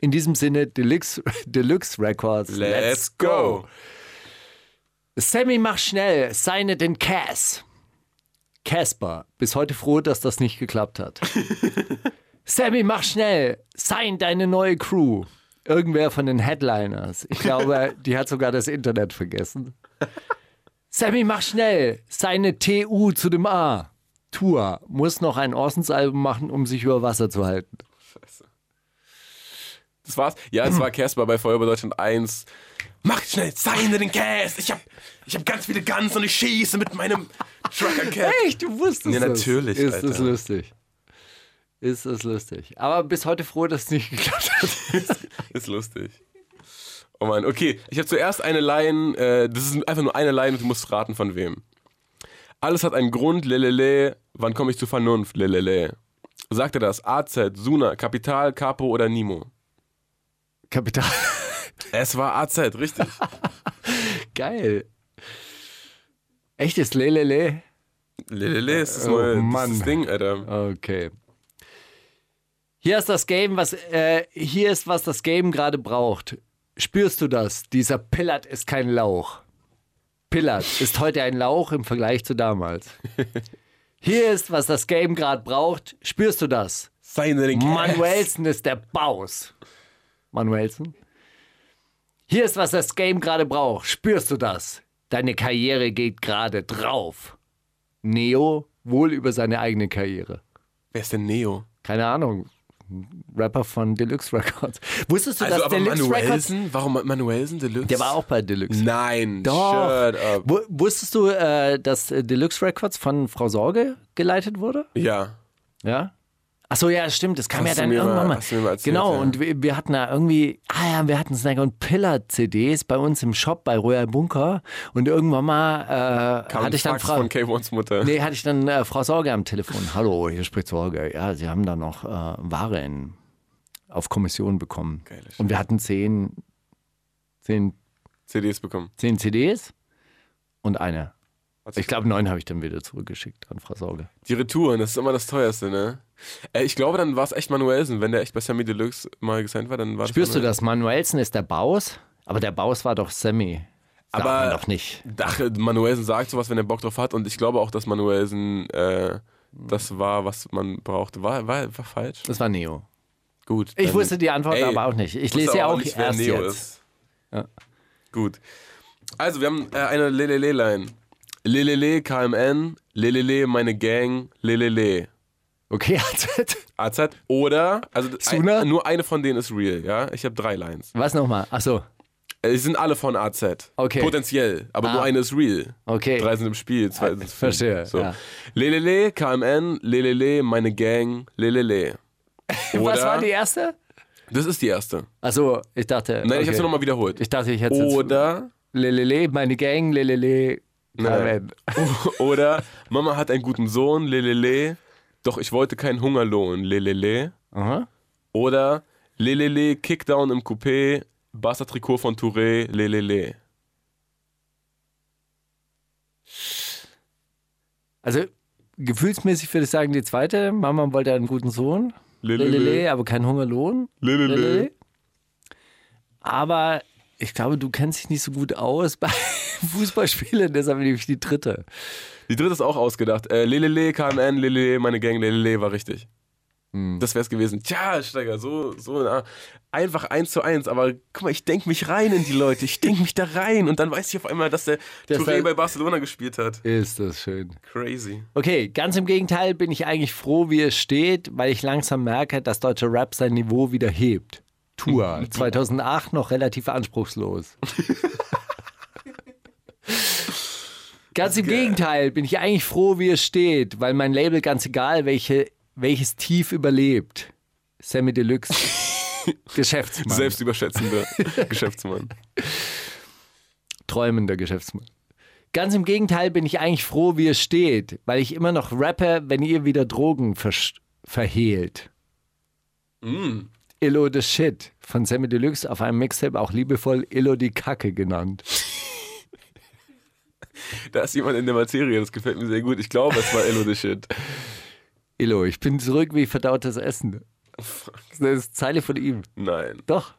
[SPEAKER 6] In diesem Sinne, Deluxe, Deluxe Records. Sammy macht schnell, seine den Cass. Casper, bis heute froh, dass das nicht geklappt hat. Sammy mach schnell, sein deine neue Crew. Irgendwer von den Headliners. Ich glaube, die hat sogar das Internet vergessen. Sammy mach schnell, seine TU zu dem A. Tour muss noch ein Orsons-Album machen, um sich über Wasser zu halten.
[SPEAKER 1] Das war's? Ja, es war Casper bei Feuerwehr Deutschland 1. Macht schnell, seine den Cast. Ich hab, ich hab ganz viele Guns und ich schieße mit meinem Trucker-Cat.
[SPEAKER 6] Echt, du wusstest
[SPEAKER 1] Ja,
[SPEAKER 6] das?
[SPEAKER 1] natürlich,
[SPEAKER 6] Ist
[SPEAKER 1] Alter.
[SPEAKER 6] das lustig. Ist das lustig. Aber bis heute froh, dass es nicht geklappt hat.
[SPEAKER 1] Ist lustig. Oh Mann, okay. Ich habe zuerst eine Line. Äh, das ist einfach nur eine Line und du musst raten, von wem. Alles hat einen Grund, lelele. Wann komme ich zur Vernunft, lelele? Sagt er das? AZ, Suna, Kapital, Capo oder Nimo?
[SPEAKER 6] Kapital.
[SPEAKER 1] Es war AZ, richtig.
[SPEAKER 6] Geil. Echtes Lelele.
[SPEAKER 1] Lelele ist das
[SPEAKER 6] Oh
[SPEAKER 1] neue
[SPEAKER 6] Mann.
[SPEAKER 1] Das, ist das Ding, Alter.
[SPEAKER 6] Okay. Hier ist das Game, was äh, hier ist, was das Game gerade braucht. Spürst du das? Dieser Pillard ist kein Lauch. Pillard ist heute ein Lauch im Vergleich zu damals. Hier ist, was das Game gerade braucht. Spürst du das?
[SPEAKER 1] Seine den
[SPEAKER 6] Manuelsen ist der Baus. Manuelsen? Hier ist, was das Game gerade braucht. Spürst du das? Deine Karriere geht gerade drauf. Neo wohl über seine eigene Karriere.
[SPEAKER 1] Wer ist denn Neo?
[SPEAKER 6] Keine Ahnung. Rapper von Deluxe Records. Wusstest du,
[SPEAKER 1] Also
[SPEAKER 6] dass Deluxe Records.
[SPEAKER 1] Warum Manuelsen Deluxe?
[SPEAKER 6] Der war auch bei Deluxe.
[SPEAKER 1] Nein,
[SPEAKER 6] Doch.
[SPEAKER 1] shut up.
[SPEAKER 6] Wu- Wusstest du, äh, dass äh, Deluxe Records von Frau Sorge geleitet wurde?
[SPEAKER 1] Ja.
[SPEAKER 6] Ja. Achso, ja, stimmt. Das kam
[SPEAKER 1] Hast
[SPEAKER 6] ja
[SPEAKER 1] du
[SPEAKER 6] dann
[SPEAKER 1] mir
[SPEAKER 6] irgendwann
[SPEAKER 1] mal-
[SPEAKER 6] mal.
[SPEAKER 1] hast du mir mal erzählt,
[SPEAKER 6] genau,
[SPEAKER 1] ja.
[SPEAKER 6] und wir, wir hatten da irgendwie, ah ja, wir hatten Snack und Pillar CDs bei uns im Shop bei Royal Bunker. Und irgendwann mal äh,
[SPEAKER 1] Kam
[SPEAKER 6] hatte ich dann
[SPEAKER 1] Fax
[SPEAKER 6] Frau.
[SPEAKER 1] von K1s Mutter.
[SPEAKER 6] Nee, hatte ich dann äh, Frau Sorge am Telefon. Hallo, hier spricht Sorge. Ja, Sie haben da noch äh, Ware in, auf Kommission bekommen.
[SPEAKER 1] Geile Scheiße.
[SPEAKER 6] und wir hatten zehn, zehn,
[SPEAKER 1] CDs bekommen.
[SPEAKER 6] zehn CDs und eine.
[SPEAKER 1] Hat sich-
[SPEAKER 6] Ich glaube, neun habe ich dann wieder zurückgeschickt an Frau Sorge.
[SPEAKER 1] Die Retouren, das ist immer das teuerste, ne? Äh, ich glaube, dann war es echt Manuelsen. Wenn der echt bei Sammy Deluxe mal gesigned war, dann war
[SPEAKER 6] Spürst du das? Manuelsen ist der Baus, aber der Baus war doch Sammy. Sagt
[SPEAKER 1] Aber-
[SPEAKER 6] man doch nicht.
[SPEAKER 1] Ach, äh, Manuelsen sagt sowas, wenn er Bock drauf hat. Und ich glaube auch, dass Manuelsen äh, das war, was man brauchte. War, war, war falsch.
[SPEAKER 6] Das war Neo.
[SPEAKER 1] Gut.
[SPEAKER 6] Ich
[SPEAKER 1] dann-
[SPEAKER 6] wusste die Antwort
[SPEAKER 1] Ey,
[SPEAKER 6] aber auch nicht. Ich
[SPEAKER 1] wusste
[SPEAKER 6] lese ja auch
[SPEAKER 1] nicht, wer
[SPEAKER 6] erst
[SPEAKER 1] Neo
[SPEAKER 6] jetzt.
[SPEAKER 1] ist. Gut. Also, wir haben äh, eine Lelele-Line. Lelele, KMN, Lelele, meine Gang, Lelele.
[SPEAKER 6] Okay, also, AZ.
[SPEAKER 1] AZ oder, also
[SPEAKER 6] Suna?
[SPEAKER 1] ein, nur eine von denen ist real, ja? Ich habe drei Lines.
[SPEAKER 6] was nochmal? Achso,
[SPEAKER 1] Äh, Es sind alle von AZ.
[SPEAKER 6] Okay. Ah.
[SPEAKER 1] Potenziell, aber nur eine ist real.
[SPEAKER 6] okay. Ah,
[SPEAKER 1] Drei sind im Spiel, zwei sind im Film.
[SPEAKER 6] verstehe,
[SPEAKER 1] So.
[SPEAKER 6] ja.
[SPEAKER 1] Lelele, KMN, Lelele, meine Gang, Lelele.
[SPEAKER 6] Was
[SPEAKER 1] Oder-
[SPEAKER 6] war die erste?
[SPEAKER 1] Das ist die erste.
[SPEAKER 6] Achso, ich dachte.
[SPEAKER 1] Nein,
[SPEAKER 6] okay.
[SPEAKER 1] ich habe sie nochmal wiederholt.
[SPEAKER 6] Ich dachte, ich hätte jetzt-
[SPEAKER 1] Oder,
[SPEAKER 6] Lelele, meine Gang, lelele. Äh, Amen.
[SPEAKER 1] oder Mama hat einen guten Sohn, Lelele, doch ich wollte keinen Hungerlohn, Lelele.
[SPEAKER 6] Aha.
[SPEAKER 1] Oder Lelele, Kickdown im Coupé, Bastard-Trikot von Touré, Lelele.
[SPEAKER 6] Also, gefühlsmäßig würde ich sagen, die zweite. Mama wollte einen guten Sohn. Lelele, aber kein Hungerlohn. Lelele. Aber ich glaube, du kennst dich nicht so gut aus bei Fußballspielen, deshalb nehme ich die dritte.
[SPEAKER 1] Die dritte ist auch ausgedacht. Äh, Lelele, KMN, Lelele, meine Gang, Lelele war richtig. Das wär's gewesen. Tja, Steiger, so, so na, einfach eins zu eins. Aber guck mal, ich denk mich rein in die Leute. Ich denk mich da rein. Und dann weiß ich auf einmal, dass der
[SPEAKER 6] Das
[SPEAKER 1] Touré
[SPEAKER 6] war-
[SPEAKER 1] bei Barcelona gespielt hat.
[SPEAKER 6] Ist das schön.
[SPEAKER 1] Crazy.
[SPEAKER 6] Okay, ganz im Gegenteil bin ich eigentlich froh, wie es steht, weil ich langsam merke, dass deutscher Rap sein Niveau wieder hebt. Tour 2008 noch relativ anspruchslos. ganz im Gegenteil bin ich eigentlich froh, wie es steht, weil mein Label ganz egal welche, welches Tief überlebt. Sammy Deluxe, Geschäftsmann,
[SPEAKER 1] Selbstüberschätzender Geschäftsmann.
[SPEAKER 6] träumender Geschäftsmann. Ganz im Gegenteil bin ich eigentlich froh, wie es steht, weil ich immer noch rappe, wenn ihr wieder Drogen versch- verhehlt. Mm. Illo the Shit von Sammy Deluxe auf einem Mixtape auch liebevoll Illo die Kacke genannt.
[SPEAKER 1] Da ist jemand in der Materie, das gefällt mir sehr gut. Ich glaube, es war Elo the Shit.
[SPEAKER 6] Illo, ich bin zurück wie verdautes Essen. Das ist Zeile von ihm.
[SPEAKER 1] Nein.
[SPEAKER 6] Doch.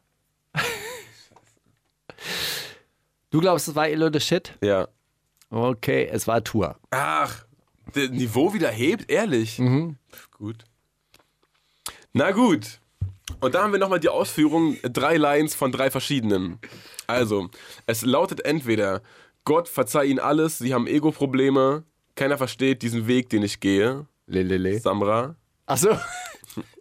[SPEAKER 6] Du glaubst, es war Illo the Shit?
[SPEAKER 1] Ja.
[SPEAKER 6] Okay, es war Tour.
[SPEAKER 1] Ach, der Niveau wieder hebt, ehrlich. Pff, Gut. Na gut. Und da haben wir nochmal die Ausführung, äh, drei Lines von drei verschiedenen. Also, es lautet entweder, Gott verzeih ihnen alles, sie haben Ego-Probleme, keiner versteht diesen Weg, den ich gehe,
[SPEAKER 6] Lelele.
[SPEAKER 1] Samra.
[SPEAKER 6] Achso.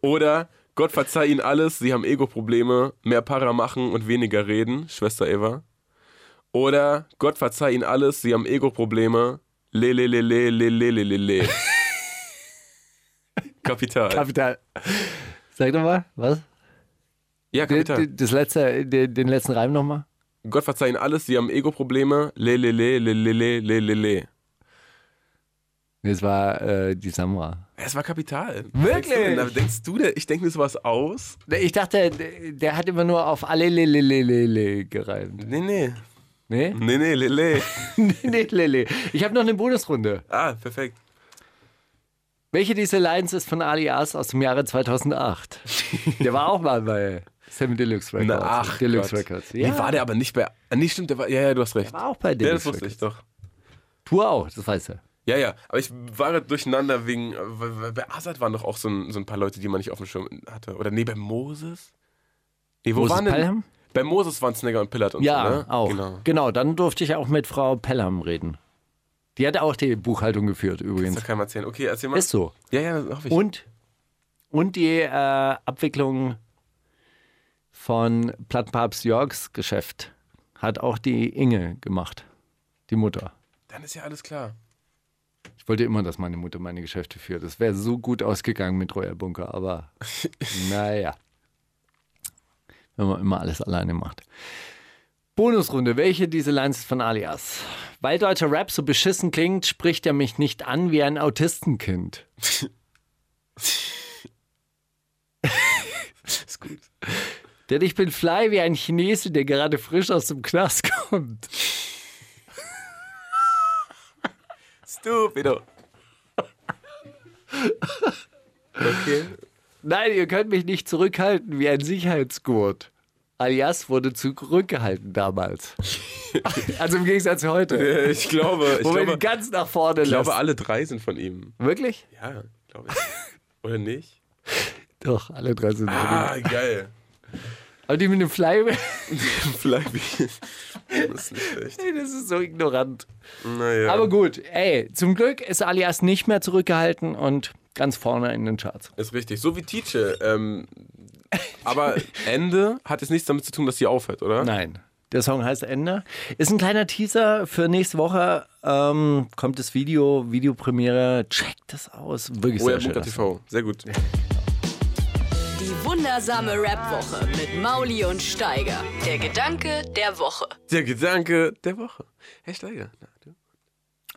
[SPEAKER 1] Oder, Gott verzeih ihnen alles, sie haben Ego-Probleme, mehr Para machen und weniger reden, Schwester Eva. Oder, Gott verzeih ihnen alles, sie haben Ego-Probleme, le le le le le le le le le. Kapital.
[SPEAKER 6] Kapital. Sag doch mal, was?
[SPEAKER 1] ja,
[SPEAKER 6] D-
[SPEAKER 1] Kapital.
[SPEAKER 6] d- Das letzte, d- den letzten Reim nochmal.
[SPEAKER 1] Gott verzeih ihnen alles, sie haben Ego-Probleme, le le le le le le le le le.
[SPEAKER 6] Das war äh, die Samra.
[SPEAKER 1] Es war Kapital.
[SPEAKER 6] Wirklich?
[SPEAKER 1] Denkst du, denn- denkst du denn, ich denke mir sowas aus?
[SPEAKER 6] Ne, Ich dachte, d- der hat immer nur auf alle Lelelelele gereimt.
[SPEAKER 1] Nee, nee.
[SPEAKER 6] Nee?
[SPEAKER 1] Nee, nee, le le.
[SPEAKER 6] nee, Lele. Ich habe noch eine Bonusrunde.
[SPEAKER 1] Ah, perfekt.
[SPEAKER 6] Welche dieser Lines ist von Ali As aus dem Jahre 2008? Der war auch mal bei Sammy Deluxe Records.
[SPEAKER 1] Na, ach,
[SPEAKER 6] Deluxe
[SPEAKER 1] Gott.
[SPEAKER 6] Records.
[SPEAKER 1] Nee, war der aber nicht bei. Ah, Nee, stimmt, der war. Ja, ja, du hast recht.
[SPEAKER 6] War auch bei
[SPEAKER 1] Ja,
[SPEAKER 6] Deluxe
[SPEAKER 1] das wusste ich
[SPEAKER 6] Records.
[SPEAKER 1] doch.
[SPEAKER 6] Du auch, das weißt du.
[SPEAKER 1] Ja, ja, aber ich war gerade durcheinander wegen, äh, weil- weil bei Assad waren doch auch so ein, so ein paar Leute, die man nicht auf dem Schirm hatte. Oder nee, bei Moses? Nee, wo
[SPEAKER 6] Moses
[SPEAKER 1] waren denn?
[SPEAKER 6] Pelham?
[SPEAKER 1] Bei Moses waren Snagger und Pillard und so,
[SPEAKER 6] Ja,
[SPEAKER 1] ne?
[SPEAKER 6] auch.
[SPEAKER 1] Genau.
[SPEAKER 6] Genau. dann durfte ich auch mit Frau Pelham reden. Die hat auch die Buchhaltung geführt
[SPEAKER 1] Das
[SPEAKER 6] übrigens.
[SPEAKER 1] kann man erzählen. Okay, erzähl mal.
[SPEAKER 6] Ist so.
[SPEAKER 1] Ja, ja, das hoffe ich.
[SPEAKER 6] Und, und die äh, Abwicklung von Plattpapst Jörgs Geschäft hat auch die Inge gemacht, die Mutter.
[SPEAKER 1] Dann ist ja alles klar.
[SPEAKER 6] Ich wollte immer, dass meine Mutter meine Geschäfte führt. Das wäre so gut ausgegangen mit Royal Bunker, aber naja. Wenn man immer alles alleine macht. Bonusrunde. Welche diese Lines ist von Alias? Weil deutscher Rap so beschissen klingt, spricht er mich nicht an wie ein Autistenkind.
[SPEAKER 1] Ist gut.
[SPEAKER 6] Denn ich bin fly wie ein Chinese, der gerade frisch aus dem Knast kommt.
[SPEAKER 1] Stupido. okay.
[SPEAKER 6] Nein, ihr könnt mich nicht zurückhalten wie ein Sicherheitsgurt. Alias wurde zurückgehalten damals. also im Gegensatz zu heute.
[SPEAKER 1] Äh, Ich glaube, ich
[SPEAKER 6] Wo man
[SPEAKER 1] glaube,
[SPEAKER 6] ihn ganz nach vorne
[SPEAKER 1] ich glaube,
[SPEAKER 6] lässt.
[SPEAKER 1] alle drei sind von ihm.
[SPEAKER 6] Wirklich?
[SPEAKER 1] Ja, glaube ich. Oder nicht?
[SPEAKER 6] Doch, alle drei sind ah.
[SPEAKER 1] Ah, geil.
[SPEAKER 6] Aber die mit dem Fly,
[SPEAKER 1] Vielleicht. Das ist nicht schlecht.
[SPEAKER 6] das ist so ignorant.
[SPEAKER 1] Naja.
[SPEAKER 6] Aber gut, ey, zum Glück ist Alias nicht mehr zurückgehalten und ganz vorne in den Charts.
[SPEAKER 1] Ist richtig. So wie Teacher. Ähm, aber Ende hat jetzt nichts damit zu tun, dass sie aufhört, oder?
[SPEAKER 6] Nein. Der Song heißt Ende. Ist ein kleiner Teaser für nächste Woche. Ähm, kommt das Video, Videopremiere. Checkt das aus. Wirklich
[SPEAKER 1] Oder
[SPEAKER 6] sehr schön.
[SPEAKER 1] Oh Bunker TV. Sehr gut.
[SPEAKER 2] Die wundersame Rap-Woche mit Mauli und Steiger. Der Gedanke der Woche.
[SPEAKER 1] Der Gedanke der Woche. Hey Steiger. Na, du?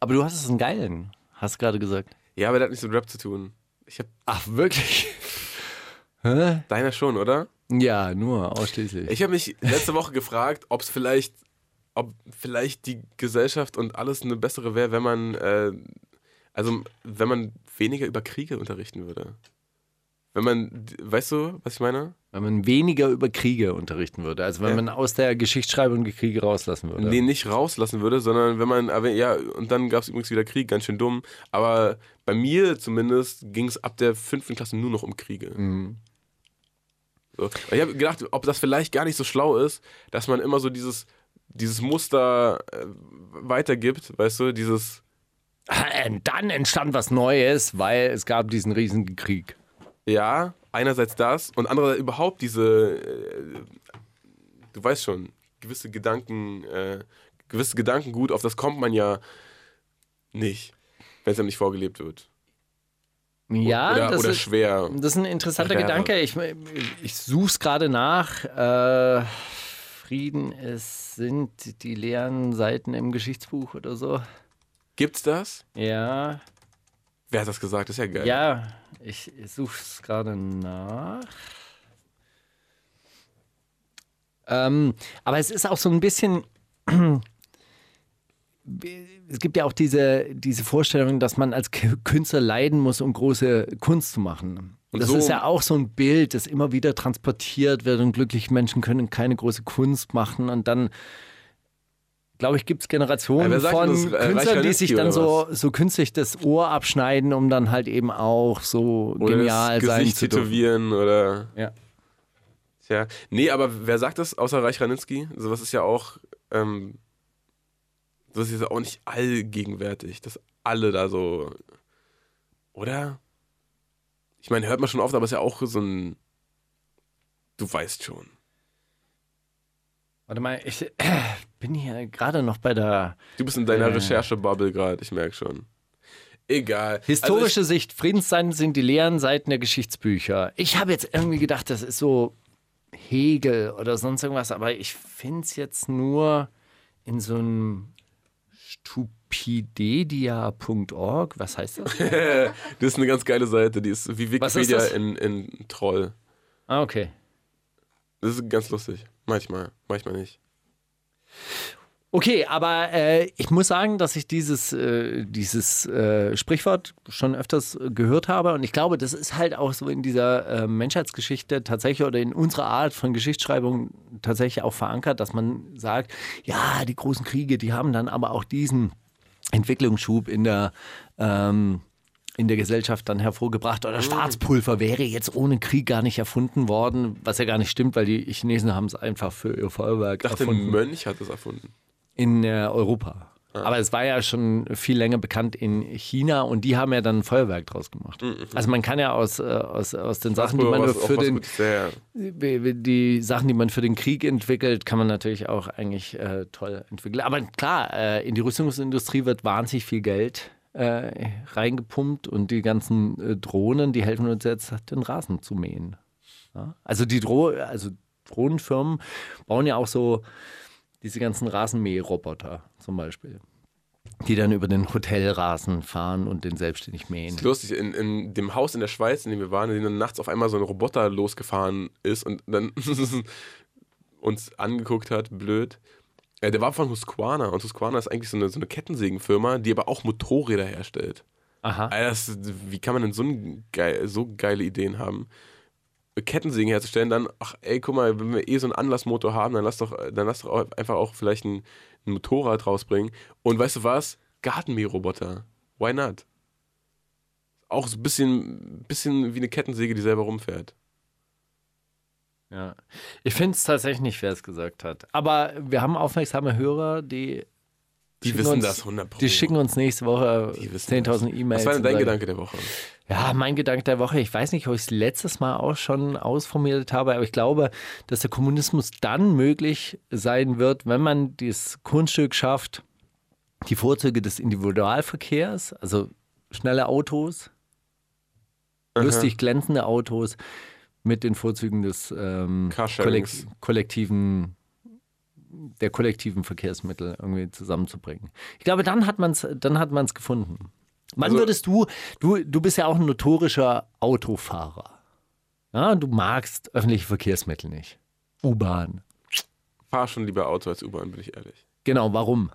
[SPEAKER 6] Aber du hast es einen geilen, hast gerade gesagt.
[SPEAKER 1] Ja, aber der hat nichts mit Rap zu tun. Ich hab
[SPEAKER 6] Ach, wirklich?
[SPEAKER 1] deiner schon, oder?
[SPEAKER 6] Ja, nur ausschließlich.
[SPEAKER 1] Ich habe mich letzte Woche gefragt, ob es vielleicht, ob vielleicht die Gesellschaft und alles eine bessere wäre, wenn man, äh, also wenn man weniger über Kriege unterrichten würde. Wenn man, weißt du, was ich meine?
[SPEAKER 6] wenn man weniger über Kriege unterrichten würde, also wenn
[SPEAKER 1] Ja.
[SPEAKER 6] man aus der Geschichtsschreibung die Kriege rauslassen würde.
[SPEAKER 1] Nee, nicht rauslassen würde, sondern wenn man, aber ja, und dann gab es übrigens wieder Krieg, ganz schön dumm. Aber bei mir zumindest ging es ab der fünften Klasse nur noch um Kriege. So. Und Ich habe gedacht, ob das vielleicht gar nicht so schlau ist, dass man immer so dieses, dieses Muster äh, weitergibt, weißt du, dieses,
[SPEAKER 6] Und dann entstand was Neues, weil es gab diesen riesigen Krieg.
[SPEAKER 1] ja, einerseits das und andererseits überhaupt diese, äh, du weißt schon, gewisse Gedanken, äh, gewisse Gedankengut, auf das kommt man ja nicht, wenn es einem nicht vorgelebt wird.
[SPEAKER 6] Ja,
[SPEAKER 1] oder
[SPEAKER 6] das,
[SPEAKER 1] oder
[SPEAKER 6] ist,
[SPEAKER 1] schwer.
[SPEAKER 6] das ist ein interessanter
[SPEAKER 1] Schwerer.
[SPEAKER 6] Gedanke. Ich, ich suche es gerade nach. Äh, geschrieben, es sind die leeren Seiten im Geschichtsbuch oder so.
[SPEAKER 1] Gibt's das?
[SPEAKER 6] Ja,
[SPEAKER 1] Wer hat das gesagt? Ist ja geil.
[SPEAKER 6] ja, ich, ich suche es gerade nach. Ähm, aber es ist auch so ein bisschen. Es gibt ja auch diese, diese Vorstellung, dass man als K- Künstler leiden muss, um große Kunst zu machen. Und das
[SPEAKER 1] so-
[SPEAKER 6] ist ja auch so ein Bild, das immer wieder transportiert wird und glückliche Menschen können keine große Kunst machen. Und dann, glaube ich, gibt es
[SPEAKER 1] Ja,
[SPEAKER 6] Generationen
[SPEAKER 1] wer sagt
[SPEAKER 6] von
[SPEAKER 1] denn das? Äh,
[SPEAKER 6] Künstlern, die
[SPEAKER 1] Reich
[SPEAKER 6] sich
[SPEAKER 1] Radetzky
[SPEAKER 6] dann
[SPEAKER 1] oder
[SPEAKER 6] so, so künstlich das Ohr abschneiden, um dann halt eben auch so
[SPEAKER 1] Oder
[SPEAKER 6] genial
[SPEAKER 1] das
[SPEAKER 6] sein
[SPEAKER 1] Gesicht
[SPEAKER 6] zu dürfen.
[SPEAKER 1] tätowieren oder.
[SPEAKER 6] Ja.
[SPEAKER 1] Tja. Nee, aber wer sagt das außer Reich Ranitzky? Sowas ist ja auch. Ähm, das ist ja auch nicht allgegenwärtig, dass alle da so. Oder? Ich meine, hört man schon oft, aber ist ja auch so ein. Du weißt schon.
[SPEAKER 6] Warte mal, ich bin hier gerade noch bei der
[SPEAKER 1] Du bist in deiner
[SPEAKER 6] Äh.
[SPEAKER 1] Recherche-Bubble gerade, ich merke schon. Egal.
[SPEAKER 6] historische
[SPEAKER 1] Also
[SPEAKER 6] Sicht. Friedenszeiten sind die leeren Seiten der Geschichtsbücher. Ich habe jetzt irgendwie gedacht, das ist so Hegel oder sonst irgendwas, aber ich finde es jetzt nur in so einem stupidedia.org. Was heißt das?
[SPEAKER 1] ich, das ist eine ganz geile Seite, die ist wie
[SPEAKER 6] Was ist
[SPEAKER 1] Wikipedia
[SPEAKER 6] das?
[SPEAKER 1] in, in Troll.
[SPEAKER 6] ah, okay.
[SPEAKER 1] Das ist ganz lustig. Manchmal, manchmal nicht.
[SPEAKER 6] Okay, aber äh, ich muss sagen, dass ich dieses, äh, dieses äh, Sprichwort schon öfters äh, gehört habe und ich glaube, das ist halt auch so in dieser äh, Menschheitsgeschichte tatsächlich oder in unserer Art von Geschichtsschreibung tatsächlich auch verankert, dass man sagt, ja, die großen Kriege, die haben dann aber auch diesen Entwicklungsschub in der ähm, in der Gesellschaft dann hervorgebracht. Oder Schwarzpulver wäre jetzt ohne Krieg gar nicht erfunden worden, was ja gar nicht stimmt, weil die Chinesen haben es einfach für ihr Feuerwerk
[SPEAKER 1] Ich dachte,
[SPEAKER 6] erfunden
[SPEAKER 1] ein Mönch hat das erfunden.
[SPEAKER 6] in äh, Europa. Aber es war ja schon viel länger bekannt in China und die haben ja dann ein Feuerwerk draus gemacht.
[SPEAKER 1] Mhm.
[SPEAKER 6] Also man kann ja aus, äh, aus, aus den Sachen, die man
[SPEAKER 1] Schwarzpulver war
[SPEAKER 6] für
[SPEAKER 1] auch was
[SPEAKER 6] den,
[SPEAKER 1] Gutes, ja, ja.
[SPEAKER 6] Äh, die Sachen, die man für den Krieg entwickelt, kann man natürlich auch eigentlich äh, toll entwickeln. Aber klar, äh, in die Rüstungsindustrie wird wahnsinnig viel Geld äh, reingepumpt und die ganzen äh, Drohnen, die helfen uns jetzt, den Rasen zu mähen. Ja? Also die Dro also Drohnenfirmen bauen ja auch so diese ganzen Rasenmäherroboter zum Beispiel, die dann über den Hotelrasen fahren und den selbstständig mähen.
[SPEAKER 1] Lustig, in, in dem Haus in der Schweiz, in dem wir waren, in dem dann nachts auf einmal so ein Roboter losgefahren ist und dann uns angeguckt hat, blöd. Äh, Der war von Husqvarna und Husqvarna ist eigentlich so eine, so eine Kettensägenfirma, die aber auch Motorräder herstellt.
[SPEAKER 6] Aha.
[SPEAKER 1] Alter, das, ist- wie kann man denn so, ein geil, so geile Ideen haben? Kettensägen herzustellen, dann, ach ey, guck mal, wenn wir eh so einen Anlassmotor haben, dann lass doch, dann lass doch auch einfach auch vielleicht ein, ein Motorrad rausbringen. Und weißt du was? Gartenmäherroboter. Why not? Auch so ein bisschen, bisschen wie eine Kettensäge, die selber rumfährt.
[SPEAKER 6] Ja. Ich finde es tatsächlich nicht, wer es gesagt hat. Aber wir haben aufmerksame Hörer, die.
[SPEAKER 1] Die
[SPEAKER 6] schicken
[SPEAKER 1] wissen
[SPEAKER 6] uns,
[SPEAKER 1] das 100%.
[SPEAKER 6] Die schicken uns nächste Woche
[SPEAKER 1] Die wissen
[SPEAKER 6] 10.000
[SPEAKER 1] das. Was
[SPEAKER 6] E-Mails.
[SPEAKER 1] war denn
[SPEAKER 6] und
[SPEAKER 1] dein
[SPEAKER 6] sagen,
[SPEAKER 1] Gedanke der Woche?
[SPEAKER 6] Ja, mein Gedanke der Woche. Ich weiß nicht, ob ich es letztes Mal auch schon ausformuliert habe, aber ich glaube, dass der Kommunismus dann möglich sein wird, wenn man dieses Kunststück schafft, die Vorzüge des Individualverkehrs, also schnelle Autos, lustig glänzende Autos, mit den Vorzügen des ähm,
[SPEAKER 1] Carsharings.
[SPEAKER 6] kollek- kollektiven der kollektiven Verkehrsmittel irgendwie zusammenzubringen. Ich glaube, dann hat man es dann hat man's gefunden. Wann
[SPEAKER 1] Also-
[SPEAKER 6] würdest du, du, du bist ja auch ein notorischer Autofahrer. Ja, du magst öffentliche Verkehrsmittel nicht. U-Bahn.
[SPEAKER 1] Fahr schon lieber Auto als U-Bahn, bin ich ehrlich.
[SPEAKER 6] Genau, warum?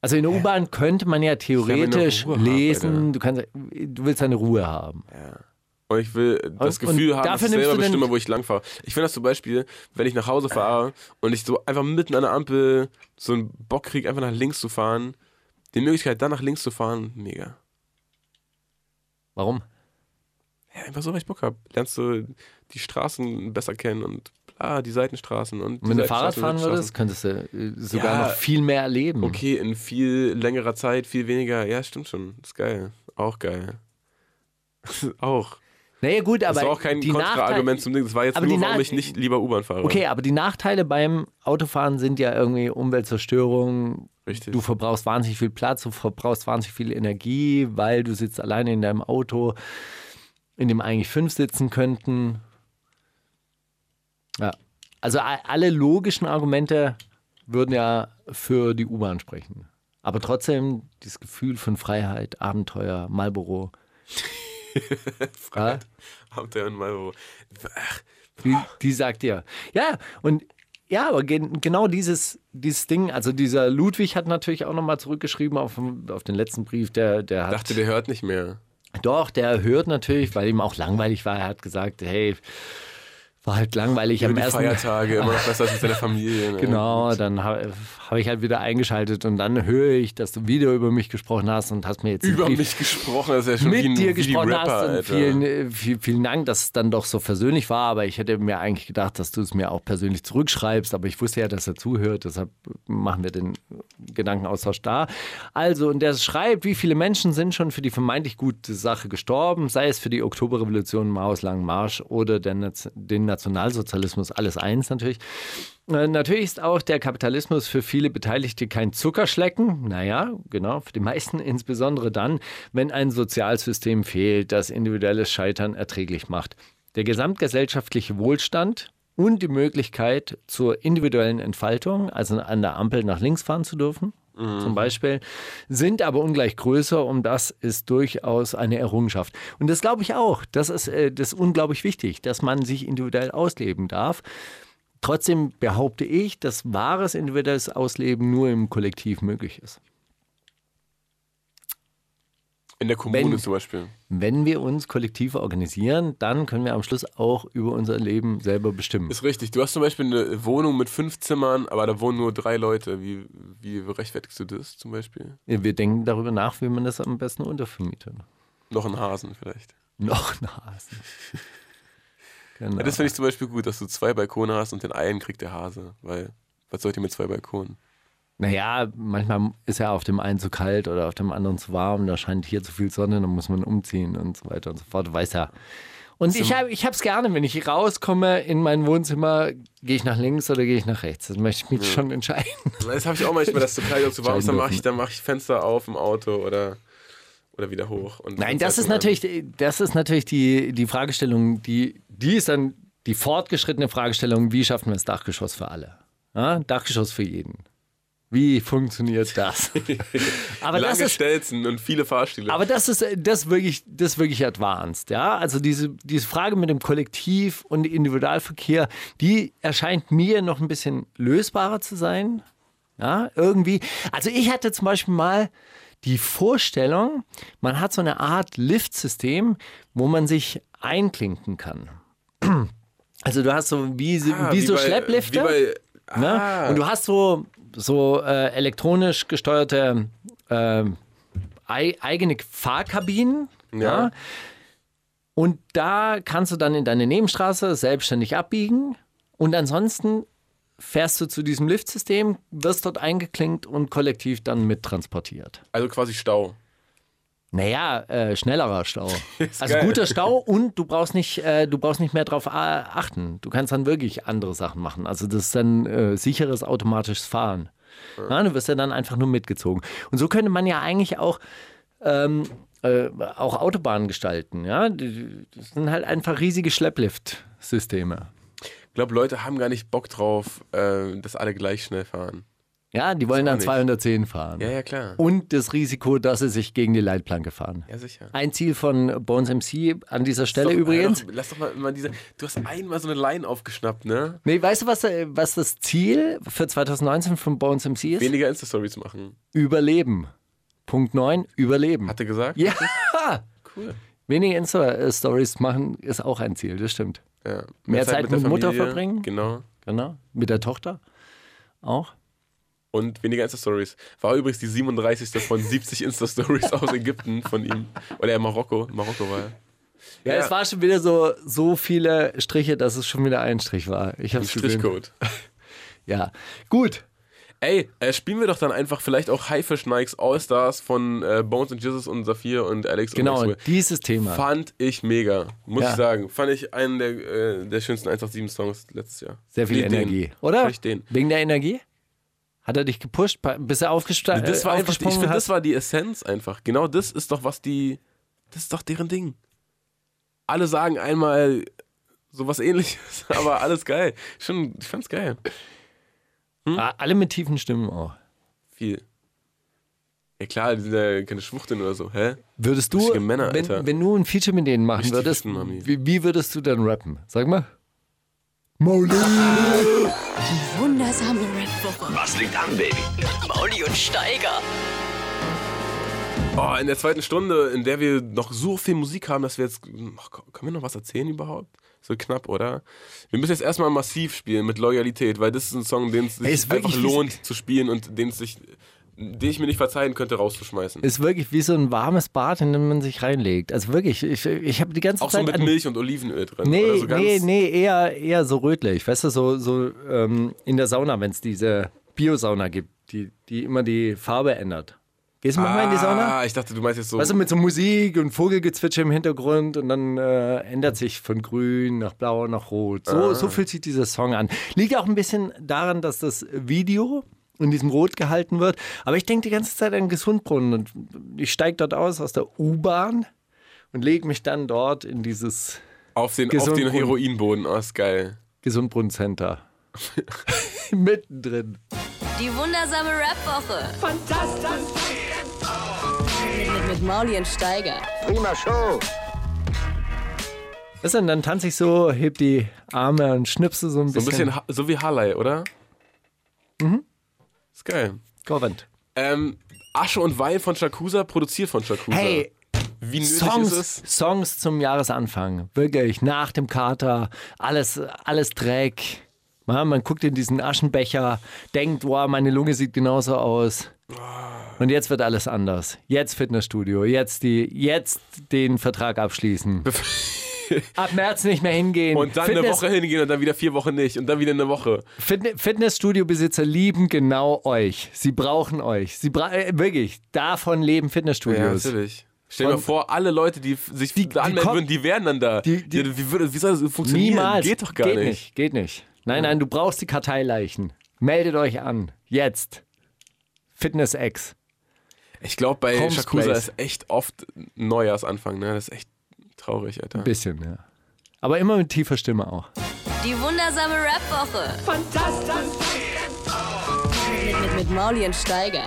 [SPEAKER 6] Also in der U-Bahn könnte man ja
[SPEAKER 1] meine
[SPEAKER 6] theoretisch
[SPEAKER 1] Ruhe haben,
[SPEAKER 6] lesen,
[SPEAKER 1] Alter.
[SPEAKER 6] du, kannst, du willst deine Ruhe haben.
[SPEAKER 1] Und ich will das
[SPEAKER 6] Und-
[SPEAKER 1] Gefühl
[SPEAKER 6] und
[SPEAKER 1] haben, dass
[SPEAKER 6] dafür
[SPEAKER 1] ich
[SPEAKER 6] nimmst
[SPEAKER 1] selber
[SPEAKER 6] du den-
[SPEAKER 1] bestimme, wo ich lang fahre. Ich finde das zum Beispiel, wenn ich nach Hause fahre und ich so einfach mitten an der Ampel so einen Bock kriege, einfach nach links zu fahren, die Möglichkeit, dann nach links zu fahren, mega.
[SPEAKER 6] Warum?
[SPEAKER 1] Ja, einfach so, weil ich Bock habe. Lernst du die Straßen besser kennen und bla, die Seitenstraßen und die
[SPEAKER 6] Wenn du Fahrrad
[SPEAKER 1] Seitenstraßen und
[SPEAKER 6] fahren
[SPEAKER 1] die Straßen.
[SPEAKER 6] würdest, könntest du äh, sogar
[SPEAKER 1] Ja.
[SPEAKER 6] noch viel mehr erleben.
[SPEAKER 1] Okay, in viel längerer Zeit, viel weniger. Ja, stimmt schon. Ist geil. Auch geil. auch.
[SPEAKER 6] Naja, gut, aber
[SPEAKER 1] Das war auch kein
[SPEAKER 6] die Nachteile-
[SPEAKER 1] Kontraargument zum Ding. Das war jetzt
[SPEAKER 6] aber die
[SPEAKER 1] nur, warum
[SPEAKER 6] Nach-
[SPEAKER 1] ich nicht lieber U-Bahn fahre.
[SPEAKER 6] Okay, aber die Nachteile beim Autofahren sind ja irgendwie Umweltzerstörung.
[SPEAKER 1] Richtig.
[SPEAKER 6] Du verbrauchst wahnsinnig viel Platz, du verbrauchst wahnsinnig viel Energie, weil du sitzt alleine in deinem Auto, in dem eigentlich fünf sitzen könnten. Ja. Also a- alle logischen Argumente würden ja für die U-Bahn sprechen. Aber trotzdem dieses Gefühl von Freiheit, Abenteuer, Marlboro. Freiheit.
[SPEAKER 1] Habt ihr mal wo. Ach,
[SPEAKER 6] Die, die sagt dir. Ja, und ja, aber gen, genau dieses, dieses Ding, also dieser Ludwig hat natürlich auch nochmal zurückgeschrieben auf, auf den letzten Brief, der, der hat.
[SPEAKER 1] dachte, der hört nicht mehr.
[SPEAKER 6] Doch, der hört natürlich, weil ihm auch langweilig war. Er hat gesagt, hey, war halt langweilig
[SPEAKER 1] Über
[SPEAKER 6] am
[SPEAKER 1] die
[SPEAKER 6] ersten.
[SPEAKER 1] Feiertage, immer noch besser als mit seiner Familie. Ne?
[SPEAKER 6] Genau, dann habe hab ich halt wieder eingeschaltet und dann höre ich, dass du wieder über mich gesprochen hast und hast mir jetzt einen
[SPEAKER 1] Über
[SPEAKER 6] Brief
[SPEAKER 1] mich gesprochen, das ist ja schon
[SPEAKER 6] mit
[SPEAKER 1] wie ein, wie
[SPEAKER 6] dir
[SPEAKER 1] die
[SPEAKER 6] gesprochen
[SPEAKER 1] Rapper,
[SPEAKER 6] hast. Und
[SPEAKER 1] Alter.
[SPEAKER 6] vielen, äh, vielen, vielen Dank, dass es dann doch so versöhnlich war. Aber ich hätte mir eigentlich gedacht, dass du es mir auch persönlich zurückschreibst. Aber ich wusste ja, dass er zuhört. Deshalb machen wir den Gedankenaustausch da. Also, und der schreibt, wie viele Menschen sind schon für die vermeintlich gute Sache gestorben, sei es für die Oktoberrevolution, Maos langen Marsch oder der, Naz- den Nationalsozialismus. Alles eins natürlich. Äh, Natürlich ist auch der Kapitalismus für viele Beteiligte kein Zuckerschlecken. Naja, genau, für die meisten insbesondere dann, wenn ein Sozialsystem fehlt, das individuelles Scheitern erträglich macht. Der gesamtgesellschaftliche Wohlstand und die Möglichkeit zur individuellen Entfaltung, also an der Ampel nach links fahren zu dürfen, zum Beispiel, sind aber ungleich größer und das ist durchaus eine Errungenschaft. Und das glaube ich auch. Das ist, äh, das ist unglaublich wichtig, dass man sich individuell ausleben darf. Trotzdem behaupte ich, dass wahres individuelles Ausleben nur im Kollektiv möglich ist.
[SPEAKER 1] In der Kommune
[SPEAKER 6] Wenn-
[SPEAKER 1] zum Beispiel.
[SPEAKER 6] Wenn wir uns kollektiv organisieren, dann können wir am Schluss auch über unser Leben selber bestimmen.
[SPEAKER 1] Ist richtig. Du hast zum Beispiel eine Wohnung mit fünf Zimmern, aber da wohnen nur drei Leute. Wie, wie rechtfertigst du das zum Beispiel?
[SPEAKER 6] Wir denken darüber nach, wie man das am besten untervermietet.
[SPEAKER 1] Noch ein Hasen vielleicht.
[SPEAKER 6] Noch Nasen. Genau.
[SPEAKER 1] Ja, das finde ich zum Beispiel gut, dass du zwei Balkone hast und den einen kriegt der Hase. Weil, was sollt ihr mit zwei Balkonen?
[SPEAKER 6] Naja, manchmal ist ja auf dem einen zu kalt oder auf dem anderen zu warm, da scheint hier zu viel Sonne, dann muss man umziehen und so weiter und so fort, weiß ja. Und ich habe ich es gerne, wenn ich rauskomme in mein Wohnzimmer, gehe ich nach links oder gehe ich nach rechts. Das möchte ich mich schon entscheiden.
[SPEAKER 1] Das habe ich auch manchmal, dass zu kalt und zu warm ist, dann mache
[SPEAKER 6] Scheiden
[SPEAKER 1] ich, dann mach ich Fenster auf im Auto oder, oder wieder hoch. Und
[SPEAKER 6] Nein,
[SPEAKER 1] und
[SPEAKER 6] das ist
[SPEAKER 1] Zeitung an.
[SPEAKER 6] natürlich, das ist natürlich die, die Fragestellung, die, die ist dann die fortgeschrittene Fragestellung, wie schaffen wir das Dachgeschoss für alle? Ja, Dachgeschoss für jeden. Wie funktioniert das? Aber
[SPEAKER 1] Lange
[SPEAKER 6] das ist,
[SPEAKER 1] Stelzen und viele Fahrstühle.
[SPEAKER 6] Aber das ist äh, das ist wirklich, das ist wirklich advanced, ja. Also diese, diese Frage mit dem Kollektiv und Individualverkehr, die erscheint mir noch ein bisschen lösbarer zu sein. Ja, irgendwie. Also ich hatte zum Beispiel mal die Vorstellung, man hat so eine Art Liftsystem, wo man sich einklinken kann. Also du hast so wie, so-
[SPEAKER 1] Ah,
[SPEAKER 6] wie, so
[SPEAKER 1] bei-
[SPEAKER 6] Schlepplifter.
[SPEAKER 1] Wie bei,
[SPEAKER 6] Ne?
[SPEAKER 1] ah,
[SPEAKER 6] Und du hast so, so äh, elektronisch gesteuerte ähm, ei eigene Fahrkabinen. Ja. Und da kannst du dann in deine Nebenstraße selbstständig abbiegen. Und ansonsten fährst du zu diesem Liftsystem, wirst dort eingeklinkt und kollektiv dann mittransportiert.
[SPEAKER 1] also quasi Stau.
[SPEAKER 6] Naja, äh, schnellerer Stau. Also
[SPEAKER 1] geil.
[SPEAKER 6] guter Stau und du brauchst nicht, äh, du brauchst nicht mehr drauf a- achten. Du kannst dann wirklich andere Sachen machen. Also das ist dann äh, sicheres automatisches Fahren. Na, du wirst ja dann einfach nur mitgezogen. Und so könnte man ja eigentlich auch ähm, äh, auch Autobahnen gestalten. Ja, Die- das sind halt einfach riesige Schlepplift-Systeme.
[SPEAKER 1] Ich glaube, Leute haben gar nicht Bock drauf, äh, dass alle gleich schnell fahren.
[SPEAKER 6] Ja, die wollen
[SPEAKER 1] auch
[SPEAKER 6] dann
[SPEAKER 1] nicht.
[SPEAKER 6] 210 fahren.
[SPEAKER 1] Ja, ja, klar.
[SPEAKER 6] Und das Risiko, dass sie sich gegen die Leitplanke fahren.
[SPEAKER 1] Ja, sicher.
[SPEAKER 6] Ein Ziel von Bones MC an dieser Stelle
[SPEAKER 1] Doch,
[SPEAKER 6] übrigens.
[SPEAKER 1] hör Doch, lass doch mal immer diese. Du hast einmal so eine Line aufgeschnappt, ne?
[SPEAKER 6] Nee, weißt du, was, äh, was das Ziel für 2019 von Bones MC ist?
[SPEAKER 1] Weniger Insta-Stories machen.
[SPEAKER 6] Überleben. Punkt 9, Überleben.
[SPEAKER 1] Hat er gesagt?
[SPEAKER 6] ja,
[SPEAKER 1] Cool.
[SPEAKER 6] weniger Insta-Stories machen ist auch ein Ziel, das stimmt.
[SPEAKER 1] Ja. Mehr,
[SPEAKER 6] Zeit mit Mutter
[SPEAKER 1] Familie,
[SPEAKER 6] verbringen?
[SPEAKER 1] Genau.
[SPEAKER 6] Genau. Mit der Tochter auch.
[SPEAKER 1] Und weniger Insta-Stories. War übrigens die 37. von 70 Insta-Stories aus Ägypten von ihm. Oder ja, Marokko. Marokko war er.
[SPEAKER 6] Ja, es war schon wieder so, so viele Striche, dass es schon wieder ein Strich war. Ich
[SPEAKER 1] Ein
[SPEAKER 6] hab's gesehen.
[SPEAKER 1] Strichcode.
[SPEAKER 6] Ja, gut.
[SPEAKER 1] Ey, äh, spielen wir doch dann einfach vielleicht auch Haifisch Nikes All-Stars von äh, Bones and Jesus und Saphir und Alex und
[SPEAKER 6] Genau,
[SPEAKER 1] Maxwell.
[SPEAKER 6] dieses Thema.
[SPEAKER 1] Fand ich mega, muss
[SPEAKER 6] Ja.
[SPEAKER 1] ich sagen. Fand ich einen der, äh, der schönsten 187-Songs letztes Jahr.
[SPEAKER 6] Sehr viel
[SPEAKER 1] Nee, den.
[SPEAKER 6] Energie, oder?
[SPEAKER 1] Vielleicht den.
[SPEAKER 6] Wegen der Energie? Hat er dich gepusht, pa- bis er aufgestanden
[SPEAKER 1] Also Das war einfach, ich
[SPEAKER 6] Äh, aufgesprungen
[SPEAKER 1] finde,
[SPEAKER 6] hast?
[SPEAKER 1] das war die Essenz einfach. Genau das ist doch, was die. Das ist doch deren Ding. Alle sagen einmal sowas ähnliches, aber alles geil. Schon, ich fand's geil.
[SPEAKER 6] Ah, Alle mit tiefen Stimmen auch.
[SPEAKER 1] Viel. Ja klar, die sind ja keine Schwuchteln oder so, hä?
[SPEAKER 6] Würdest du,
[SPEAKER 1] Richtige Männer,
[SPEAKER 6] wenn,
[SPEAKER 1] Alter.
[SPEAKER 6] wenn du ein Feature mit denen machen
[SPEAKER 1] Richtige
[SPEAKER 6] würdest,
[SPEAKER 1] Stimmen haben die.
[SPEAKER 6] wie, wie würdest du dann rappen? Sag mal. Mauli.
[SPEAKER 2] Wundersame Rap-Woche. Was liegt an, Baby? Mit Mauli und Steiger.
[SPEAKER 1] Oh, in der zweiten Stunde, in der wir noch so viel Musik haben, dass wir jetzt. Ach, ko- können wir noch was erzählen überhaupt? So knapp, oder? Wir müssen jetzt erstmal massiv spielen mit Loyalität, weil das ist ein Song, den es sich
[SPEAKER 6] Ey, ist wirklich
[SPEAKER 1] einfach
[SPEAKER 6] wie-
[SPEAKER 1] lohnt zu spielen und den, es sich, den ich mir nicht verzeihen könnte, rauszuschmeißen.
[SPEAKER 6] Ist wirklich wie so ein warmes Bad, in das man sich reinlegt. Also wirklich, ich, ich habe die ganze
[SPEAKER 1] Auch so
[SPEAKER 6] Zeit
[SPEAKER 1] mit
[SPEAKER 6] an
[SPEAKER 1] Milch und Olivenöl drin.
[SPEAKER 6] halt Nee,
[SPEAKER 1] oder so ganz,
[SPEAKER 6] nee, nee, eher, eher so rötlich. Weißt du, so, so ähm, in der Sauna, wenn es diese Bio-Sauna gibt, die, die immer die Farbe ändert. Gehst du manchmal in die Sauna?
[SPEAKER 1] Ah, ich dachte, du meinst jetzt so.
[SPEAKER 6] Weißt du, mit so Musik und Vogelgezwitscher im Hintergrund und dann äh, ändert sich von grün nach blau nach rot.
[SPEAKER 1] Ah.
[SPEAKER 6] So, so fühlt sich dieser Song an. Liegt auch ein bisschen daran, dass das Video in diesem Rot gehalten wird. Aber ich denke die ganze Zeit an Gesundbrunnen und ich steige dort aus, aus der U-Bahn und lege mich dann dort in dieses
[SPEAKER 1] auf den, auf
[SPEAKER 6] gesund
[SPEAKER 1] den
[SPEAKER 6] und-
[SPEAKER 1] Heroinboden. Oh, ist geil.
[SPEAKER 6] Gesundbrunnen Center. Mittendrin.
[SPEAKER 2] Die wundersame Rap-Woche. Fantastisch. Mit, mit Mauli und Steiger.
[SPEAKER 3] Prima Show.
[SPEAKER 6] Was denn? Dann tanze ich so, heb die Arme und schnipse so ein
[SPEAKER 1] So ein
[SPEAKER 6] bisschen.
[SPEAKER 1] bisschen, ha- so wie Harley, oder? Mhm.
[SPEAKER 6] Mhm.
[SPEAKER 1] Ist geil.
[SPEAKER 6] Govend.
[SPEAKER 1] Ähm, Asche und Wein von Shakusa, produziert von Shakusa.
[SPEAKER 6] Hey,
[SPEAKER 1] wie nötig ist
[SPEAKER 6] Songs,
[SPEAKER 1] es?
[SPEAKER 6] Songs zum Jahresanfang. Wirklich, nach dem Kater, alles, alles Dreck. Man, man guckt in diesen Aschenbecher, denkt, wow, meine Lunge sieht genauso aus.
[SPEAKER 1] Ah.
[SPEAKER 6] Und jetzt wird alles anders. Jetzt Fitnessstudio, jetzt, die, jetzt den Vertrag abschließen. Ab März nicht mehr hingehen.
[SPEAKER 1] Und dann eine Woche hingehen und dann wieder vier Wochen nicht und dann wieder eine Woche.
[SPEAKER 6] Fitne- Fitnessstudio-Besitzer lieben genau euch. Sie brauchen euch. Sie bra äh, wirklich, davon leben Fitnessstudios.
[SPEAKER 1] natürlich. Stell dir mal
[SPEAKER 6] Und-
[SPEAKER 1] vor, alle Leute, die f- sich
[SPEAKER 6] Die-
[SPEAKER 1] da
[SPEAKER 6] die
[SPEAKER 1] anmelden
[SPEAKER 6] kommen-
[SPEAKER 1] würden, die wären dann da.
[SPEAKER 6] Die- die-
[SPEAKER 1] ja, wie, würde, wie soll das funktionieren?
[SPEAKER 6] Niemals.
[SPEAKER 1] Geht doch gar
[SPEAKER 6] geht
[SPEAKER 1] nicht.
[SPEAKER 6] Geht nicht. Nein, nein, du brauchst die Karteileichen. Meldet euch an. Jetzt. Fitness-Ex.
[SPEAKER 1] Ich glaube, bei
[SPEAKER 6] Homespace.
[SPEAKER 1] Shakusa ist echt oft Neujahrsanfang. Ne? Das ist echt traurig, Alter.
[SPEAKER 6] Bisschen, ja. Aber immer mit tiefer Stimme auch.
[SPEAKER 2] Die wundersame Rap-Woche. Fantastisch. Mit, mit, mit Mauli und Steiger.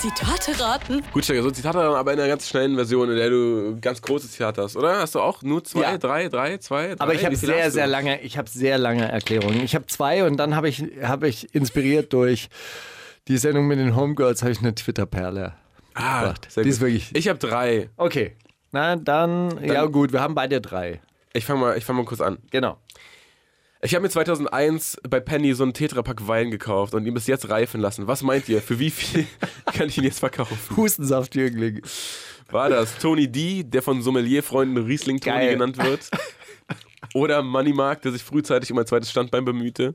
[SPEAKER 2] Zitate raten.
[SPEAKER 1] Gut, Steiger, so Zitate dann aber in einer ganz schnellen Version, in der du ganz kurze Zitate hast, oder? Hast du auch nur zwei,
[SPEAKER 6] Ja.
[SPEAKER 1] drei, drei, zwei, drei?
[SPEAKER 6] Aber ich habe
[SPEAKER 1] Wie viele
[SPEAKER 6] sehr,
[SPEAKER 1] hast du?
[SPEAKER 6] sehr lange, ich habe sehr lange Erklärungen. Ich habe zwei und dann habe ich, habe ich inspiriert durch die Sendung mit den Homegirls, habe ich eine Twitter-Perle.
[SPEAKER 1] ah,
[SPEAKER 6] gebracht.
[SPEAKER 1] sehr
[SPEAKER 6] Die
[SPEAKER 1] gut.
[SPEAKER 6] ist wirklich-
[SPEAKER 1] Ich habe drei.
[SPEAKER 6] Okay. Na, dann, ja gut, wir haben beide drei.
[SPEAKER 1] Ich fange mal, ich fang mal kurz an.
[SPEAKER 6] Genau.
[SPEAKER 1] Ich habe mir 2001 bei Penny so einen Tetrapack Wein gekauft und ihn bis jetzt reifen lassen. Was meint ihr? Für wie viel kann ich ihn jetzt verkaufen?
[SPEAKER 6] Hustensaftjüngling.
[SPEAKER 1] War das Tony D, der von Sommelier-Freunden Riesling Tony
[SPEAKER 6] Geil.
[SPEAKER 1] genannt wird? Oder Money Mark, der sich frühzeitig um ein zweites Standbein bemühte?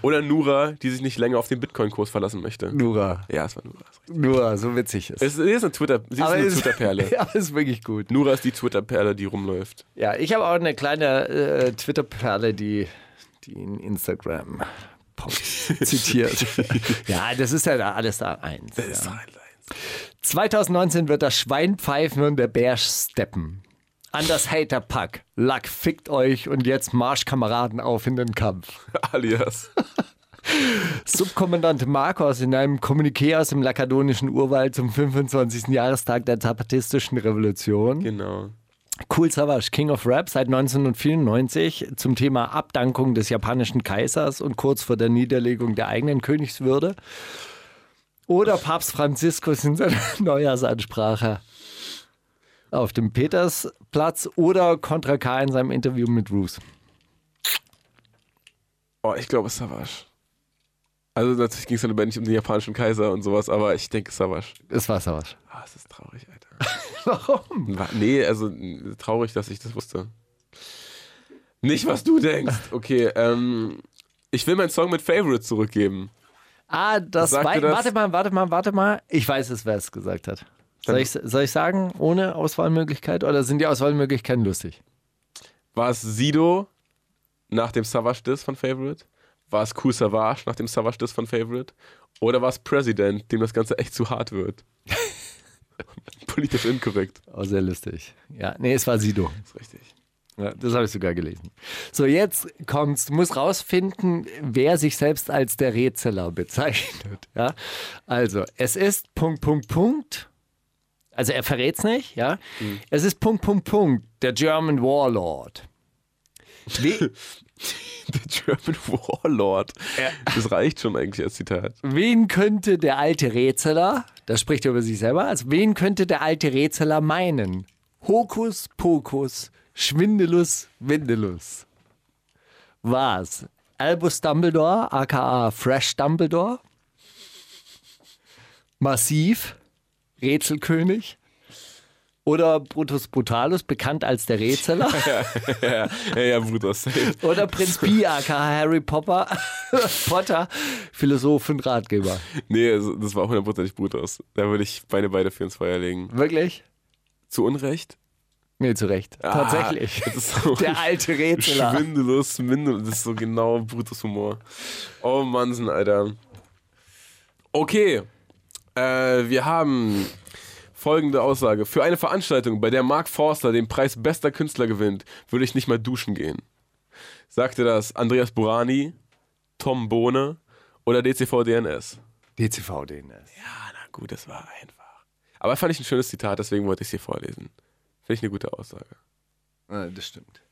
[SPEAKER 1] Oder Nura, die sich nicht länger auf den Bitcoin-Kurs verlassen möchte?
[SPEAKER 6] Nura.
[SPEAKER 1] Ja, es war Nura. ist richtig.
[SPEAKER 6] Nura, so witzig ist.
[SPEAKER 1] Es, sie ist eine Twitter- sie ist eine
[SPEAKER 6] ist-
[SPEAKER 1] Twitter-Perle.
[SPEAKER 6] ja, ist wirklich gut.
[SPEAKER 1] Nura ist die Twitter-Perle, die rumläuft.
[SPEAKER 6] Ja, ich habe auch eine kleine äh, Twitter-Perle, die, die in Instagram Post zitiert. ja, das ist ja da alles da eins. Ja. 2019 wird das Schwein pfeifen und der Bär steppen. An das Hater-Pack. Luck fickt euch und jetzt Marschkameraden auf in den Kampf.
[SPEAKER 1] Alias.
[SPEAKER 6] Subkommandant Marcos in einem Kommuniqué aus dem lakadonischen Urwald zum 25. Jahrestag der Zapatistischen Revolution.
[SPEAKER 1] Genau.
[SPEAKER 6] Cool Savage, King of Rap seit 1994 zum Thema Abdankung des japanischen Kaisers und kurz vor der Niederlegung der eigenen Königswürde. Oder Papst Franziskus in seiner Neujahrsansprache auf dem Petersplatz oder Contra K in seinem Interview mit Bruce.
[SPEAKER 1] Oh, ich glaube Savage. Also natürlich ging es dabei nicht um den japanischen Kaiser und sowas, aber ich denke Savage.
[SPEAKER 6] Es war Savage.
[SPEAKER 1] Ah, es ist traurig, Alter. Warum? Nee, also n- traurig, dass ich das wusste. Nicht, was du denkst. Okay, ähm, ich will meinen Song mit Favorite zurückgeben.
[SPEAKER 6] Ah, das,
[SPEAKER 1] Sagte
[SPEAKER 6] wei-
[SPEAKER 1] das-
[SPEAKER 6] Warte mal, warte mal, warte mal. Ich weiß es, wer es gesagt hat.
[SPEAKER 1] Dann-
[SPEAKER 6] Soll ich, soll ich sagen, ohne Auswahlmöglichkeit oder sind die Auswahlmöglichkeiten lustig?
[SPEAKER 1] War es Sido nach dem Savage-Diss von Favorite? War es Cool Savage nach dem Savage-Diss von Favorite? Oder war es President, dem das Ganze echt zu hart wird? Politisch inkorrekt,
[SPEAKER 6] Oh, sehr lustig. Ja, nee, es war Sido.
[SPEAKER 1] ist richtig.
[SPEAKER 6] Ja, das habe ich sogar gelesen. So, jetzt kommst, du musst rausfinden, wer sich selbst als der Rätseler bezeichnet. Ja? Also, es ist Punkt, Punkt, Punkt. Also, er verrät es nicht, ja. Es ist Punkt, Punkt, Punkt, der German Warlord. Wie,
[SPEAKER 1] Der German Warlord. Das reicht schon eigentlich als Zitat.
[SPEAKER 6] wen könnte der alte Rätseler, das spricht er über sich selber, also wen könnte der alte Rätseler meinen? Hokus Pokus, Schwindelus Windelus. Was? Albus Dumbledore, aka Fresh Dumbledore? Massiv, Rätselkönig? Oder Brutus Brutalus, bekannt als der Rätseler?
[SPEAKER 1] Ja, ja, Bruder, safe.
[SPEAKER 6] Oder Prinz Pi, aka Harry Popper, Potter, Philosoph und Ratgeber?
[SPEAKER 1] Nee, also, das war hundertprozentig Brutus. Da würde ich meine beide für ins Feuer legen.
[SPEAKER 6] Wirklich?
[SPEAKER 1] Zu Unrecht? Ah,
[SPEAKER 6] Nee, zu Recht. Tatsächlich.
[SPEAKER 1] Das ist so
[SPEAKER 6] Der alte Rätseler.
[SPEAKER 1] Schwindelus, Mindel, das ist so genau Brutus Humor. Oh Mansen, Alter. Okay, äh, wir haben folgende Aussage. Für eine Veranstaltung, bei der Mark Forster den Preis bester Künstler gewinnt, würde ich nicht mal duschen gehen. Sagte das Andreas Burani, Tom Bohne oder DCV DNS?
[SPEAKER 6] DCV DNS.
[SPEAKER 1] Ah, na gut, das war einfach. Aber fand ich ein schönes Zitat, deswegen wollte ich es hier vorlesen. Finde ich eine gute Aussage. Ah,
[SPEAKER 6] Ja, das stimmt.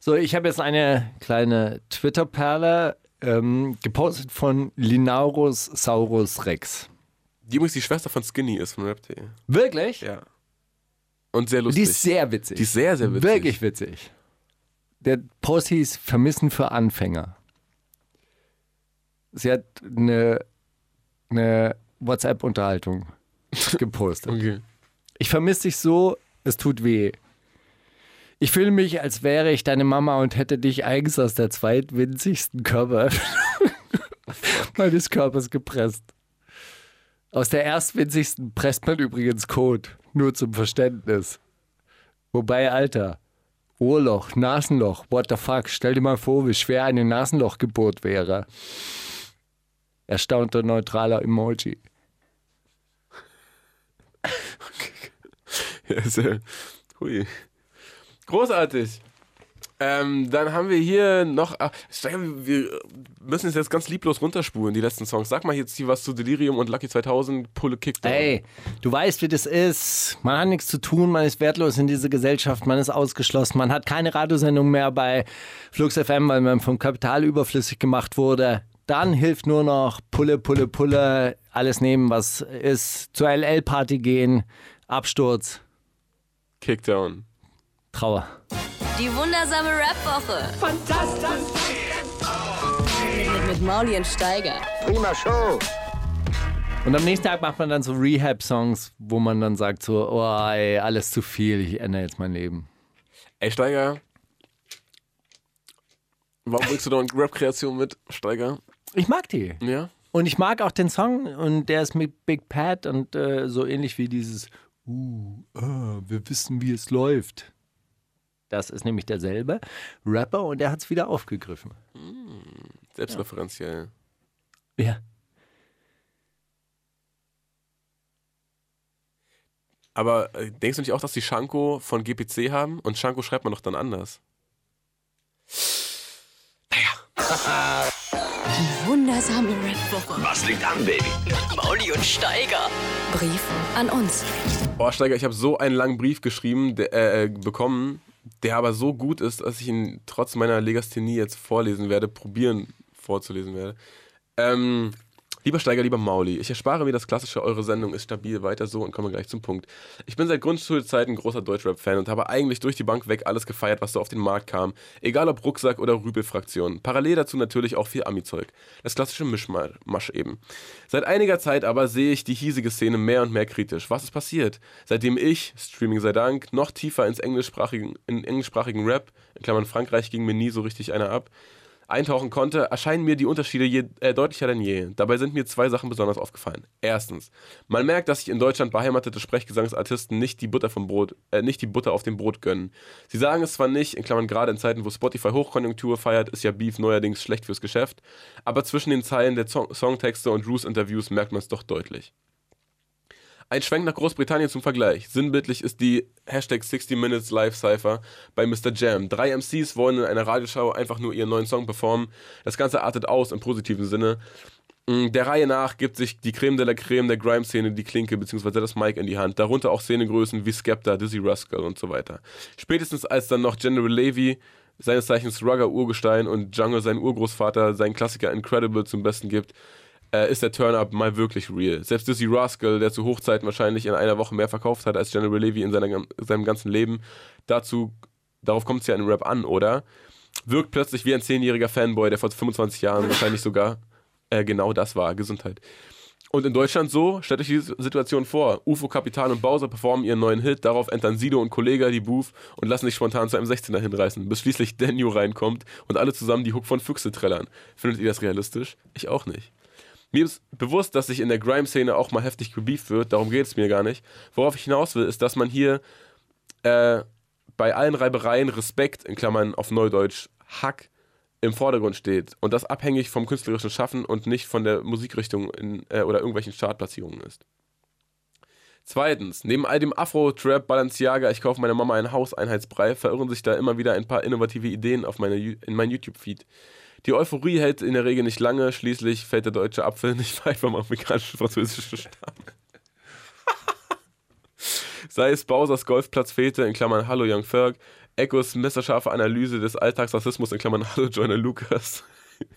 [SPEAKER 6] So, ich habe jetzt eine kleine Twitter-Perle ähm, gepostet von Linaurus Saurus Rex.
[SPEAKER 1] Die übrigens die Schwester von Skinny ist von E. Rap.de.
[SPEAKER 6] Wirklich?
[SPEAKER 1] Ja. Und sehr lustig.
[SPEAKER 6] Die ist sehr witzig.
[SPEAKER 1] Die ist sehr, sehr witzig.
[SPEAKER 6] Wirklich witzig. Der Post hieß Vermissen für Anfänger. Sie hat eine, eine WhatsApp-Unterhaltung gepostet.
[SPEAKER 1] Okay.
[SPEAKER 6] Ich vermisse dich so, es tut weh. Ich fühle mich, als wäre ich deine Mama und hätte dich eigens aus der zweitwinzigsten Körper meines Körpers gepresst. Aus der erstwinzigsten presst man übrigens Kot, nur zum Verständnis. Wobei, Alter, Ohrloch, Nasenloch, what the fuck, stell dir mal vor, wie schwer eine Nasenlochgeburt wäre. Erstaunter neutraler Emoji.
[SPEAKER 1] Ja, ist ja. Hui. Großartig. Ähm, dann haben wir hier noch. ah, Steiger, wir müssen es jetzt ganz lieblos runterspulen, die letzten Songs. Sag mal jetzt hier was zu Delirium und Lucky 2000, Pulle Kickdown.
[SPEAKER 6] Ey, du weißt, wie das ist. Man hat nichts zu tun, man ist wertlos in dieser Gesellschaft, man ist ausgeschlossen, man hat keine Radiosendung mehr bei Flux FM, weil man vom Kapital überflüssig gemacht wurde. Dann hilft nur noch Pulle, Pulle, Pulle, alles nehmen, was ist, zur LL-Party gehen, Absturz,
[SPEAKER 1] Kickdown.
[SPEAKER 6] Trauer.
[SPEAKER 2] Die wundersame Rap-Woche. Fantastisch. Mit, mit Mauli und Steiger.
[SPEAKER 3] Prima Show.
[SPEAKER 6] Und am nächsten Tag macht man dann so Rehab-Songs, wo man dann sagt so, oh ey, alles zu viel, ich ändere jetzt mein Leben.
[SPEAKER 1] Ey, Steiger. Warum bringst du da eine Rap-Kreation mit, Steiger?
[SPEAKER 6] Ich mag die.
[SPEAKER 1] Ja?
[SPEAKER 6] Und ich mag auch den Song und der ist mit Big Pat und äh, so ähnlich wie dieses uh, ah, wir wissen, wie es läuft. Das ist nämlich derselbe Rapper und der hat es wieder aufgegriffen.
[SPEAKER 1] Selbstreferenziell.
[SPEAKER 6] Ja.
[SPEAKER 1] Aber äh, denkst du nicht auch, dass die Shanko von GPC haben? Und Shanko schreibt man doch dann anders.
[SPEAKER 2] Die wundersame Rap-Woche. Was liegt an, Baby? Mit Mauli und Steiger. Brief an uns.
[SPEAKER 1] Oh, Steiger, ich habe so einen langen Brief geschrieben, der, äh, bekommen, der aber so gut ist, dass ich ihn trotz meiner Legasthenie jetzt vorlesen werde, probieren vorzulesen werde. Ähm, lieber Steiger, lieber Mauli, ich erspare mir das klassische Eure Sendung ist stabil weiter so und komme gleich zum Punkt. Ich bin seit Grundschulzeiten großer Deutschrap-Fan und habe eigentlich durch die Bank weg alles gefeiert, was so auf den Markt kam. Egal ob Rucksack oder Rübelfraktion. Parallel dazu natürlich auch viel Ami-Zeug. Das klassische Mischmasch eben. Seit einiger Zeit aber sehe ich die hiesige Szene mehr und mehr kritisch. Was ist passiert? Seitdem ich, Streaming sei Dank, noch tiefer ins englischsprachigen, in englischsprachigen Rap, in Klammern Frankreich ging mir nie so richtig einer ab, eintauchen konnte, erscheinen mir die Unterschiede je, äh, deutlicher denn je. Dabei sind mir zwei Sachen besonders aufgefallen. Erstens, man merkt, dass sich in Deutschland beheimatete Sprechgesangsartisten nicht die Butter vom Brot, äh, nicht die Butter auf dem Brot gönnen. Sie sagen es zwar nicht, in Klammern gerade in Zeiten, wo Spotify Hochkonjunktur feiert, ist ja Beef neuerdings schlecht fürs Geschäft, aber zwischen den Zeilen der Zong Songtexte und Roos-Interviews merkt man es doch deutlich. Ein Schwenk nach Großbritannien zum Vergleich. Sinnbildlich ist die Hashtag 60 Minutes Live Cypher bei Mr. Jam. Drei MCs wollen in einer Radioshow einfach nur ihren neuen Song performen. Das Ganze artet aus im positiven Sinne. Mm, Der Reihe nach gibt sich die Creme de la Creme der Grime-Szene die Klinke bzw. das Mic in die Hand. Darunter auch Szenegrößen wie Skepta, Dizzy Rascal und so weiter. Spätestens als dann noch General Levy, seines Zeichens Rugger Urgestein und Django, sein Urgroßvater, seinen Klassiker Incredible zum Besten gibt, äh, ist der Turn-Up mal wirklich real. Selbst Dizzy Rascal, der zu Hochzeiten wahrscheinlich in einer Woche mehr verkauft hat als General Levy in seiner, gam- seinem ganzen Leben, dazu, darauf kommt es ja in Rap an, oder? Wirkt plötzlich wie ein zehnjähriger Fanboy, der vor 25 Jahren wahrscheinlich sogar äh, genau das war, Gesundheit. Und in Deutschland so, stellt euch die Situation vor. UFO Kapital und Bowser performen ihren neuen Hit, darauf entern Sido und Kollega die Booth und lassen sich spontan zu einem 16er hinreißen, bis schließlich Daniel reinkommt und alle zusammen die Hook von Füchse trällern. Findet ihr das realistisch? Ich auch nicht. Mir ist bewusst, dass sich in der Grime-Szene auch mal heftig gebeeft wird, darum geht es mir gar nicht. Worauf ich hinaus will, ist, dass man hier äh, bei allen Reibereien Respekt, in Klammern auf Neudeutsch, Hack, im Vordergrund steht und das abhängig vom künstlerischen Schaffen und nicht von der Musikrichtung in, äh, oder irgendwelchen Chartplatzierungen ist. Zweitens, neben all dem Afro-Trap, Balenciaga, ich kaufe meiner Mama ein Haus, Einheitsbrei, verirren sich da immer wieder ein paar innovative Ideen auf meine, Ju- in meinen YouTube-Feed. Die Euphorie hält in der Regel nicht lange, schließlich fällt der deutsche Apfel nicht weit vom amerikanischen französischen Stamm. Sei es Bowsers Golfplatzfete in Klammern Hallo Young Ferg, Echos messerscharfe Analyse des Alltagsrassismus in Klammern Hallo Joyner Lucas,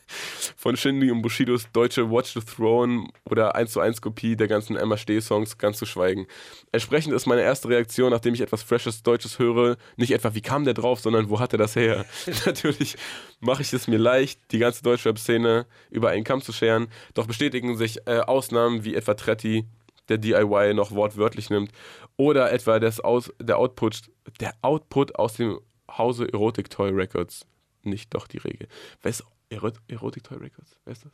[SPEAKER 1] von Shindy und Bushidos deutsche Watch the Throne oder 1 zu 1 Kopie der ganzen Emma Steh-Songs ganz zu schweigen. Entsprechend ist meine erste Reaktion, nachdem ich etwas Freshes Deutsches höre, nicht etwa, wie kam der drauf, sondern wo hat er das her? Natürlich mache ich es mir leicht, die ganze Deutschrap-Szene über einen Kamm zu scheren, doch bestätigen sich äh, Ausnahmen wie etwa Tretti, der DIY noch wortwörtlich nimmt, oder etwa des aus, der, Output, der Output aus dem Hause Erotic Toy Records. Nicht doch die Regel. Wer ist Erot Erotic Toy Records? Wer ist das?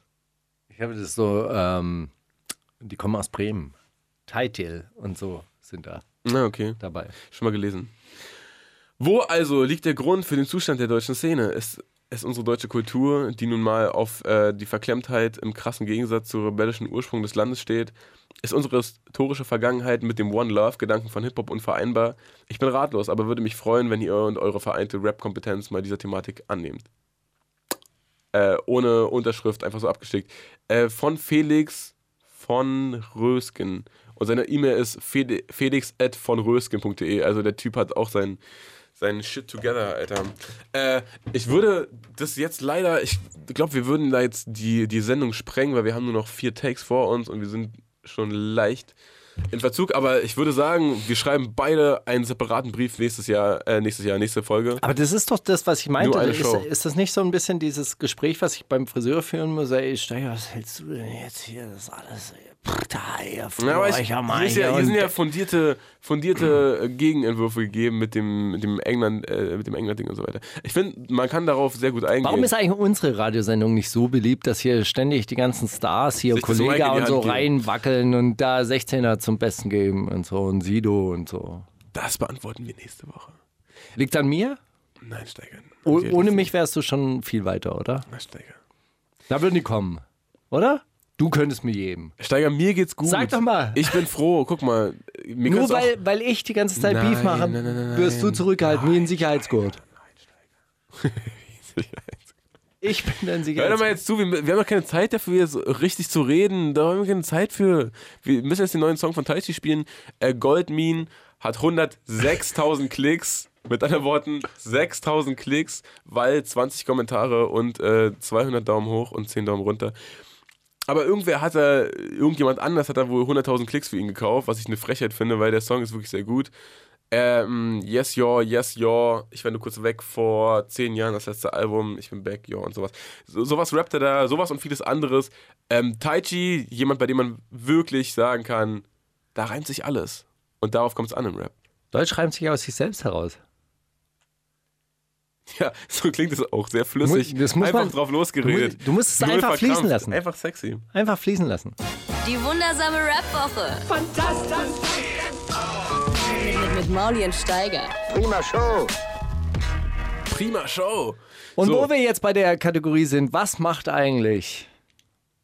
[SPEAKER 6] Ich habe das so, ähm, die kommen aus Bremen. Titel und so sind da
[SPEAKER 1] Na, okay.
[SPEAKER 6] dabei.
[SPEAKER 1] Schon mal gelesen. Wo also liegt der Grund für den Zustand der deutschen Szene? Ist es unsere deutsche Kultur, die nun mal auf äh, die Verklemmtheit im krassen Gegensatz zu rebellischen Ursprung des Landes steht? Ist unsere historische Vergangenheit mit dem One Love-Gedanken von Hip-Hop unvereinbar? Ich bin ratlos, aber würde mich freuen, wenn ihr und eure vereinte Rap-Kompetenz mal dieser Thematik annehmt. Äh, ohne Unterschrift, einfach so abgeschickt. Äh, von Felix von Rösken. Und seine E-Mail ist fede- felix.vonrösken.de. Also der Typ hat auch sein, sein Shit together, Alter. Äh, ich würde das jetzt leider, ich glaube, wir würden da jetzt die, die Sendung sprengen, weil wir haben nur noch vier Takes vor uns und wir sind schon leicht in Verzug. Aber ich würde sagen, wir schreiben beide einen separaten Brief nächstes Jahr, äh, nächstes Jahr, nächste Folge.
[SPEAKER 6] Aber das ist doch das, was ich meinte.
[SPEAKER 1] Nur eine
[SPEAKER 6] Ist,
[SPEAKER 1] Show.
[SPEAKER 6] ist das nicht so ein bisschen dieses Gespräch, was ich beim Friseur führen muss? Ey, Steiger, was hältst du denn jetzt hier? Das ist alles. ey, pff, Da, hier,
[SPEAKER 1] Ja, aber ich,
[SPEAKER 6] Feuer, mal
[SPEAKER 1] hier, ist ja,
[SPEAKER 6] hier
[SPEAKER 1] hier sind
[SPEAKER 6] und-
[SPEAKER 1] ja fundierte, fundierte äh, Gegenentwürfe gegeben mit dem, mit dem England, äh, mit dem England-Ding und so weiter. Ich finde, man kann darauf sehr gut eingehen.
[SPEAKER 6] Warum ist eigentlich unsere Radiosendung nicht so beliebt, dass hier ständig die ganzen Stars hier,
[SPEAKER 1] Sich das Mic in
[SPEAKER 6] Kollege
[SPEAKER 1] die
[SPEAKER 6] und so
[SPEAKER 1] Hand geben.
[SPEAKER 6] reinwackeln und da 16er zum Besten geben und so und Sido und so?
[SPEAKER 1] das beantworten wir nächste Woche.
[SPEAKER 6] Liegt an mir?
[SPEAKER 1] Nein, Steiger.
[SPEAKER 6] Oh,
[SPEAKER 1] Okay,
[SPEAKER 6] ohne
[SPEAKER 1] das-
[SPEAKER 6] mich wärst du schon viel weiter, oder?
[SPEAKER 1] Nein, Steiger.
[SPEAKER 6] Da würden die kommen, oder? Du könntest mir geben.
[SPEAKER 1] Steiger, mir geht's gut.
[SPEAKER 6] Sag doch mal.
[SPEAKER 1] Ich bin froh. Guck mal. Mir
[SPEAKER 6] Nur
[SPEAKER 1] geht's auch-
[SPEAKER 6] weil, weil ich die ganze Zeit Beef
[SPEAKER 1] Nein,
[SPEAKER 6] mache,
[SPEAKER 1] nein, nein, nein,
[SPEAKER 6] wirst du zurückgehalten, wie ein Sicherheitsgurt. Ich bin ein
[SPEAKER 1] Hör doch mal
[SPEAKER 6] Sicherheitsgurt.
[SPEAKER 1] jetzt zu, wir, wir haben doch keine Zeit dafür, so richtig zu reden. Da haben wir keine Zeit für. Wir müssen jetzt den neuen Song von Taichi spielen. Äh, Goldmine hat 106.000 Klicks. Mit anderen Worten, 6.000 Klicks, weil 20 Kommentare und äh, 200 Daumen hoch und 10 Daumen runter. Aber irgendwer hat da, irgendjemand anders hat da wohl 100.000 Klicks für ihn gekauft, was ich eine Frechheit finde, weil der Song ist wirklich sehr gut. Ähm, yes, Your, Yes, Your. Ich war nur kurz weg vor zehn Jahren, das letzte Album. Ich bin back, Your und sowas. So, sowas rappt er da, sowas und vieles anderes. Ähm, Taichi, jemand, bei dem man wirklich sagen kann, da reimt sich alles. Und darauf kommt es an im Rap.
[SPEAKER 6] Deutsch reimt sich aus sich selbst heraus.
[SPEAKER 1] Ja, so klingt es auch sehr flüssig.
[SPEAKER 6] Mu- das muss
[SPEAKER 1] einfach
[SPEAKER 6] man-
[SPEAKER 1] drauf losgeredet.
[SPEAKER 6] du mu- du musst es
[SPEAKER 1] Null
[SPEAKER 6] einfach fließen
[SPEAKER 1] verkrampft.
[SPEAKER 6] lassen.
[SPEAKER 1] Einfach sexy.
[SPEAKER 6] Einfach fließen lassen.
[SPEAKER 2] Die wundersame Rap-Woche. Fantastisch. Mit, mit Maulien Steiger.
[SPEAKER 3] Prima Show.
[SPEAKER 1] Prima Show.
[SPEAKER 6] Und
[SPEAKER 1] So.
[SPEAKER 6] wo wir
[SPEAKER 1] Mhm.
[SPEAKER 6] jetzt bei der Kategorie sind, was macht eigentlich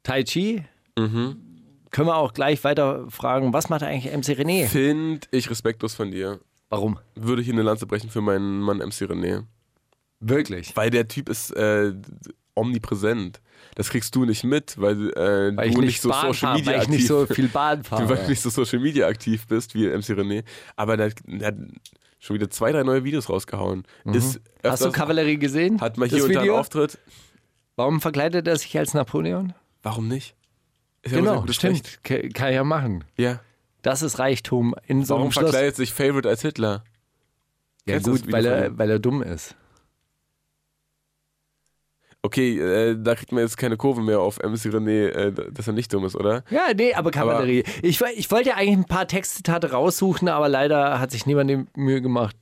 [SPEAKER 6] Tai Chi? können wir auch gleich weiter fragen, was macht eigentlich MC René?
[SPEAKER 1] Finde ich respektlos von dir.
[SPEAKER 6] Warum?
[SPEAKER 1] Würde ich hier eine Lanze brechen für meinen Mann MC René.
[SPEAKER 6] Wirklich?
[SPEAKER 1] Weil der Typ ist äh, omnipräsent. Das kriegst du nicht mit, weil, äh,
[SPEAKER 6] Weil ich
[SPEAKER 1] du
[SPEAKER 6] nicht,
[SPEAKER 1] nicht so
[SPEAKER 6] Bahn
[SPEAKER 1] Social
[SPEAKER 6] fahr,
[SPEAKER 1] Media
[SPEAKER 6] weil ich
[SPEAKER 1] aktiv
[SPEAKER 6] nicht so viel Bahn
[SPEAKER 1] du,
[SPEAKER 6] fahre.
[SPEAKER 1] weil du nicht so Social Media aktiv bist wie MC René. Aber der, der hat schon wieder zwei, drei neue Videos rausgehauen. Ist
[SPEAKER 6] Mhm. Hast du
[SPEAKER 1] öfters-
[SPEAKER 6] Kavallerie gesehen?
[SPEAKER 1] Hat mal
[SPEAKER 6] das
[SPEAKER 1] hier und da einen
[SPEAKER 6] Video?
[SPEAKER 1] Auftritt.
[SPEAKER 6] Warum verkleidet er sich als Napoleon?
[SPEAKER 1] Warum nicht? Ist ja unser
[SPEAKER 6] Genau,
[SPEAKER 1] gutes Recht.
[SPEAKER 6] stimmt. Ke- Kann ja machen.
[SPEAKER 1] Ja.
[SPEAKER 6] Das ist Reichtum in so
[SPEAKER 1] Warum
[SPEAKER 6] einem Schloss.
[SPEAKER 1] verkleidet sich Favorite als Hitler?
[SPEAKER 6] Ja
[SPEAKER 1] Kennst du das
[SPEAKER 6] gut,
[SPEAKER 1] Video
[SPEAKER 6] weil
[SPEAKER 1] von
[SPEAKER 6] er,
[SPEAKER 1] ihm?
[SPEAKER 6] weil er dumm ist.
[SPEAKER 1] Okay, äh, da kriegt man jetzt keine Kurve mehr auf MC René, äh, dass er nicht dumm ist, oder?
[SPEAKER 6] Ja, nee, aber Kavallerie. ich, wo- ich wollte ja eigentlich ein paar Textzitate raussuchen, aber leider hat sich niemand die Mühe gemacht,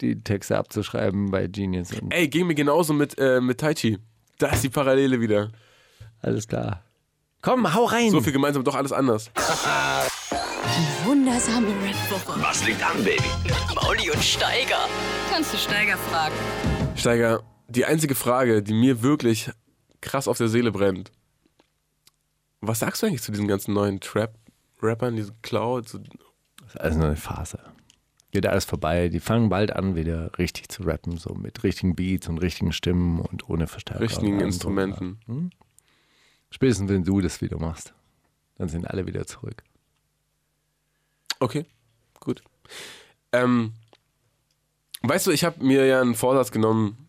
[SPEAKER 6] die Texte abzuschreiben bei Genius. Und
[SPEAKER 1] Ey, ging mir genauso mit, äh, mit Taichi. Da ist die Parallele wieder.
[SPEAKER 6] alles klar. Komm, hau rein.
[SPEAKER 1] So viel gemeinsam, doch alles anders.
[SPEAKER 2] Wundersame Rap-Woche. Was liegt an, Baby? Mit Mauli und Steiger. Kannst du Steiger fragen?
[SPEAKER 1] Steiger, die einzige Frage, die mir wirklich krass auf der Seele brennt. Was sagst du eigentlich zu diesen ganzen neuen Trap-Rappern, diese Cloud? So,
[SPEAKER 6] Also nur eine Phase. Geht alles vorbei. Die fangen bald an, wieder richtig zu rappen, so mit richtigen Beats und richtigen Stimmen und ohne Verstärker. und
[SPEAKER 1] richtigen
[SPEAKER 6] allem drum und
[SPEAKER 1] Instrumenten.
[SPEAKER 6] dran. Spätestens, wenn du das wieder machst, dann sind alle wieder zurück.
[SPEAKER 1] Okay, gut. Ähm, weißt du, ich habe mir ja einen Vorsatz genommen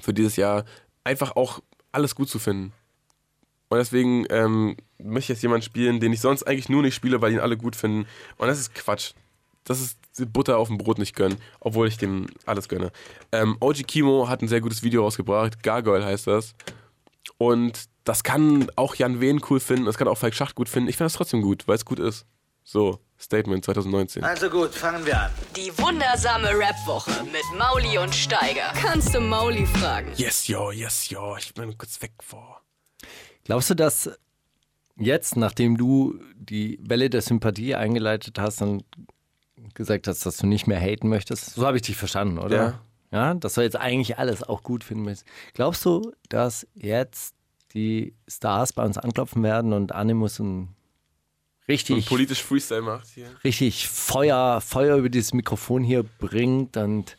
[SPEAKER 1] für dieses Jahr, einfach auch alles gut zu finden. Und deswegen ähm, möchte ich jetzt jemanden spielen, den ich sonst eigentlich nur nicht spiele, weil ihn alle gut finden. Und das ist Quatsch. Das ist die Butter auf dem Brot nicht gönnen, obwohl ich dem alles gönne. Ähm, OG Kimo hat ein sehr gutes Video rausgebracht, Gargoyle heißt das. Und das kann auch Jan Wehn cool finden, das kann auch Falk Schacht gut finden. Ich finde das trotzdem gut, weil es gut ist. So, Statement 2019.
[SPEAKER 8] Also gut, fangen wir an.
[SPEAKER 2] Die wundersame Rap-Woche mit Mauli und Steiger. Kannst du Mauli fragen?
[SPEAKER 1] Yes, yo, yes, yo. Ich bin kurz weg vor.
[SPEAKER 6] Glaubst du, dass jetzt, nachdem du die Welle der Sympathie eingeleitet hast und gesagt hast, dass du nicht mehr haten möchtest, so habe ich dich verstanden, oder? Ja. dass du jetzt eigentlich alles auch gut finden willst. Glaubst du, dass jetzt die Stars bei uns anklopfen werden und Animus und
[SPEAKER 1] So ein
[SPEAKER 6] richtig,
[SPEAKER 1] politisch Freestyle macht hier.
[SPEAKER 6] richtig Feuer, Feuer über dieses Mikrofon hier bringt und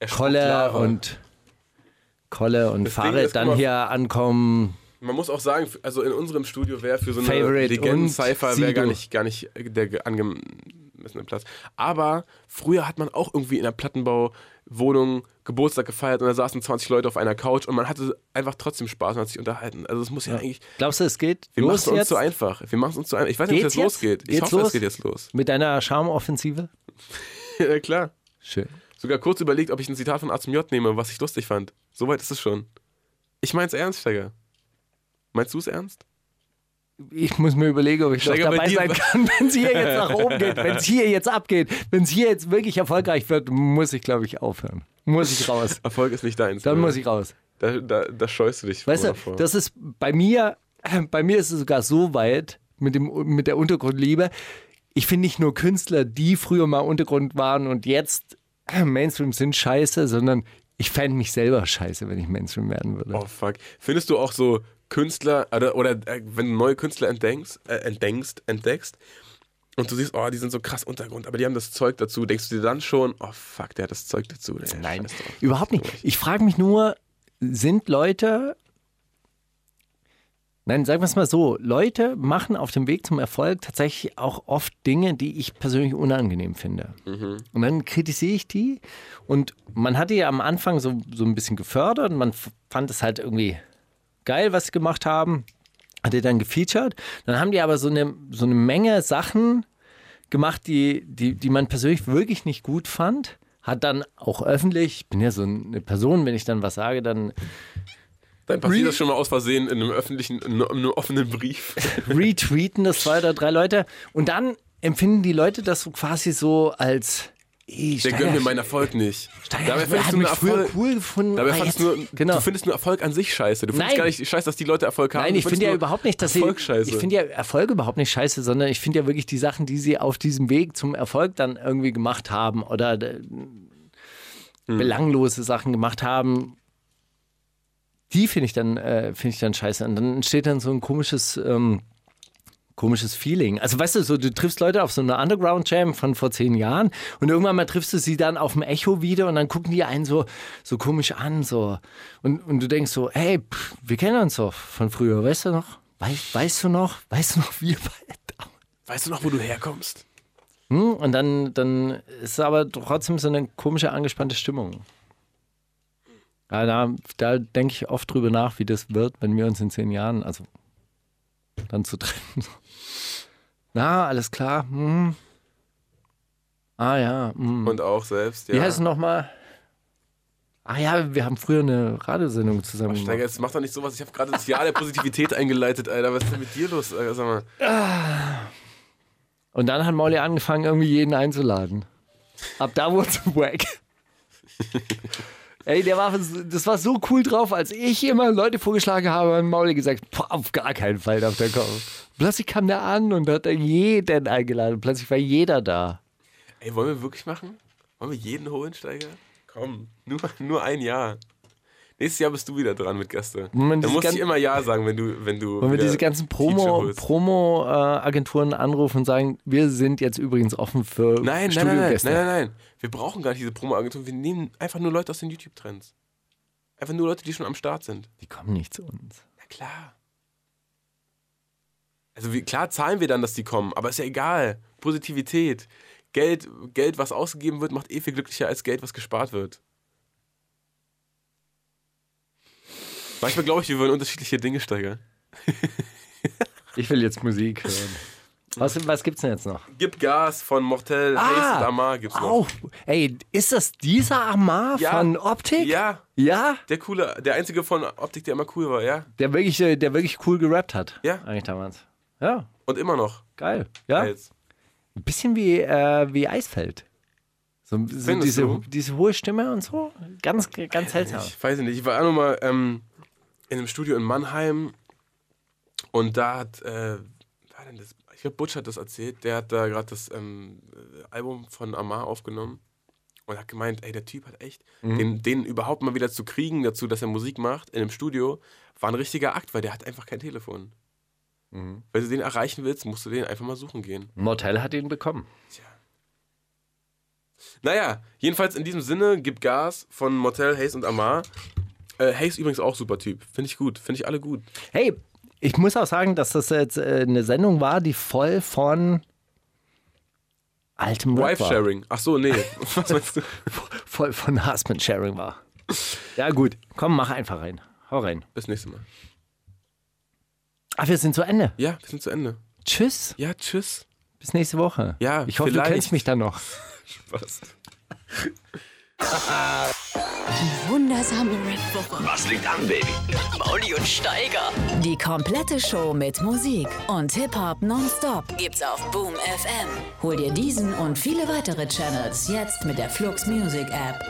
[SPEAKER 1] Er spuckt
[SPEAKER 6] Kolle
[SPEAKER 1] Lava.
[SPEAKER 6] und Kolle und
[SPEAKER 1] Das Ding
[SPEAKER 6] Fahrrad
[SPEAKER 1] ist, guck
[SPEAKER 6] dann
[SPEAKER 1] mal,
[SPEAKER 6] hier ankommen?
[SPEAKER 1] Man muss auch sagen, also in unserem Studio wäre für so eine
[SPEAKER 6] Favorite und
[SPEAKER 1] Legenden-Cypher wäre gar
[SPEAKER 6] Sido.
[SPEAKER 1] nicht, gar nicht äh, der ge- angemessene Platz. Aber früher hat man auch irgendwie in der Plattenbauwohnung Geburtstag gefeiert und da saßen 20 Leute auf einer Couch und man hatte einfach trotzdem Spaß und hat sich unterhalten. Also es muss ja, eigentlich...
[SPEAKER 6] Glaubst du, es geht
[SPEAKER 1] Wir machen
[SPEAKER 6] los
[SPEAKER 1] es uns
[SPEAKER 6] jetzt?
[SPEAKER 1] zu einfach. Wir machen es uns zu einfach. Ich weiß nicht, ob
[SPEAKER 6] Geht's
[SPEAKER 1] das
[SPEAKER 6] jetzt?
[SPEAKER 1] losgeht. Ich
[SPEAKER 6] Geht's
[SPEAKER 1] hoffe,
[SPEAKER 6] los?
[SPEAKER 1] es geht jetzt los.
[SPEAKER 6] Mit deiner Charmoffensive?
[SPEAKER 1] ja, klar.
[SPEAKER 6] Schön.
[SPEAKER 1] Sogar kurz überlegt, ob ich ein Zitat von A zum J nehme, was ich lustig fand. Soweit ist es schon. Ich mein's ernst, Steiger. Meinst du es ernst?
[SPEAKER 6] Ich muss mir überlegen, ob ich noch
[SPEAKER 1] Steiger, bei
[SPEAKER 6] dabei
[SPEAKER 1] dir-
[SPEAKER 6] sein kann, wenn es hier jetzt nach oben geht, wenn es hier jetzt abgeht, wenn es hier jetzt wirklich erfolgreich wird, muss ich, glaube ich, aufhören. Muss ich raus.
[SPEAKER 1] Erfolg ist nicht deins.
[SPEAKER 6] Dann
[SPEAKER 1] ne?
[SPEAKER 6] muss ich raus.
[SPEAKER 1] Da, da, da scheust du dich
[SPEAKER 6] Weißt
[SPEAKER 1] vor-
[SPEAKER 6] du,
[SPEAKER 1] vor.
[SPEAKER 6] das ist bei mir, bei mir ist es sogar so weit mit, dem, mit der Untergrundliebe. Ich finde nicht nur Künstler, die früher mal Untergrund waren und jetzt Mainstream sind, scheiße, sondern ich fände mich selber scheiße, wenn ich Mainstream werden würde.
[SPEAKER 1] Oh fuck. Findest du auch so Künstler oder, oder äh, wenn du neue Künstler entdenkst, äh, entdenkst, entdeckst und du siehst, oh, die sind so krass Untergrund, aber die haben das Zeug dazu, denkst du dir dann schon, oh fuck, der hat das Zeug dazu. Der
[SPEAKER 6] Nein,
[SPEAKER 1] scheiß drauf.
[SPEAKER 6] überhaupt nicht. Ich frage mich nur, sind Leute. Nein, sagen wir es mal so. Leute machen auf dem Weg zum Erfolg tatsächlich auch oft Dinge, die ich persönlich unangenehm finde.
[SPEAKER 1] Mhm.
[SPEAKER 6] Und dann kritisiere ich die. Und man hat die ja am Anfang so, so ein bisschen gefördert. und Man f- fand es halt irgendwie geil, was sie gemacht haben. Hat die dann gefeatured. Dann haben die aber so eine, so eine Menge Sachen gemacht, die, die, die man persönlich wirklich nicht gut fand. Hat dann auch öffentlich, ich bin ja so eine Person, wenn ich dann was sage, dann
[SPEAKER 1] Dann passiert das schon mal aus Versehen in einem öffentlichen, in einem offenen Brief.
[SPEAKER 6] retweeten das zwei oder drei Leute. Und dann empfinden die Leute das so quasi so als. ey,
[SPEAKER 1] Der
[SPEAKER 6] Steiger-
[SPEAKER 1] gönnt mir meinen Erfolg nicht.
[SPEAKER 6] Steiger
[SPEAKER 1] Dabei findest
[SPEAKER 6] hat
[SPEAKER 1] du einen
[SPEAKER 6] mich früher
[SPEAKER 1] Erfolg.
[SPEAKER 6] cool gefunden.
[SPEAKER 1] Dabei
[SPEAKER 6] aber
[SPEAKER 1] fandest
[SPEAKER 6] jetzt-
[SPEAKER 1] du, nur-
[SPEAKER 6] genau.
[SPEAKER 1] du findest nur Erfolg an sich scheiße. Du findest
[SPEAKER 6] Nein.
[SPEAKER 1] gar nicht scheiße, dass die Leute Erfolg haben.
[SPEAKER 6] Nein,
[SPEAKER 1] Du
[SPEAKER 6] ich
[SPEAKER 1] findest
[SPEAKER 6] finde ja
[SPEAKER 1] nur
[SPEAKER 6] überhaupt nicht, dass sie.
[SPEAKER 1] Erfolg scheiße.
[SPEAKER 6] Ich finde ja Erfolg überhaupt nicht scheiße, sondern ich finde ja wirklich die Sachen, die sie auf diesem Weg zum Erfolg dann irgendwie gemacht haben oder äh,
[SPEAKER 1] Hm.
[SPEAKER 6] belanglose Sachen gemacht haben, die finde ich dann äh, finde ich dann scheiße. Und dann entsteht dann so ein komisches ähm, komisches Feeling. Also weißt du, so, du triffst Leute auf so einer Underground-Jam von vor zehn Jahren und irgendwann mal triffst du sie dann auf dem Echo wieder und dann gucken die einen so, so komisch an. So. Und, und du denkst so, hey, pff, wir kennen uns doch von früher, weißt du noch? Weißt, weißt du noch? Weißt du noch, wie wir
[SPEAKER 1] Weißt du noch, wo du herkommst?
[SPEAKER 6] Hm, Und dann, dann ist es aber trotzdem so eine komische, angespannte Stimmung. Ja, da da denke ich oft drüber nach, wie das wird, wenn wir uns in zehn Jahren, also dann zu treffen. Na, alles klar. Hm. Ah ja. Hm.
[SPEAKER 1] Und auch selbst, ja.
[SPEAKER 6] Wie heißt es nochmal? Ah ja, wir haben früher eine Radiosendung zusammen
[SPEAKER 1] Steiger,
[SPEAKER 6] gemacht.
[SPEAKER 1] jetzt mach doch nicht sowas. Ich habe gerade das Jahr der Positivität eingeleitet, Alter. Was ist denn mit dir los? Alter, Sag mal.
[SPEAKER 6] Und dann hat Mauli angefangen, irgendwie jeden einzuladen. Ab da wurde es wack. Ey, der war, das war so cool drauf, als ich immer Leute vorgeschlagen habe, hat Mauli gesagt, "Boah, auf gar keinen Fall darf der kommen. Plötzlich kam der an und hat dann jeden eingeladen. Plötzlich war jeder da.
[SPEAKER 1] Ey, wollen wir wirklich machen? Wollen wir jeden holen, Steiger? Komm, nur, nur ein Jahr. Nächstes Jahr bist du wieder dran mit Gäste.
[SPEAKER 6] Moment,
[SPEAKER 1] Da
[SPEAKER 6] dieses
[SPEAKER 1] muss ich
[SPEAKER 6] gan-
[SPEAKER 1] immer Ja sagen, wenn du. Wenn du
[SPEAKER 6] Wenn wir
[SPEAKER 1] wieder
[SPEAKER 6] diese ganzen
[SPEAKER 1] Feature
[SPEAKER 6] Promo-
[SPEAKER 1] holst.
[SPEAKER 6] Promo-Agenturen anrufen und sagen, wir sind jetzt übrigens offen für
[SPEAKER 1] Nein, nein, nein, nein,
[SPEAKER 6] Studiogäste.
[SPEAKER 1] nein, nein, nein. Wir brauchen gar nicht diese Promo-Agentur. Wir nehmen einfach nur Leute aus den YouTube-Trends. Einfach nur Leute, die schon am Start sind.
[SPEAKER 6] Die kommen nicht zu uns.
[SPEAKER 1] Na klar. Also wie, klar zahlen wir dann, dass die kommen, aber ist ja egal. Positivität. Geld, Geld, was ausgegeben wird, macht eh viel glücklicher als Geld, was gespart wird. Manchmal glaube ich, wir wollen unterschiedliche Dinge steigern.
[SPEAKER 6] Ich will jetzt Musik hören. Was, was gibt's denn jetzt noch?
[SPEAKER 1] Gib Gas von Mortel, ah, Hayes und Amar gibt's noch.
[SPEAKER 6] Auch, ey, ist das dieser Amar
[SPEAKER 1] Ja.
[SPEAKER 6] von Optik?
[SPEAKER 1] Ja,
[SPEAKER 6] Ja,
[SPEAKER 1] der coole, der einzige von Optik, der immer cool war, ja.
[SPEAKER 6] der wirklich, äh, der wirklich cool gerappt hat.
[SPEAKER 1] Ja.
[SPEAKER 6] Eigentlich damals. Ja,
[SPEAKER 1] Und immer noch.
[SPEAKER 6] geil. Ja.
[SPEAKER 1] Jetzt.
[SPEAKER 6] Ein bisschen wie, äh, wie Eisfeld. So, so
[SPEAKER 1] Findest
[SPEAKER 6] diese,
[SPEAKER 1] du?
[SPEAKER 6] diese hohe Stimme und so. Ganz, ganz seltsam.
[SPEAKER 1] Ich weiß nicht, ich war auch noch mal ähm, in einem Studio in Mannheim und da hat, äh, wer war denn das? Ich glaube, Butch hat das erzählt. Der hat da gerade das ähm, äh, Album von Amar aufgenommen und hat gemeint, ey, der Typ hat echt, den, den überhaupt mal wieder zu kriegen dazu, dass er Musik macht in einem Studio, war ein richtiger Akt, weil der hat einfach kein Telefon. Wenn du den erreichen willst, musst du den einfach mal suchen gehen.
[SPEAKER 6] Mortel hat ihn bekommen.
[SPEAKER 1] Naja, jedenfalls in diesem Sinne, gib Gas von Motel, Hayes und Amar. Äh, Hayes übrigens auch super Typ. Finde ich gut. Finde ich alle gut.
[SPEAKER 6] Hey, ich muss auch sagen, dass das jetzt äh, eine Sendung war, die voll von altem Rap war.
[SPEAKER 1] Wife-Sharing. Ach so, nee. Was meinst du?
[SPEAKER 6] Voll von Husband-Sharing war. Ja gut, komm, mach einfach rein. Hau rein.
[SPEAKER 1] Bis nächstes Mal.
[SPEAKER 6] Ach, Ah, wir sind zu Ende.
[SPEAKER 1] Ja, wir sind zu Ende.
[SPEAKER 6] Tschüss.
[SPEAKER 1] Ja, tschüss.
[SPEAKER 6] Bis nächste Woche.
[SPEAKER 1] Ja,
[SPEAKER 6] ich hoffe,
[SPEAKER 1] vielleicht.
[SPEAKER 6] du kennst mich dann noch.
[SPEAKER 1] Spaß.
[SPEAKER 2] Wundersame Red Woche. Was liegt an, Baby? Mit Mauli und Steiger.
[SPEAKER 5] Die komplette Show mit Musik und Hip-Hop nonstop gibt's auf Boom FM. Hol dir diesen und viele weitere Channels jetzt mit der Flux Music App.